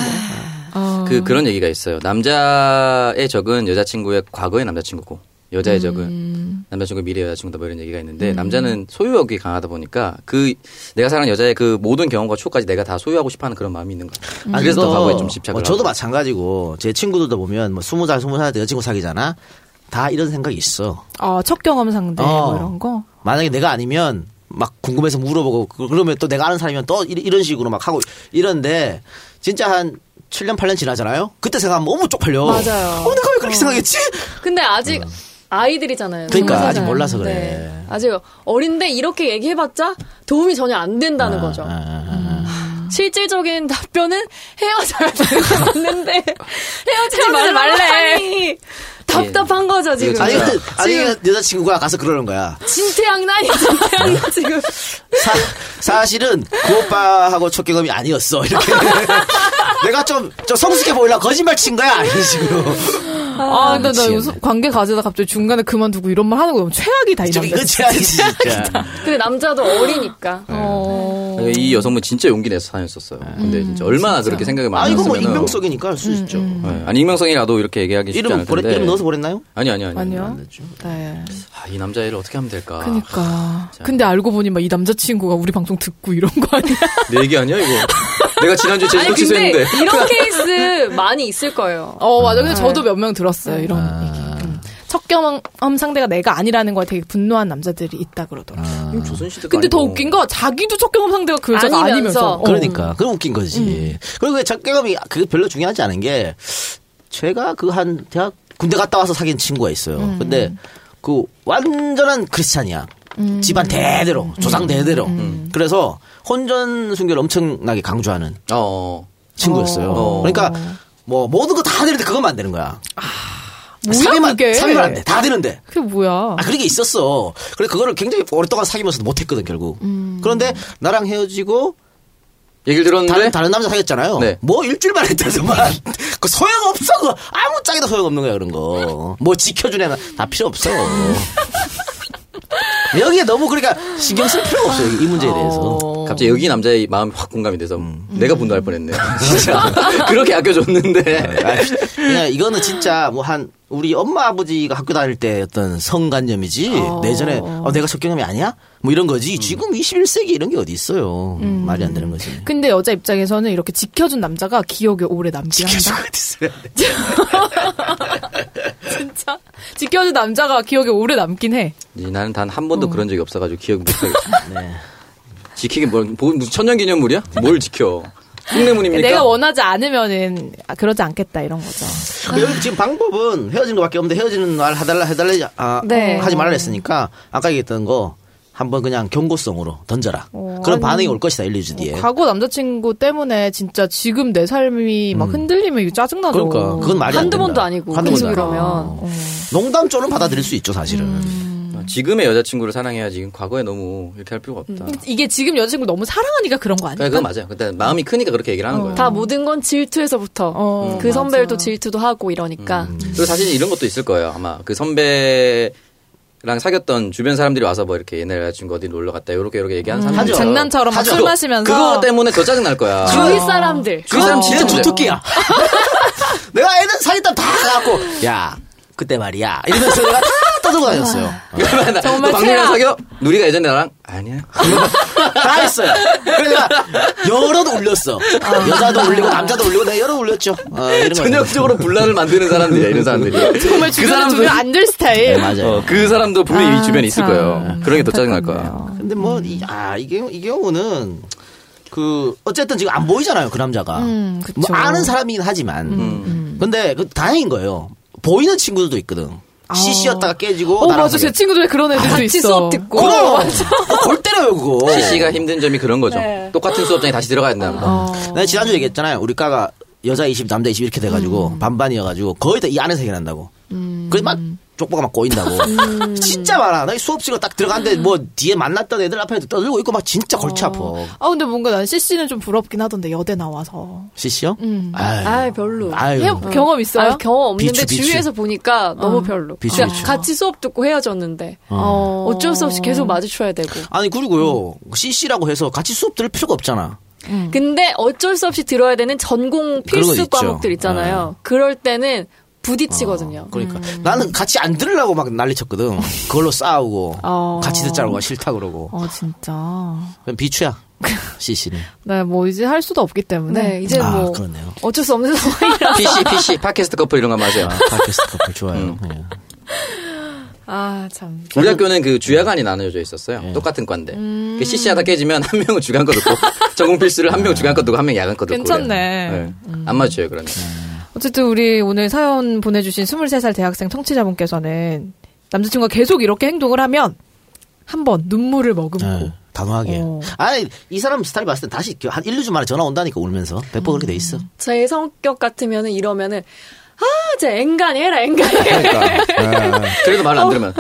Speaker 5: 그 그런 얘기가 있어요. 남자의 적은 여자친구의 과거의 남자친구고 여자의 적은 남자친구 미래 여자친구다 뭐 이런 얘기가 있는데 남자는 소유욕이 강하다 보니까 그 내가 사랑하는 여자의 그 모든 경험과 추억까지 내가 다 소유하고 싶어하는 그런 마음이 있는 거예요.
Speaker 4: 아,
Speaker 5: 그래서 더
Speaker 4: 이거
Speaker 5: 과거에 좀 집착을.
Speaker 4: 어, 저도
Speaker 5: 하고.
Speaker 4: 마찬가지고 제 친구들도 보면 뭐 스무 살, 스무 살 때 여자친구 사귀잖아. 다 이런 생각이 있어.
Speaker 2: 아, 첫 경험 상대
Speaker 4: 어.
Speaker 2: 뭐 이런 거.
Speaker 4: 만약에 내가 아니면 막 궁금해서 물어보고 그- 그러면 또 내가 아는 사람이면 또 이- 이런 식으로 막 하고 이런데 진짜 한 7년, 8년 지나잖아요? 그때 생각하면 너무 쪽팔려.
Speaker 3: 맞아요.
Speaker 4: 어, 내가 왜 그렇게 생각했지?
Speaker 3: 근데 아직 아이들이잖아요. 네.
Speaker 4: 음. 그러니까
Speaker 3: 스무 살.
Speaker 4: 아직 몰라서 그래.
Speaker 3: 아직 어린데 이렇게 얘기해봤자 도움이 전혀 안 된다는 거죠. 음.
Speaker 4: 아, 아, 아.
Speaker 3: 실질적인 답변은 헤어져야 되는 게 맞는데 헤어지지
Speaker 2: 헤어지지 말래.
Speaker 3: 말래. 답답한 거죠 지금.
Speaker 4: 예.
Speaker 5: 이거
Speaker 4: 아니, 그러니까
Speaker 5: 진짜.
Speaker 4: 근데, 아니, 여자친구가 가서 그러는 거야.
Speaker 3: 진태양난이 진태양난 지금.
Speaker 4: 사, 사실은 그 오빠하고 첫 경험이 아니었어. 이렇게. 내가 좀, 좀 성숙해 보이려고 거짓말 친 거야. 이 식으로.
Speaker 2: 아, 근데 나
Speaker 4: 미치겠네.
Speaker 2: 요새 관계 가지다 갑자기 중간에 그만두고 이런 말 하는 거 너무 최악이다 이
Speaker 4: 좀
Speaker 2: 남자.
Speaker 4: 아, 이거 해야지, 진짜.
Speaker 3: 근데 남자도 어리니까.
Speaker 4: 음.
Speaker 5: 이 여성분 진짜 용기 내서 사연했었어요. 근데 진짜 얼마나 그렇게 생각이
Speaker 4: 아,
Speaker 5: 많았으면
Speaker 4: 이거 뭐 익명성이니까 할 수 있죠.
Speaker 5: 아니 익명성이라도 이렇게 얘기하기 쉽지
Speaker 4: 이름,
Speaker 5: 음, 않을
Speaker 4: 보내,
Speaker 5: 텐데.
Speaker 4: 이름 넣어서 보냈나요?
Speaker 5: 아니 아니 아니.
Speaker 2: 아니요. 네.
Speaker 5: 아, 이 남자애를 어떻게 하면 될까?
Speaker 4: 아,
Speaker 2: 그니까. 그러니까. 근데 알고 보니 막 이 남자친구가 우리 방송 듣고 이런 거 아니야?
Speaker 5: 내 얘기 아니야 이거. 내가 지난주 에
Speaker 3: 아니
Speaker 5: 제주도
Speaker 3: 근데
Speaker 5: 취소했는데.
Speaker 3: 이런 케이스 많이 있을 거예요.
Speaker 2: 어, 맞아. 근데 저도 몇 명 들었어요. 이런
Speaker 4: 아.
Speaker 2: 얘기. 음. 첫 경험 상대가 내가 아니라는 거에 되게 분노한 남자들이 있다 그러더라고.
Speaker 4: 아,
Speaker 2: 요
Speaker 5: 아.
Speaker 4: 음,
Speaker 2: 근데 더 웃긴 거 자기도 첫 경험 상대가 그 여자가
Speaker 3: 아니면서.
Speaker 2: 아니면서. 어. 음.
Speaker 4: 그러니까. 그럼 웃긴 거지. 그리고 그 적경험이 그게 별로 중요하지 않은 게, 제가 그 한 대학, 군대 갔다 와서 사귄 친구가 있어요.
Speaker 2: 음.
Speaker 4: 근데 그 완전한 크리스찬이야.
Speaker 2: 음.
Speaker 4: 집안 대대로, 조상 대대로. 음. 그래서 혼전 순결 엄청나게 강조하는
Speaker 5: 어.
Speaker 4: 친구였어요.
Speaker 5: 어.
Speaker 4: 그러니까 뭐 모든 거 다 되는데 그것만 안 되는 거야.
Speaker 2: 아,
Speaker 4: 아,
Speaker 2: 뭐야,
Speaker 4: 사귀만
Speaker 2: 그게? 네. 어.
Speaker 4: 사귀면 안 돼. 다 되는데.
Speaker 2: 그게 뭐야?
Speaker 4: 아 그런 게 있었어. 그래 그거를 굉장히 오랫동안 사귀면서도 못했거든 결국.
Speaker 2: 음.
Speaker 4: 그런데 나랑 헤어지고
Speaker 5: 얘기를 들었는데
Speaker 4: 다른 다른 남자 사귀었잖아요.
Speaker 5: 네.
Speaker 4: 뭐 일주일만 했다더만 그 소용 없어. 그 아무 짝에도 소용 없는 거야 그런 거. 뭐 지켜준 애나 다 필요 없어. 여기에 너무 그러니까 신경 쓸 필요가 없어요 이 문제에 대해서.
Speaker 2: 어.
Speaker 5: 갑자기 여기 남자의 마음이 확 공감이 돼서 내가 분노할 뻔했네. 진짜 그렇게 아껴줬는데
Speaker 4: 아, 그냥 이거는 진짜 뭐 한 우리 엄마 아버지가 학교 다닐 때 어떤 성관념이지 내전에 어, 내가 적경험이 아니야? 뭐 이런 거지 지금 21세기 이런 게 어디 있어요 말이 안 되는 거지
Speaker 2: 근데 여자 입장에서는 이렇게 지켜준 남자가 기억에 오래 남긴 한다.
Speaker 4: 계속 있어야 돼.
Speaker 2: 진짜 지켜준 남자가 기억에 오래 남긴 해.
Speaker 5: 이제 나는 단 한
Speaker 2: 음.
Speaker 5: 번도 그런 적이 없어가지고 기억 못하겠어. 지키긴 뭘 뭐, 무슨 천년기념물이야? 뭘 지켜? 흉내문입니까?
Speaker 2: 내가 원하지 않으면은 아, 그러지 않겠다 이런 거죠.
Speaker 4: 근데 여기 지금 방법은 헤어지는 거밖에 없는데 헤어지는 말 해달라 해달라 아,
Speaker 3: 네.
Speaker 4: 하지 말라 했으니까 아까 얘기했던 거 한번 그냥 경고성으로 던져라. 그런
Speaker 2: 아니.
Speaker 4: 반응이 올 것이다 1, 2주 뒤에.
Speaker 3: 어,
Speaker 2: 과거 남자친구 때문에 진짜 지금 내 삶이 막 흔들리면 짜증나죠.
Speaker 4: 그러니까 그건 말이 안
Speaker 3: 한두
Speaker 4: 된다.
Speaker 3: 번도 아니고
Speaker 4: 한두
Speaker 3: 계속
Speaker 4: 번도 아니고.
Speaker 3: 이러면.
Speaker 4: 어. 농담 쪽은 받아들일 수 있죠 사실은.
Speaker 3: 음.
Speaker 5: 어, 지금의 여자친구를 사랑해야지 지금 과거에 너무 이렇게 할 필요가 없다.
Speaker 2: 이게 지금 여자친구 너무 사랑하니까 그런 거 아니야?
Speaker 5: 그러니까 그건 맞아요. 근데 마음이 크니까 그렇게 얘기를 하는 거예요.
Speaker 3: 다 모든 건 질투에서부터
Speaker 2: 어,
Speaker 3: 그 선배를 또 질투도 하고 이러니까
Speaker 4: 음.
Speaker 5: 그리고 사실 이런 것도 있을 거예요. 아마 그 선배랑 사귀었던 주변 사람들이 와서 뭐 이렇게 옛날 여자친구 어디 놀러 갔다 요렇게 요렇게 얘기하는 사람
Speaker 4: 하죠.
Speaker 2: 장난처럼 음. 막술
Speaker 5: 그거-
Speaker 2: 마시면서.
Speaker 5: 그거 때문에 더 짜증 날 거야.
Speaker 3: 주위
Speaker 4: 아.
Speaker 3: 사람들
Speaker 5: 주위 사람 진짜
Speaker 4: 얘는
Speaker 5: 문제야.
Speaker 4: 주특기야. 내가 애는 사기다 다 갖고 야 그때 말이야 이러면서 내가 다 떠들고 다녔어요.
Speaker 5: 그러면 나-
Speaker 2: 정말
Speaker 5: 너 박누리랑
Speaker 2: 최악.
Speaker 5: 사겨? 누리가 예전에 나랑 아니야.
Speaker 4: 다 했어요. 그래서 내가 여럿 올렸어.
Speaker 3: 아.
Speaker 4: 여자도 올리고 남자도 올리고 내가 여럿 올렸죠. 어, 이런 거
Speaker 2: 음.
Speaker 5: 전형적으로 분란을 만드는 사람들이야 이런 사람들이.
Speaker 2: 정말 주변에 두면 그 안될 스타일.
Speaker 4: 네, 맞아요.
Speaker 5: 어, 그 사람도 분명히 이 주변에 있을
Speaker 2: 아, 참.
Speaker 5: 거예요. 그런 게 더 짜증 날 거야.
Speaker 4: 근데 뭐, 이, 아, 이, 경우- 이 경우는, 그, 어쨌든 지금 안 보이잖아요, 그 남자가.
Speaker 2: 음, 그쵸. 음,
Speaker 4: 뭐, 아는 사람이긴 하지만. 근데, 그, 다행인 거예요. 보이는 친구들도 있거든. CC였다가 깨지고.
Speaker 2: 어
Speaker 4: 나랑
Speaker 2: 맞아 제
Speaker 4: 사귀어.
Speaker 2: 친구들 그런 애들도
Speaker 3: 같이
Speaker 2: 있어.
Speaker 3: 수업 듣고
Speaker 4: 그럼! 어, 골 때려요, 그거.
Speaker 5: CC가 힘든 점이 그런 거죠.
Speaker 2: 네.
Speaker 5: 똑같은 수업장에 다시 들어가야 된다는 거.
Speaker 4: 내가 지난주 얘기했잖아요. 우리 과가 여자 20, 남자 20 이렇게 돼가지고,
Speaker 2: 음.
Speaker 4: 반반이어가지고, 거의 다 이 안에서 해결한다고. 그래서 막, 족보가 막 꼬인다고.
Speaker 2: 음.
Speaker 4: 진짜 많아. 나 수업 시간 딱 들어갔는데, 뭐, 뒤에 만났던 애들 앞에 떠들고 있고, 막 진짜 골치 아파.
Speaker 2: 아 근데 뭔가 난 CC는 좀 부럽긴 하던데 여대 나와서
Speaker 4: CC요?
Speaker 2: 음.
Speaker 3: 아 별로
Speaker 4: 아유.
Speaker 2: 해- 경험 있어요?
Speaker 3: 아, 경험 없는데
Speaker 4: 비추, 비추.
Speaker 3: 주위에서 보니까 너무 별로
Speaker 4: 비추,
Speaker 3: 그러니까
Speaker 4: 비추.
Speaker 3: 같이 수업 듣고 헤어졌는데
Speaker 2: 어.
Speaker 3: 어쩔 수 없이 계속 마주쳐야 되고
Speaker 4: 아니 그리고요 CC라고 해서 같이 수업 들을 필요가 없잖아.
Speaker 3: 근데 어쩔 수 없이 들어야 되는 전공
Speaker 4: 음. 그런
Speaker 3: 필수
Speaker 4: 거 있죠. 네.
Speaker 3: 과목들 있잖아요 그럴 때는 부딪히거든요
Speaker 4: 그러니까
Speaker 2: 음.
Speaker 4: 나는 같이 안 들으려고 막 난리쳤거든. 그걸로 싸우고
Speaker 2: 어.
Speaker 4: 같이 듣자고 막 싫다 그러고
Speaker 2: 어 진짜.
Speaker 4: 그냥 비추야 CC는.
Speaker 2: 네 뭐 이제 할 수도 없기 때문에.
Speaker 3: 네 이제
Speaker 4: 아
Speaker 3: 뭐
Speaker 4: 그렇네요.
Speaker 3: 어쩔 수 없는 상황이라
Speaker 5: PC, PC, 팟캐스트 커플 이런 거 맞아요.
Speaker 4: 아, 팟캐스트 커플 좋아요. 예.
Speaker 2: 아 참.
Speaker 5: 우리 학교는 그 주야간이 나눠져 있었어요.
Speaker 2: 네.
Speaker 5: 똑같은 과인데.
Speaker 2: 음.
Speaker 5: 그 CC 하다 깨지면 한 명은 주간 거 듣고, 전공 필수를 한 명 주간 거 듣고, 한 명 야간 거 듣고.
Speaker 2: 괜찮네. 음.
Speaker 5: 그래요. 네. 안 맞춰요, 그러면.
Speaker 2: 어쨌든 우리 오늘 사연 보내주신 23살 대학생 청취자분께서는 남자친구가 계속 이렇게 행동을 하면 한 번 눈물을 머금고
Speaker 4: 예, 단호하게.
Speaker 2: 어.
Speaker 4: 아니 이 사람 스타일 봤을 때 다시 그 한 1, 2주 만에 전화 온다니까 울면서 100% 그렇게 돼
Speaker 2: 음.
Speaker 4: 있어.
Speaker 3: 제 성격 같으면은 이러면은 아제 앵간히 해라 앵간히 해라
Speaker 2: 네.
Speaker 4: 그러니까. 예.
Speaker 5: 그래도
Speaker 2: 어.
Speaker 5: 말 안 들으면.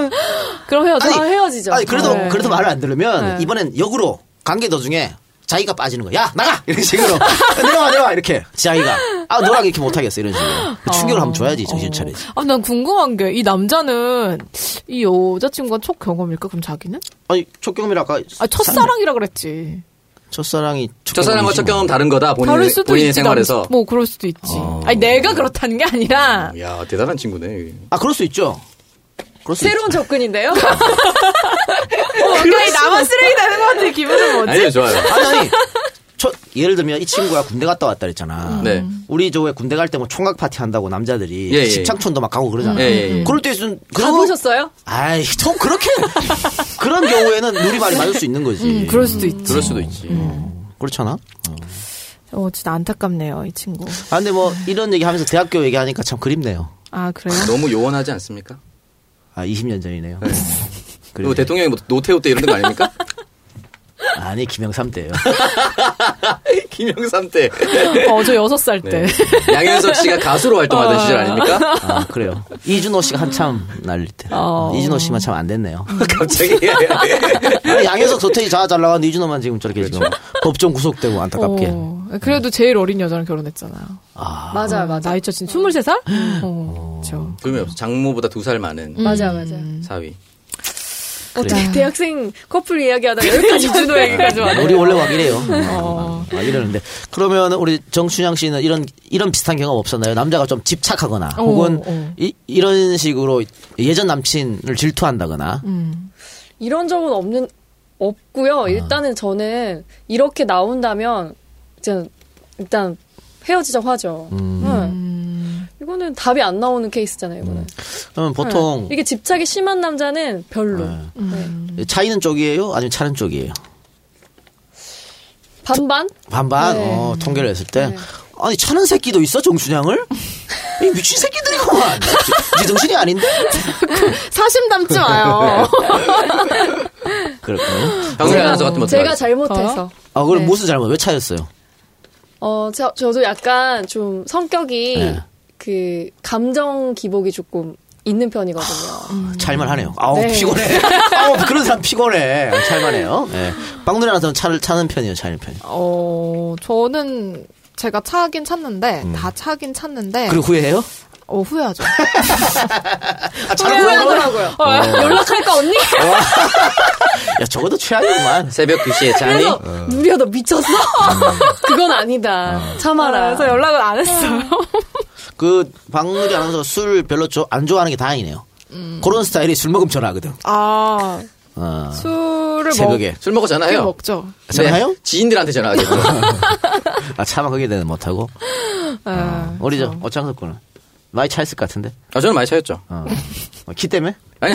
Speaker 3: 그럼 헤어져
Speaker 4: 아니,
Speaker 3: 아, 헤어지죠
Speaker 4: 아니 그래도
Speaker 3: 네.
Speaker 4: 그래도 말을 안 들으면 이번엔 역으로 관계 도중에 자기가 빠지는 거야. 야 나가 이런 식으로 야, 내려와 내려와 이렇게 자기가 아 너랑 이렇게 못하겠어 이런
Speaker 3: 아.
Speaker 4: 식으로 충격을 한번 줘야지
Speaker 3: 어.
Speaker 4: 정신 차리지.
Speaker 2: 아, 난 궁금한 게, 이 남자는, 이 여자친구가 첫 경험일까? 그럼 자기는?
Speaker 4: 아니 첫 경험이라 아까
Speaker 2: 아, 첫사랑이라 그랬지.
Speaker 4: 첫사랑이 첫
Speaker 5: 저 사람과
Speaker 4: 경험이지
Speaker 5: 첫
Speaker 4: 뭐.
Speaker 5: 경험 다른 거다. 본인,
Speaker 2: 어. 다를 수도
Speaker 5: 본인의
Speaker 2: 있지.
Speaker 5: 생활에서.
Speaker 2: 남- 뭐, 그럴 수도 있지.
Speaker 4: 어.
Speaker 2: 아니, 내가 그렇다는 게 아니라,
Speaker 5: 야, 대단한 친구네.
Speaker 4: 아 그럴 수 있죠. 그럴 수
Speaker 3: 새로운 접근인데요
Speaker 2: 그래, 뭐 나만 쓰레기 되는 것 같은 기분은 뭐지?
Speaker 5: 아니요, 좋아요.
Speaker 4: 있죠. 아니 아니. 첫 예를 들면 이 친구가 군대 갔다 왔다
Speaker 3: 음.
Speaker 4: 그랬잖아.
Speaker 5: 네.
Speaker 4: 우리 저 왜 군대 갈 때 뭐 총각 파티 한다고 남자들이
Speaker 5: 예, 예.
Speaker 4: 십창촌도 막 가고 그러잖아.
Speaker 5: 예, 예, 예.
Speaker 4: 그럴 때 좀.
Speaker 3: 가보셨어요?
Speaker 4: 아이, 좀 그렇게 그런 경우에는 누리말이 맞을 수 있는 거지.
Speaker 2: 음, 그럴 수도 있지.
Speaker 5: 그럴 수도 있지.
Speaker 4: 그렇잖아.
Speaker 2: 어, 진짜 안타깝네요, 이 친구.
Speaker 4: 아, 근데 뭐 이런 얘기 하면서 대학교 얘기하니까 참 그립네요.
Speaker 2: 아, 그래요?
Speaker 5: 너무 요원하지 않습니까?
Speaker 4: 아, 20년 전이네요.
Speaker 5: 그리고
Speaker 4: 그리고
Speaker 5: 대통령이 뭐 노태우 때 이런 거 아닙니까?
Speaker 4: 아니 김영삼 때요.
Speaker 5: 김영삼 때.
Speaker 2: 어, 저 여섯 살 때.
Speaker 5: 네. 양현석 씨가 가수로 활동하던 시절 아닙니까?
Speaker 4: 아, 그래요. 이준호 씨가 한참 날릴 때.
Speaker 2: 어.
Speaker 4: 이준호 씨만 참 안 됐네요.
Speaker 5: 갑자기.
Speaker 4: 아니, 양현석 서태지 잘, 잘 나가는데 이준호만 지금 저렇게 지금
Speaker 5: 그렇죠.
Speaker 4: 법정 구속되고 안타깝게.
Speaker 2: 어, 그래도 제일 어린 여자랑 결혼했잖아요.
Speaker 3: 맞아요 맞아요
Speaker 2: 음. 나이 차 지금 23살? 어, 그렇죠.
Speaker 5: 그러면 없어. 장모보다 두 살 많은
Speaker 2: 음.
Speaker 3: 맞아 맞아.
Speaker 5: 사위.
Speaker 3: 어떻게 대학생 커플 이야기하다 여기까지 준호 얘기까지 왔네.
Speaker 4: 우리 원래 막 이래요.
Speaker 3: 어.
Speaker 4: 막 이러는데. 그러면 우리 정춘향 씨는 이런, 이런 비슷한 경험 없었나요? 남자가 좀 집착하거나 혹은
Speaker 2: 어.
Speaker 4: 이, 이런 식으로 예전 남친을 질투한다거나.
Speaker 3: 음. 이런 적은 없는 없고요. 일단은 저는 이렇게 나온다면 이제 일단 헤어지자고 하죠. 네. 이거는 답이 안 나오는 케이스잖아요. 이거는
Speaker 4: 그러면 보통
Speaker 3: 네. 이게 집착이 심한 남자는 별로
Speaker 4: 차이는 쪽이에요? 아니면 차는 쪽이에요?
Speaker 3: 반반.
Speaker 4: 반반
Speaker 3: 네.
Speaker 4: 어, 통계를 했을 때 아니 차는 새끼도 있어 정춘향을 이 미친 새끼들이구만. 이제 정신이 아닌데?
Speaker 7: 사심 담지 마요.
Speaker 4: 그렇군요.
Speaker 5: 방송에 나서 같은 거
Speaker 3: 제가
Speaker 7: 어?
Speaker 3: 잘못해서.
Speaker 4: 아, 그럼 무슨 잘못, 왜 차였어요?
Speaker 3: 어, 저, 저도 약간 좀 성격이
Speaker 4: 네.
Speaker 3: 그 감정 기복이 조금 있는
Speaker 7: 음.
Speaker 3: 편이거든요.
Speaker 4: 찰만 하네요. 아우,
Speaker 3: 네.
Speaker 4: 피곤해. 아우, 그런 사람 피곤해. 찰만해요. 예. 빵누리 하는 사람 차를 차는 편이에요, 차는 편.
Speaker 2: 어, 저는 제가 차긴 찼는데, 다 차긴 찼는데,
Speaker 4: 음. 그리고 후회해요?
Speaker 2: 어, 후회하죠.
Speaker 4: 아, 차를 후회하는
Speaker 3: 하더라고요.
Speaker 2: 어,
Speaker 3: 연락할까 언니?
Speaker 4: 야, 저것도 최악이구만.
Speaker 5: 새벽 2시에 자니?
Speaker 3: 그래서 어, 누리야 너 미쳤어?
Speaker 5: 음.
Speaker 3: 그건 아니다.
Speaker 5: 어.
Speaker 3: 참아라.
Speaker 2: 그래서 연락을 안 했어요.
Speaker 4: 그, 박누리 아나운서 술 별로 좋- 안 좋아하는 게 다행이네요.
Speaker 2: 음.
Speaker 4: 그런 스타일이 술 먹으면 전화하거든.
Speaker 2: 아,
Speaker 4: 아,
Speaker 2: 술을
Speaker 4: 새벽에.
Speaker 5: 예, 술 먹고
Speaker 2: 먹,
Speaker 5: 전화해요. 네.
Speaker 2: 먹죠. 네.
Speaker 4: 전화해요?
Speaker 5: 지인들한테 전화하겠죠.
Speaker 4: 아, 차마 그게 되는 못하고.
Speaker 2: 예.
Speaker 4: 우리 저, 어창석 군은. 많이 차였을 것 같은데.
Speaker 5: 아, 저는 많이 차였죠.
Speaker 4: 어. 어, 키 때문에?
Speaker 5: 아니,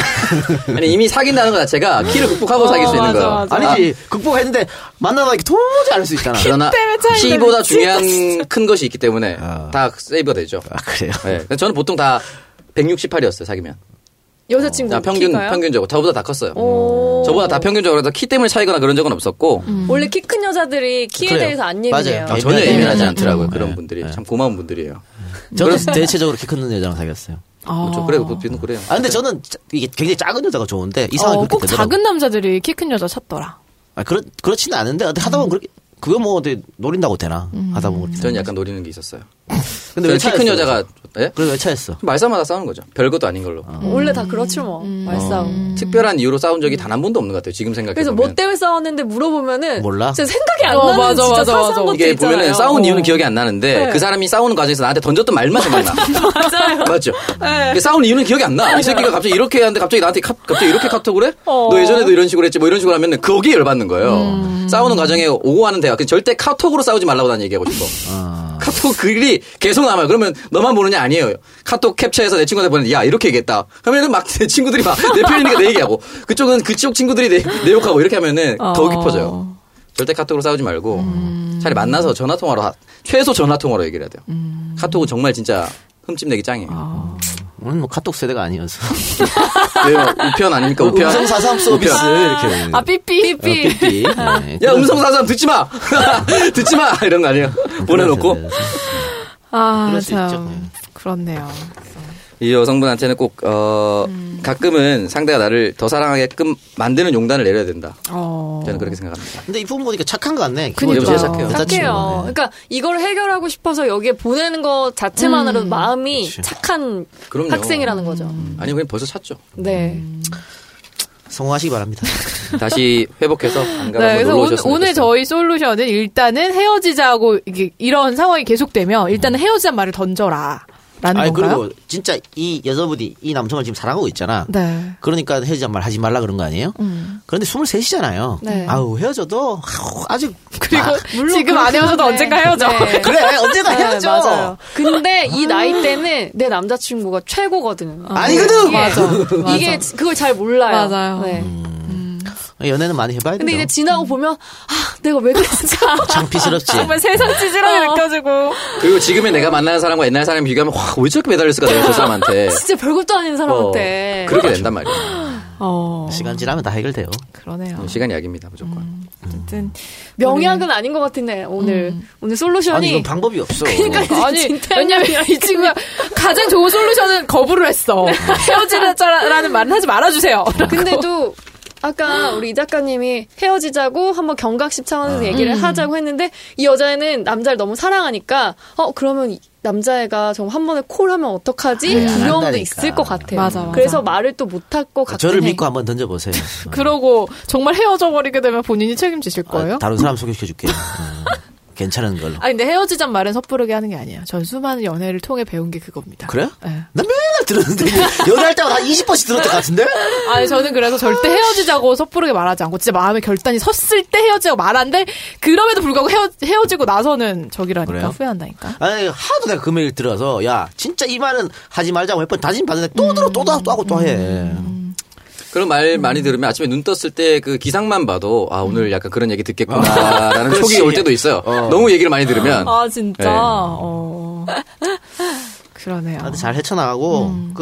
Speaker 5: 아니 이미 사귄다는 것 자체가 키를 극복하고 사귈 수 있는
Speaker 2: 맞아,
Speaker 5: 거예요.
Speaker 2: 맞아.
Speaker 4: 아니지. 극복했는데, 만나다 이렇게 도저히 안 할 수 있잖아.
Speaker 5: 그러나
Speaker 2: 때문에 차이가
Speaker 5: 키보다
Speaker 2: 미치겠어,
Speaker 5: 중요한 큰 것이 있기 때문에
Speaker 4: 아.
Speaker 5: 다 세이브가 되죠.
Speaker 4: 아, 그래요?
Speaker 5: 네. 근데 저는 보통 다 168이었어요, 사귀면.
Speaker 3: 여자친구
Speaker 5: 나 평균,
Speaker 3: 뭐, 키가요?
Speaker 5: 평균적으로. 저보다 다 컸어요.
Speaker 3: 오.
Speaker 5: 저보다 다 평균적으로 해서 키 때문에 차이거나 그런 적은 없었고.
Speaker 3: 원래 키 큰 여자들이 키에
Speaker 4: 그래요.
Speaker 3: 대해서 안 예민해요.
Speaker 4: 맞아요.
Speaker 5: 아, 전혀
Speaker 4: 예민하지
Speaker 5: 예민하지
Speaker 4: 않죠.
Speaker 5: 않더라고요, 그런
Speaker 4: 네.
Speaker 5: 분들이. 참 고마운 분들이에요.
Speaker 4: 저는
Speaker 2: 네.
Speaker 4: 대체적으로 키 큰 여자랑 사귀었어요.
Speaker 2: 아.
Speaker 5: 저 그래도 보통 그래요.
Speaker 4: 아 근데 저는 짜- 이게 굉장히 작은 여자가 좋은데 이상하게
Speaker 2: 어,
Speaker 4: 그렇게
Speaker 2: 꼭
Speaker 4: 되더라고요.
Speaker 2: 작은 남자들이 키 큰 여자 찾더라.
Speaker 4: 아 그렇 그렇지는 않은데 어떻게
Speaker 2: 음.
Speaker 4: 하다 보면 그렇게 그거 뭐 어떻게 노린다고 되나 하다 보면 그렇게
Speaker 5: 저는
Speaker 4: 되나.
Speaker 5: 약간 노리는 게 있었어요.
Speaker 4: 근데
Speaker 5: 저는 키큰
Speaker 4: 차였어요?
Speaker 5: 여자가, 예?
Speaker 4: 그래 왜 차였어?
Speaker 5: 말싸움마다 싸우는 거죠. 별것도 아닌 걸로.
Speaker 3: 원래 다 그렇지 뭐.
Speaker 2: 음.
Speaker 3: 말싸움.
Speaker 5: 어. 특별한 이유로 싸운 적이 단 한 번도 없는 것 같아요. 지금 생각해
Speaker 3: 그래서
Speaker 5: 보면.
Speaker 3: 뭐 때문에 싸웠는데 물어보면은
Speaker 4: 몰라?
Speaker 3: 진짜 생각이 안
Speaker 2: 어,
Speaker 3: 나는
Speaker 2: 맞아,
Speaker 3: 진짜
Speaker 2: 맞아,
Speaker 3: 사소한
Speaker 2: 맞아.
Speaker 3: 것도
Speaker 5: 이게
Speaker 3: 있잖아요.
Speaker 5: 보면은 싸운
Speaker 3: 어.
Speaker 5: 이유는 기억이 안 나는데
Speaker 3: 네.
Speaker 5: 그 사람이 싸우는 과정에서 나한테 던졌던 말만 생각나. 맞아요. 맞죠.
Speaker 3: 네.
Speaker 5: 이게 싸운 이유는 기억이 안 나. 이 새끼가 갑자기 이렇게 하는데 갑자기 나한테 카- 갑자기 이렇게 카톡을 해?
Speaker 3: 어.
Speaker 5: 너 예전에도 이런 식으로 했지. 뭐 이런 식으로 하면은 거기에 열받는 거예요.
Speaker 3: 음.
Speaker 5: 싸우는 과정에 오고 하는 대화. 그 절대 카톡으로 싸우지 말라고 난 얘기하고 싶어.
Speaker 4: 아,
Speaker 5: 카톡 글이 계속 남아요. 그러면 너만 보느냐 아니에요. 카톡 캡처해서 내 친구한테 보내. 야 이렇게 얘기했다. 하면은 막 내 친구들이 막 내 편이니까 내 얘기하고 그쪽은 그쪽 친구들이 내, 내 욕하고 이렇게 하면은 더 깊어져요. 절대 카톡으로 싸우지 말고 차라리 만나서 전화 통화로 하- 최소 전화 통화로 얘기를 해야 돼요. 카톡은 정말 진짜 흠집 내기 짱이에요.
Speaker 4: 오늘 뭐 카톡 세대가 아니어서
Speaker 5: 왜요? 우편 뭐, 아닙니까? 그 우편.
Speaker 4: 음성 사삼 서비스 이렇게 어,
Speaker 2: 아, 삐삐. 아.
Speaker 4: 삐삐 삐삐 네.
Speaker 5: 야 음성 사삼 듣지 마. 듣지 마 이런 거 아니에요? 보내놓고
Speaker 4: 그런
Speaker 2: 아,
Speaker 4: 그럴 수 있죠.
Speaker 2: 참.
Speaker 4: 네.
Speaker 2: 그렇네요.
Speaker 5: 이 여성분한테는 꼭 어, 가끔은 상대가 나를 더 사랑하게끔 만드는 용단을 내려야 된다.
Speaker 2: 어.
Speaker 5: 저는 그렇게 생각합니다.
Speaker 4: 근데 이 부분 보니까 착한 거 같네.
Speaker 2: 그니까요.
Speaker 4: 기본적으로.
Speaker 3: 어,
Speaker 5: 착해요.
Speaker 4: 여자친구가.
Speaker 3: 착해요.
Speaker 4: 네.
Speaker 3: 그러니까 이걸 해결하고 싶어서 여기에 보내는 것 자체만으로도 마음이 착한
Speaker 5: 그럼요. 음.
Speaker 3: 학생이라는 거죠.
Speaker 5: 아니 그냥 벌써 찼죠.
Speaker 3: 네.
Speaker 4: 성공하시기 바랍니다.
Speaker 5: 다시 회복해서 반가워
Speaker 2: 네,
Speaker 5: 네,
Speaker 2: 그래서
Speaker 5: 놀러
Speaker 2: 오늘,
Speaker 5: 오셨으면
Speaker 2: 오늘
Speaker 5: 좋겠어요.
Speaker 2: 저희 솔루션은 일단은 헤어지자고 이게 이런 상황이 계속되면 일단은 헤어지자는 말을 던져라. 라는
Speaker 4: 아니
Speaker 2: 건가요?
Speaker 4: 그리고 진짜 이 여자분이 이 남성을 지금 사랑하고 있잖아.
Speaker 2: 네.
Speaker 4: 그러니까 헤어지자 말 하지 말라 그런 거 아니에요? 그런데 23이잖아요.
Speaker 3: 네.
Speaker 4: 아우, 헤어져도, 아우, 아직.
Speaker 2: 그리고
Speaker 4: 막-
Speaker 2: 지금 안 헤어져도 언젠가 헤어져.
Speaker 3: 네.
Speaker 4: 그래, 언제가
Speaker 3: 네,
Speaker 4: 헤어져.
Speaker 3: 맞아요. 근데 이 나이 때는 내 남자친구가 최고거든요. 네,
Speaker 4: 아니거든!
Speaker 3: 이게, 이게 그걸 잘 몰라요.
Speaker 2: 맞아요.
Speaker 3: 네.
Speaker 4: 네. 연애는 많이 해봐야 돼.
Speaker 3: 근데 이제 지나고 보면 아 내가 왜 어. 그랬을까?
Speaker 4: 창피스럽지.
Speaker 2: 정말 세상 찌질하게 느껴지고.
Speaker 5: 그리고 지금의 내가 만나는 사람과 옛날 사람 비교하면 와왜 저렇게 매달렸을까 내가 저 사람한테.
Speaker 3: 진짜 별것도 아닌
Speaker 5: 어,
Speaker 3: 사람한테.
Speaker 5: 그렇게 된단 말이에요. 음,
Speaker 2: 어,
Speaker 4: 시간 지나면 다 해결돼요.
Speaker 2: 그러네요.
Speaker 5: 시간이 약입니다 무조건.
Speaker 3: 음.
Speaker 2: 어쨌든.
Speaker 3: 명약은 아닌 것 같은데 오늘 오늘 솔루션이 그러니까
Speaker 4: 아니, 이건 방법이 없어.
Speaker 2: 음. 아니, 왜냐면 이 친구가 가장 좋은 솔루션은 거부를 했어. 헤어지자라는 말은 하지 말아주세요.
Speaker 3: 근데도 아까 우리 이 작가님이 헤어지자고 한번 경각심 차원에서
Speaker 4: 아.
Speaker 3: 얘기를
Speaker 4: 음.
Speaker 3: 하자고 했는데 이 여자애는 남자를 너무 사랑하니까 어 그러면 이 남자애가 정말 한 번에 콜하면 어떡하지
Speaker 4: 아, 안
Speaker 3: 두려움도
Speaker 4: 한다니까.
Speaker 3: 있을 것 같아요.
Speaker 2: 맞아, 맞아.
Speaker 3: 그래서 말을 또 못할 것 같긴
Speaker 4: 저를
Speaker 3: 해.
Speaker 4: 믿고 한번 던져보세요.
Speaker 2: 그러고 정말 헤어져 버리게 되면 본인이 책임지실 거예요?
Speaker 4: 아, 다른 사람 소개시켜줄게요. 어, 괜찮은 걸로.
Speaker 2: 아니, 근데 헤어지잔 말은 섣부르게 하는 게 아니에요. 전 수많은 연애를 통해 배운 게 그겁니다.
Speaker 4: 그래요?
Speaker 2: 네.
Speaker 4: 난 맨날 들었는데, 연애할 때마다 한 20번씩 들었던 것 같은데?
Speaker 2: 아니, 저는 그래서 절대 헤어지자고 섣부르게 말하지 않고, 진짜 마음의 결단이 섰을 때 헤어지자고 말한데, 그럼에도 불구하고 헤어, 헤어지고 나서는 저기라니까,
Speaker 4: 그래요?
Speaker 2: 후회한다니까.
Speaker 4: 아니, 하도 내가 금일 들어서, 야, 진짜 이 말은 하지 말자고 몇 번 다짐 받는데 또 들어, 또 다, 또 하고 또 해.
Speaker 2: 음.
Speaker 5: 그런
Speaker 3: 음.
Speaker 5: 말 많이 들으면 아침에 눈 떴을 때 그 기상만 봐도 아 오늘 약간 그런 얘기 듣겠구나라는
Speaker 3: 어. 아,
Speaker 4: 네.
Speaker 5: 촉이 올 때도 있어요. 너무 얘기를 많이 들으면
Speaker 2: 아, 진짜?
Speaker 5: 네.
Speaker 2: 어. 그러네요.
Speaker 4: 다들 잘 헤쳐나가고
Speaker 2: 음.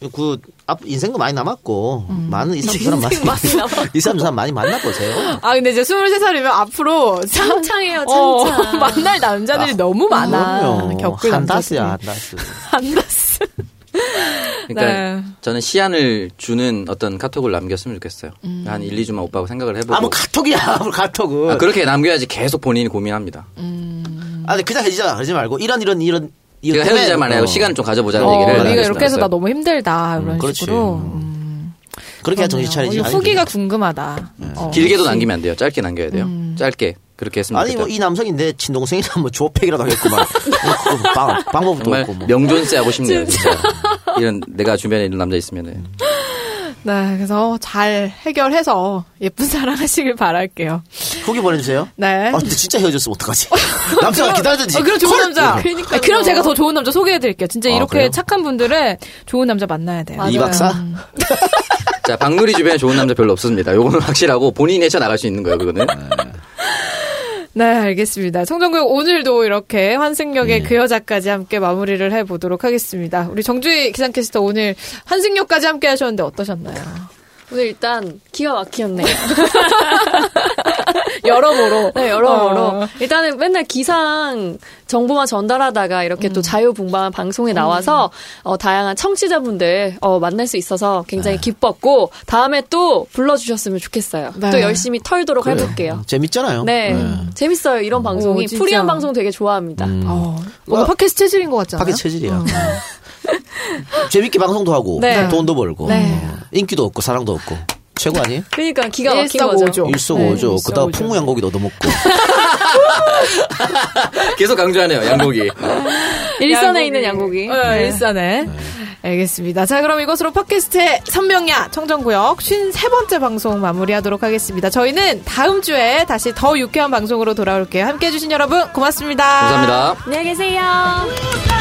Speaker 4: 그그 인생도 많이 남았고 많은 이 사람 저 사람 많이 이 사람 저 사람 많이 만나보세요.
Speaker 2: 아 근데 이제 23살이면 앞으로 참-
Speaker 3: 창창해요,
Speaker 2: 어,
Speaker 3: 창창.
Speaker 2: 만날 남자들이 너무 많아.
Speaker 4: 그럼요.
Speaker 2: 겪을
Speaker 4: 한다스야
Speaker 2: 남자들이.
Speaker 4: 한다스.
Speaker 5: 뭐,
Speaker 2: 한다스.
Speaker 5: 그러니까
Speaker 2: 네.
Speaker 5: 저는 시안을 주는 어떤 카톡을 남겼으면 좋겠어요.
Speaker 2: 음.
Speaker 5: 한 1, 2주만 오빠하고 생각을 해보고.
Speaker 4: 아무 뭐 카톡이야 아무 카톡은.
Speaker 5: 뭐. 아, 그렇게 남겨야지 계속 본인이 고민합니다.
Speaker 2: 음.
Speaker 4: 아, 근데 그냥 헤어지자 그러지 말고 이런 이런 이런 이런
Speaker 5: 제가 헤어지자 말아요. 그 시간을 좀 가져보자는
Speaker 2: 어,
Speaker 5: 얘기를.
Speaker 2: 네가
Speaker 5: 하겠습니다.
Speaker 2: 이렇게 해서 나 너무 힘들다 이런
Speaker 4: 그렇지.
Speaker 2: 식으로.
Speaker 4: 음. 그렇게 해야 네. 정신 차리지.
Speaker 2: 어,
Speaker 4: 아니,
Speaker 2: 후기가 궁금하다. 어.
Speaker 5: 길게도 남기면 안 돼요. 짧게 남겨야 돼요.
Speaker 2: 음.
Speaker 5: 짧게 그렇게 했으면
Speaker 4: 아니
Speaker 5: 좋겠다.
Speaker 4: 뭐 이 남성이 내 친동생이라 뭐 조팩이라도 하겠구만. 뭐, 방, 방법도
Speaker 5: 정말
Speaker 4: 없고 뭐.
Speaker 5: 명존세 하고 싶네요. 진짜. 이런 내가 주변에 이런 남자 있으면은
Speaker 2: 네, 그래서 잘 해결해서 예쁜 사랑하시길 바랄게요.
Speaker 4: 후기 보내주세요.
Speaker 2: 네.
Speaker 4: 아, 근데 진짜 헤어졌으면 어떡하지? 남자가 기다리든지.
Speaker 2: 어, 그럼 좋은
Speaker 4: 콜! 네.
Speaker 2: 남자.
Speaker 4: 이렇게.
Speaker 2: 아, 그럼 제가 더 좋은 남자 소개해드릴게요. 진짜
Speaker 4: 아,
Speaker 2: 이렇게
Speaker 4: 그래요?
Speaker 2: 착한 분들은 좋은 남자 만나야 돼요.
Speaker 4: 이 박사?
Speaker 5: 자 박누리 주변에 좋은 남자 별로 없습니다. 요거는 확실하고 본인이 헤쳐 나갈 수 있는 거예요. 그거는
Speaker 2: 네, 알겠습니다. 청정구역 오늘도 이렇게 환승역의 그 여자까지 함께 마무리를 해보도록 하겠습니다. 우리 정주희 기상캐스터 오늘 환승역까지 함께 하셨는데 어떠셨나요?
Speaker 3: 오늘 일단 기가 막혔네요.
Speaker 2: 여러모로.
Speaker 3: 네, 여러모로.
Speaker 2: 어.
Speaker 3: 일단은 맨날 기상 정보만 전달하다가 이렇게
Speaker 2: 음.
Speaker 3: 또 자유분방한 방송에 나와서 어, 다양한 청취자분들 어, 만날 수 있어서
Speaker 2: 네.
Speaker 3: 굉장히 기뻤고 다음에 또 불러주셨으면 좋겠어요.
Speaker 2: 네. 어?
Speaker 3: 또 열심히 털도록 해볼게요.
Speaker 4: 재밌잖아요.
Speaker 3: 네. 재밌어요. 이런 방송이.
Speaker 2: 음. 진짜.
Speaker 3: 프리한 방송 되게 좋아합니다.
Speaker 2: 어. 뭔가 팟캐스트 체질인 것 같지 않아요?
Speaker 4: 파괴 체질이야. 어. 재밌게 방송도 하고
Speaker 3: 네.
Speaker 4: 돈도 벌고
Speaker 3: 네.
Speaker 4: 어, 인기도 없고 사랑도 없고 최고 아니에요?
Speaker 3: 그러니까 기가 막힌
Speaker 2: 일사오조.
Speaker 3: 거죠.
Speaker 4: 일석오조.
Speaker 3: 네,
Speaker 4: 그다음
Speaker 3: 일석오조.
Speaker 4: 풍무양고기도 얻어먹고.
Speaker 5: 계속 강조하네요. 양복이.
Speaker 3: 일산에 있는 양고기. 네,
Speaker 2: 어, 일산에. 알겠습니다. 자, 그럼 이것으로 팟캐스트의 선명야 청정구역 53번째 방송 마무리하도록 하겠습니다. 저희는 다음 주에 다시 더 유쾌한 방송으로 돌아올게요. 함께 해주신 여러분 고맙습니다.
Speaker 5: 감사합니다.
Speaker 3: 안녕히 계세요.